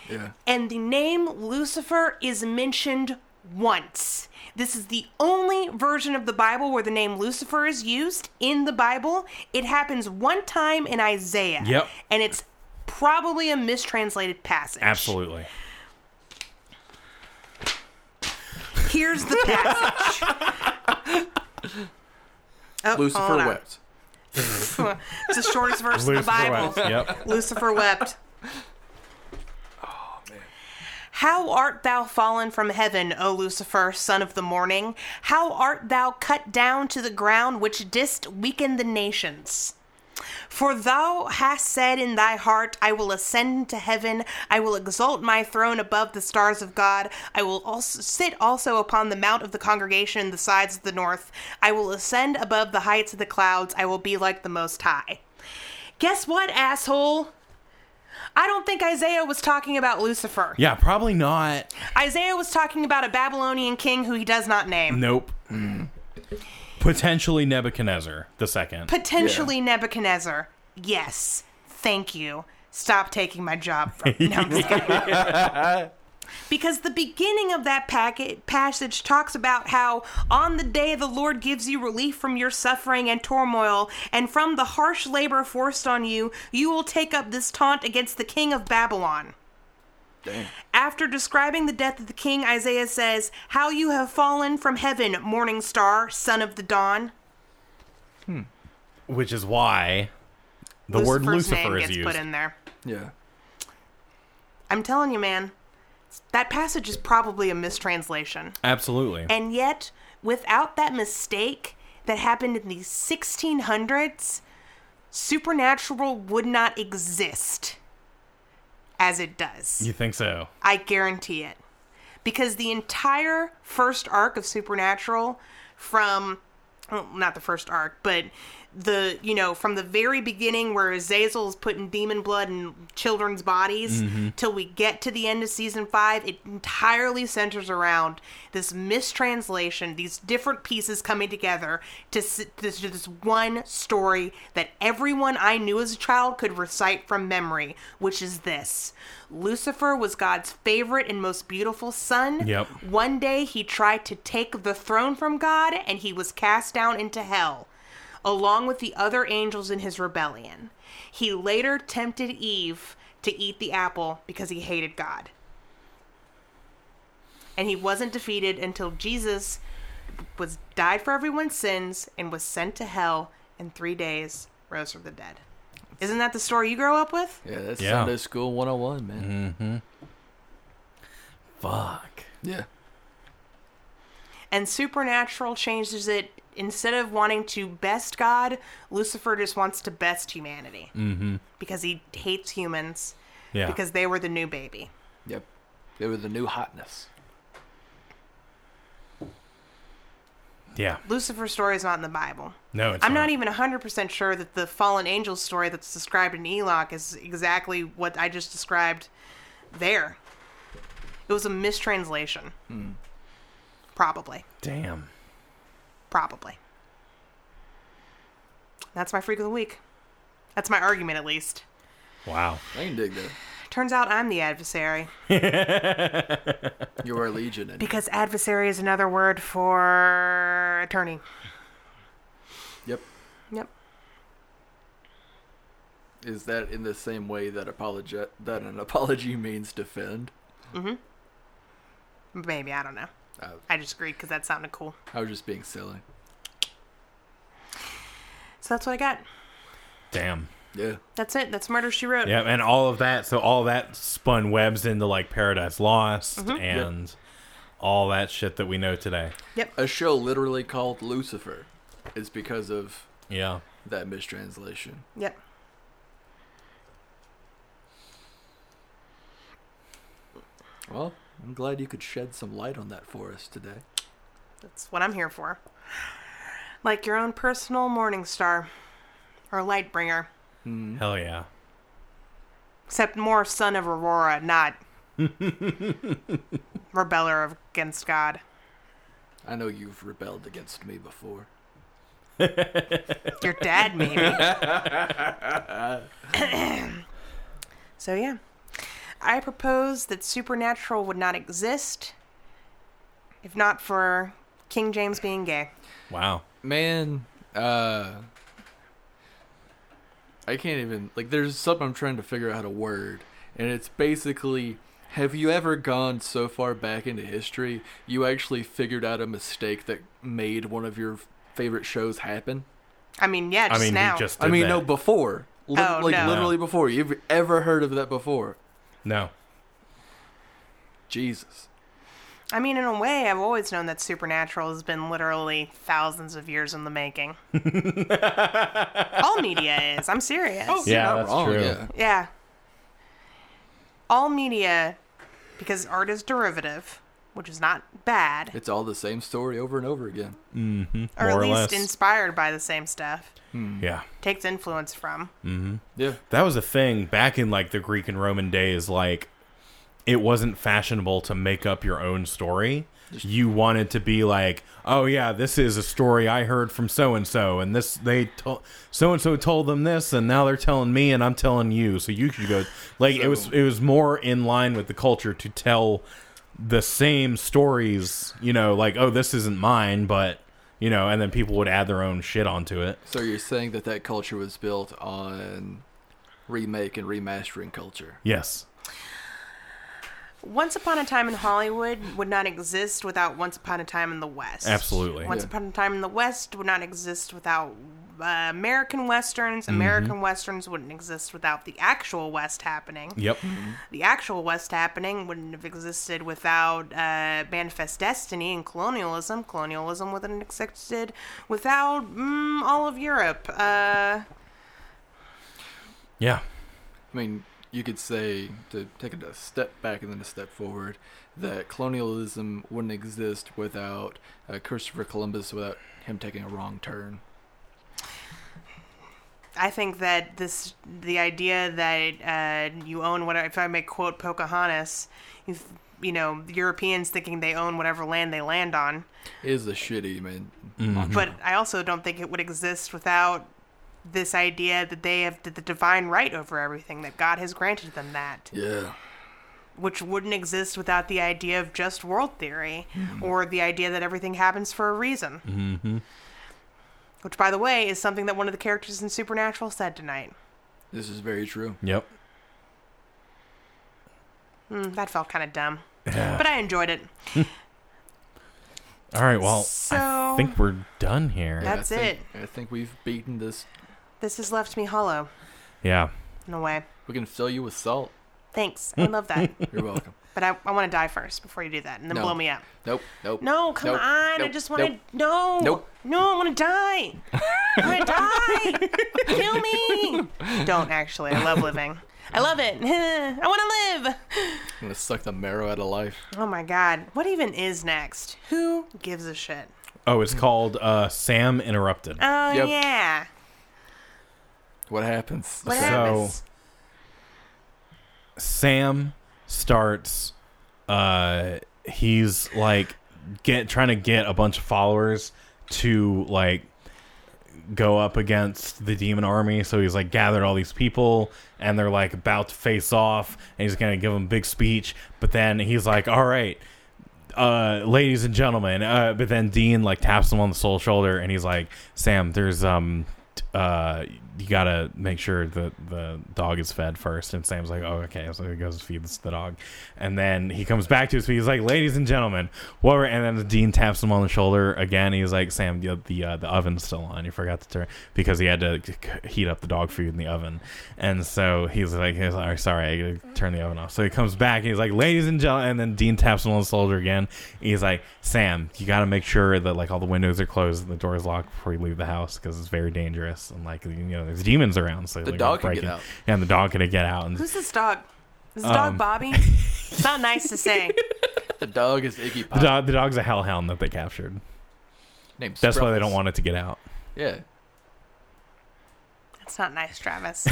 Speaker 1: yeah.
Speaker 3: And the name Lucifer is mentioned once. This is the only version of the Bible where the name Lucifer is used in the Bible. It happens one time in Isaiah.
Speaker 2: Yep.
Speaker 3: And it's probably a mistranslated passage.
Speaker 2: Absolutely.
Speaker 3: Here's the passage. Oh,
Speaker 1: Lucifer
Speaker 3: hold on.
Speaker 1: wept.
Speaker 3: It's the shortest verse of the Bible.
Speaker 2: Wept. Yep.
Speaker 3: Lucifer wept. How art thou fallen from heaven, O Lucifer, son of the morning? How art thou cut down to the ground, which didst weaken the nations? For thou hast said in thy heart, I will ascend into heaven, I will exalt my throne above the stars of God, I will also sit also upon the mount of the congregation, the sides of the north, I will ascend above the heights of the clouds, I will be like the Most High. Guess what, asshole? I don't think Isaiah was talking about Lucifer.
Speaker 2: Yeah, probably not.
Speaker 3: Isaiah was talking about a Babylonian king who he does not name.
Speaker 2: Nope. Potentially Nebuchadnezzar the second.
Speaker 3: Potentially Nebuchadnezzar. Yes. Thank you. Stop taking my job from no, I'm just kidding. Because the beginning of that packet, passage talks about how on the day the Lord gives you relief from your suffering and turmoil, and from the harsh labor forced on you, you will take up this taunt against the king of Babylon.
Speaker 1: Damn.
Speaker 3: After describing the death of the king, Isaiah says, How you have fallen from heaven, morning star, son of the dawn.
Speaker 2: Which is why the word
Speaker 3: Lucifer's name
Speaker 2: Lucifer is
Speaker 3: gets
Speaker 2: used.
Speaker 3: put in there.
Speaker 1: Yeah.
Speaker 3: I'm telling you, man, that passage is probably a mistranslation.
Speaker 2: Absolutely.
Speaker 3: And yet, without that mistake that happened in the 1600s, supernatural would not exist as it does.
Speaker 2: you think so?
Speaker 3: I guarantee it. Because the entire first arc of Supernatural, from well, not the first arc, but the you know from the very beginning where Azazel's putting demon blood in children's bodies till we get to the end of season five, it entirely centers around this mistranslation, these different pieces coming together to s- to to this one story that everyone I knew as a child could recite from memory, which is this: Lucifer was God's favorite and most beautiful son.
Speaker 2: Yep.
Speaker 3: One day he tried to take the throne from God and he was cast down into hell, along with the other angels in his rebellion. He later tempted Eve to eat the apple because he hated God. And he wasn't defeated until Jesus was died for everyone's sins and was sent to hell in three days, rose from the dead. Isn't that the story you grow up with?
Speaker 1: Yeah, that's
Speaker 2: Yeah. Mm-hmm.
Speaker 1: Sunday School 101, man.
Speaker 2: Fuck.
Speaker 1: Yeah.
Speaker 3: and supernatural changes it instead of wanting to best god lucifer just wants to best humanity mm-hmm. because he hates humans
Speaker 2: Yeah.
Speaker 3: because they were the new baby
Speaker 1: Yep. It was the new hotness.
Speaker 2: yeah.
Speaker 3: lucifer's story is not in the bible
Speaker 2: No, it's
Speaker 3: i'm not even 100% sure that the fallen angel story that's described in enoch is exactly what i just described there it was a mistranslation probably
Speaker 2: Damn.
Speaker 3: Probably. That's my freak of the week. That's my argument, at least.
Speaker 2: Wow.
Speaker 1: I can dig that.
Speaker 3: Turns out I'm the adversary.
Speaker 1: You are a legion. And,
Speaker 3: Because adversary is another word for attorney.
Speaker 1: yep.
Speaker 3: Yep.
Speaker 1: Is that in the same way that apologi- that an apology means defend?
Speaker 3: Maybe, I don't know.
Speaker 1: Uh,
Speaker 3: I just agreed because that sounded cool.
Speaker 1: I was just being silly.
Speaker 3: So that's what I got.
Speaker 2: Damn.
Speaker 1: Yeah.
Speaker 3: That's it. That's Murder She Wrote.
Speaker 2: Yeah, and all of that. So all that spun webs into like Paradise Lost
Speaker 3: Mm-hmm.
Speaker 2: and all that shit that we know today.
Speaker 1: A show literally called Lucifer is because of
Speaker 2: Yeah.
Speaker 1: that mistranslation.
Speaker 3: Yep.
Speaker 1: Well, I'm glad you could shed some light on that for us today.
Speaker 3: That's what I'm here for. Like your own personal morning star or light bringer, Mm-hmm.
Speaker 2: Hell yeah.
Speaker 3: except more son of Aurora, not rebeller against God.
Speaker 1: I know you've rebelled against me before.
Speaker 3: Your dad, maybe. so, yeah. I propose that supernatural would not exist if not for King James being gay.
Speaker 2: Wow.
Speaker 1: man uh i can't even like there's something i'm trying to figure out how to word and it's basically have you ever gone so far back into history you actually figured out a mistake that made one of your favorite shows happen
Speaker 3: I mean, yeah,
Speaker 2: I
Speaker 3: just
Speaker 2: mean,
Speaker 3: now.
Speaker 2: he just.
Speaker 1: i
Speaker 2: did
Speaker 1: mean
Speaker 2: that.
Speaker 1: no before Lit-
Speaker 3: Oh,
Speaker 1: like
Speaker 3: no.
Speaker 1: literally before you've ever heard of that before
Speaker 2: No.
Speaker 1: jesus
Speaker 3: I mean, in a way, I've always known that supernatural has been literally thousands of years in the making. All media is. I'm serious.
Speaker 2: Oh, Yeah,
Speaker 1: You're not
Speaker 2: that's
Speaker 1: wrong,
Speaker 2: true.
Speaker 1: yeah.
Speaker 3: Yeah. All media, because art is derivative, which is not bad.
Speaker 1: it's all the same story over and over again
Speaker 3: or
Speaker 2: more
Speaker 3: at
Speaker 2: or
Speaker 3: least
Speaker 2: less.
Speaker 3: inspired by the same stuff.
Speaker 1: Mm.
Speaker 2: Yeah.
Speaker 3: Takes influence from.
Speaker 1: yeah
Speaker 2: That was a thing back in like the Greek and Roman days. Like, it wasn't fashionable to make up your own story. You wanted to be like, oh yeah, this is a story I heard from so and so, and this they told so and so told them this, and now they're telling me, and I'm telling you. So you should go. Like it was,
Speaker 1: So-
Speaker 2: it was more in line with the culture to tell the same stories. You know, like oh, this isn't mine, but you know, and then people would add their own shit onto it.
Speaker 1: so you're saying that that culture was built on remake and remastering culture
Speaker 2: Yes.
Speaker 3: Once Upon a Time in Hollywood would not exist without Once Upon a Time in the West.
Speaker 2: Absolutely.
Speaker 3: Once
Speaker 1: Yeah.
Speaker 3: Upon a Time in the West would not exist without uh, American Westerns. American Westerns wouldn't exist without the actual West happening.
Speaker 2: Yep.
Speaker 3: The actual West happening wouldn't have existed without uh, Manifest Destiny and colonialism. Colonialism wouldn't have existed without mm, all of Europe. Uh,
Speaker 2: Yeah.
Speaker 1: I mean, you could say to take it a step back and then a step forward that colonialism wouldn't exist without uh, Christopher Columbus, without him taking a wrong turn.
Speaker 3: I think that this the idea that uh, you own whatever. If I may quote Pocahontas, you, you know Europeans thinking they own whatever land they land on.
Speaker 1: Is a shitty man.
Speaker 2: Hmm.
Speaker 3: But I also don't think it would exist without this idea that they have the, the divine right over everything. That God has granted them that,
Speaker 1: Yeah.
Speaker 3: which wouldn't exist without the idea of just world theory
Speaker 2: Hmm.
Speaker 3: or the idea that everything happens for a reason. Mm-hmm. Which, by the way, is something that one of the characters in Supernatural said tonight.
Speaker 1: This is very true.
Speaker 2: Yep.
Speaker 3: Mm, that felt kind of dumb. But I enjoyed it.
Speaker 2: All right. Well, I
Speaker 3: So-
Speaker 2: think we're done here.
Speaker 3: That's
Speaker 1: I think, it. I think we've beaten this.
Speaker 3: This has left me hollow,
Speaker 2: yeah.
Speaker 3: in a way.
Speaker 1: We can fill you with salt.
Speaker 3: Thanks. I love that.
Speaker 1: You're welcome.
Speaker 3: but I, I want to die first before you do that and then
Speaker 1: No.
Speaker 3: blow me up.
Speaker 1: Nope. Nope.
Speaker 3: No, come
Speaker 1: nope,
Speaker 3: on. I
Speaker 1: nope,
Speaker 3: just want to.
Speaker 1: nope.
Speaker 3: No.
Speaker 1: Nope.
Speaker 3: No, I want to die. I want to die. Kill me. Don't actually. I love living. I love it. I want to live.
Speaker 1: I'm gonna suck the marrow out of life.
Speaker 3: Oh my God. What even is next? Who gives a shit?
Speaker 2: Oh, it's called uh, Sam Interrupted.
Speaker 3: Oh,
Speaker 1: Yep.
Speaker 3: yeah.
Speaker 1: What happens?
Speaker 3: What
Speaker 2: So-
Speaker 3: happens?
Speaker 2: Sam starts. Uh, he's like get trying to get a bunch of followers to like go up against the demon army. So he's like gathered all these people, and they're like about to face off, and he's gonna give them a big speech. But then he's like, "All right, uh, ladies and gentlemen." Uh, but then Dean like taps him on the soul shoulder, and he's like, "Sam, there's um." t- Uh, you gotta make sure that the dog is fed first. And Sam's like, "Oh, okay." So he goes and feeds the dog, and then he comes back to his feet. He's like, "Ladies and gentlemen, what?" We're, and then the dean taps him on the shoulder again. He's like, "Sam, the the, uh, the oven's still on. You forgot to turn because he had to c- c- heat up the dog food in the oven." And so he's like, he's like, "Sorry, I gotta turn the oven off." So he comes back and he's like, "Ladies and gentlemen," and then Dean taps him on the shoulder again. He's like, "Sam, you gotta make sure that like all the windows are closed and the doors locked before you leave the house because it's very dangerous and like you know there's demons around." So the
Speaker 1: dog can get out.
Speaker 2: and the dog can get out. And
Speaker 3: Who's this dog? Is this
Speaker 1: Um.
Speaker 3: dog Bobby? it's not nice to say.
Speaker 1: The dog is Iggy
Speaker 2: the,
Speaker 1: Pop.
Speaker 2: dog, the dog's a hellhound that they captured.
Speaker 1: Named
Speaker 2: That's why they
Speaker 1: Scruffles.
Speaker 2: don't want it to get out.
Speaker 1: Yeah.
Speaker 3: It's not nice, Travis.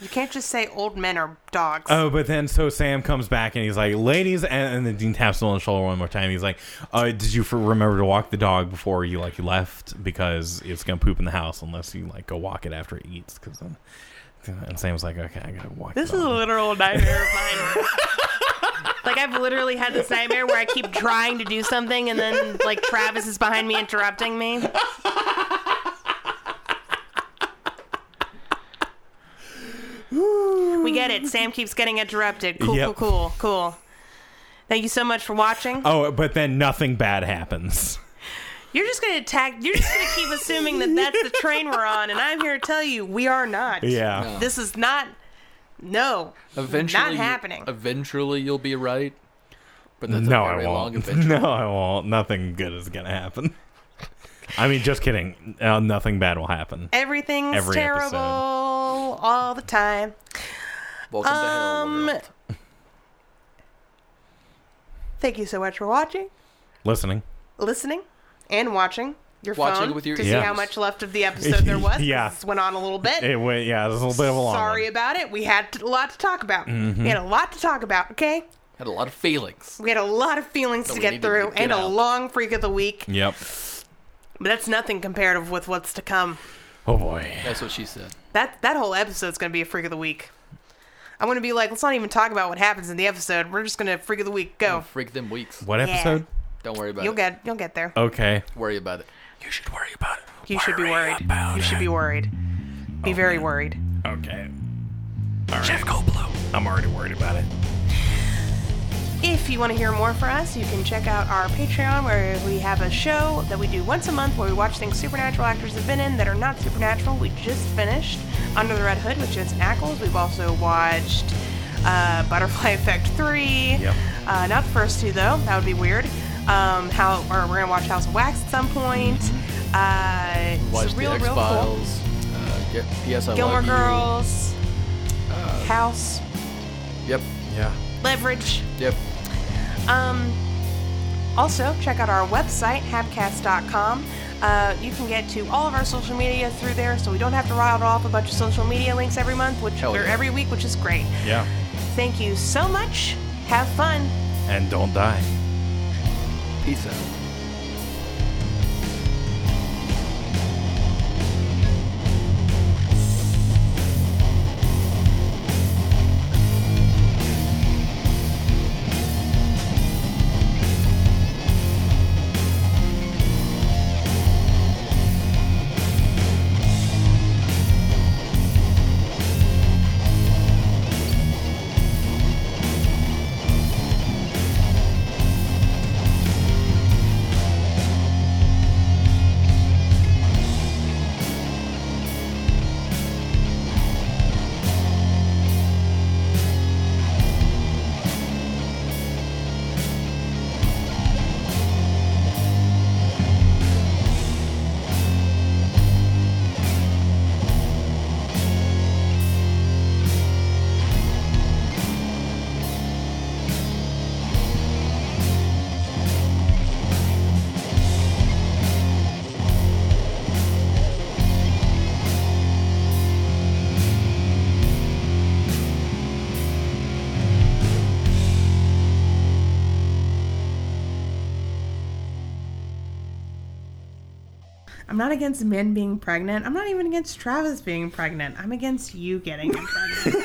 Speaker 3: you can't just say old men are dogs.
Speaker 2: Oh, but then so Sam comes back and he's like, "Ladies," and, and then Dean taps him on the shoulder one more time. He's like, uh, "Did you for, remember to walk the dog before you like you left? Because it's gonna poop in the house unless you like go walk it after it eats." Because then, and Sam's like, "Okay, I gotta walk."
Speaker 3: This
Speaker 2: the
Speaker 3: is a
Speaker 2: dog.
Speaker 3: literal nightmare of mine. like I've literally had this nightmare where I keep trying to do something and then like Travis is behind me interrupting me. we get it. Sam keeps getting interrupted. Cool,
Speaker 2: Yep.
Speaker 3: cool, cool, cool. Thank you so much for watching.
Speaker 2: oh, but then nothing bad happens.
Speaker 3: You're just gonna attack. You're just gonna keep assuming that that's the train we're on, and I'm here to tell you we are not.
Speaker 2: Yeah,
Speaker 3: This is not. No.
Speaker 1: Eventually,
Speaker 3: Not happening.
Speaker 1: Eventually, you'll be right. But that's
Speaker 2: no,
Speaker 1: a
Speaker 2: I
Speaker 1: very long
Speaker 2: won't.
Speaker 1: adventure.
Speaker 2: No, I won't. Nothing good is gonna happen. I mean, just kidding. Uh, nothing bad will happen.
Speaker 3: Everything's
Speaker 2: Every episode.
Speaker 3: terrible all the time.
Speaker 1: Welcome
Speaker 3: Um,
Speaker 1: to hell world.
Speaker 3: Thank you so much for watching,
Speaker 2: Listening.
Speaker 3: listening, and watching your
Speaker 1: Watching
Speaker 3: phone
Speaker 1: with your
Speaker 3: to see
Speaker 2: ears.
Speaker 3: how much left of the episode there was. 'cause
Speaker 2: Yeah.
Speaker 3: This went on a little bit.
Speaker 2: It went. Mm-hmm. Yeah, it was a little bit of a long.
Speaker 3: Sorry
Speaker 2: one.
Speaker 3: about it. We had a lot to talk about. We had a lot to talk about, okay?
Speaker 1: Had a lot of feelings.
Speaker 3: We had a lot of feelings
Speaker 1: That
Speaker 3: to
Speaker 1: we
Speaker 3: get
Speaker 1: needed to
Speaker 3: through
Speaker 1: get
Speaker 3: and a
Speaker 1: out.
Speaker 3: long freak of the week.
Speaker 2: Yep.
Speaker 3: But that's nothing comparative with what's to come.
Speaker 2: Oh boy.
Speaker 1: That's what she said.
Speaker 3: That that whole episode's gonna be a freak of the week. I'm gonna be like, let's not even talk about what happens in the episode. We're just gonna freak of the week go.
Speaker 1: Freak them weeks.
Speaker 2: What
Speaker 3: Yeah.
Speaker 2: episode?
Speaker 1: Don't worry about
Speaker 3: You'll
Speaker 1: it.
Speaker 3: get you'll get there.
Speaker 2: Okay.
Speaker 1: Worry about it.
Speaker 2: You should worry about it.
Speaker 3: You should be worried.
Speaker 2: about
Speaker 3: You should be worried. Be very worried.
Speaker 2: Okay. All right. Jeff Goldblum. I'm already worried about it.
Speaker 3: If you want to hear more from us, you can check out our Patreon where we have a show that we do once a month where we watch things supernatural actors have been in that are not supernatural. We just finished Under the Red Hood with Jensen Ackles. We've also watched uh, Butterfly Effect 3.
Speaker 2: Yep.
Speaker 3: Uh, not the first two, though. That would be weird. Um, how, or we're going to watch House of Wax at some point. Uh,
Speaker 1: Mm-hmm. Watch
Speaker 3: it's real,
Speaker 1: the X
Speaker 3: real cool.
Speaker 1: Files. Uh, get- yes, I
Speaker 3: Gilmore
Speaker 1: love you. Uh,
Speaker 3: Girls, House,
Speaker 1: Yep.
Speaker 2: Yeah.
Speaker 3: Leverage.
Speaker 1: Yep.
Speaker 3: Um, also, check out our website, habcast.com. Uh, you can get to all of our social media through there, so we don't have to rattle off a bunch of social media links every month, which
Speaker 1: Hell
Speaker 3: or
Speaker 1: yeah.
Speaker 3: every week, which is great.
Speaker 2: Yeah.
Speaker 3: Thank you so much. Have fun.
Speaker 2: And don't die.
Speaker 1: Peace out.
Speaker 4: I'm not against men being pregnant. I'm not even against Travis being pregnant. I'm against you getting pregnant.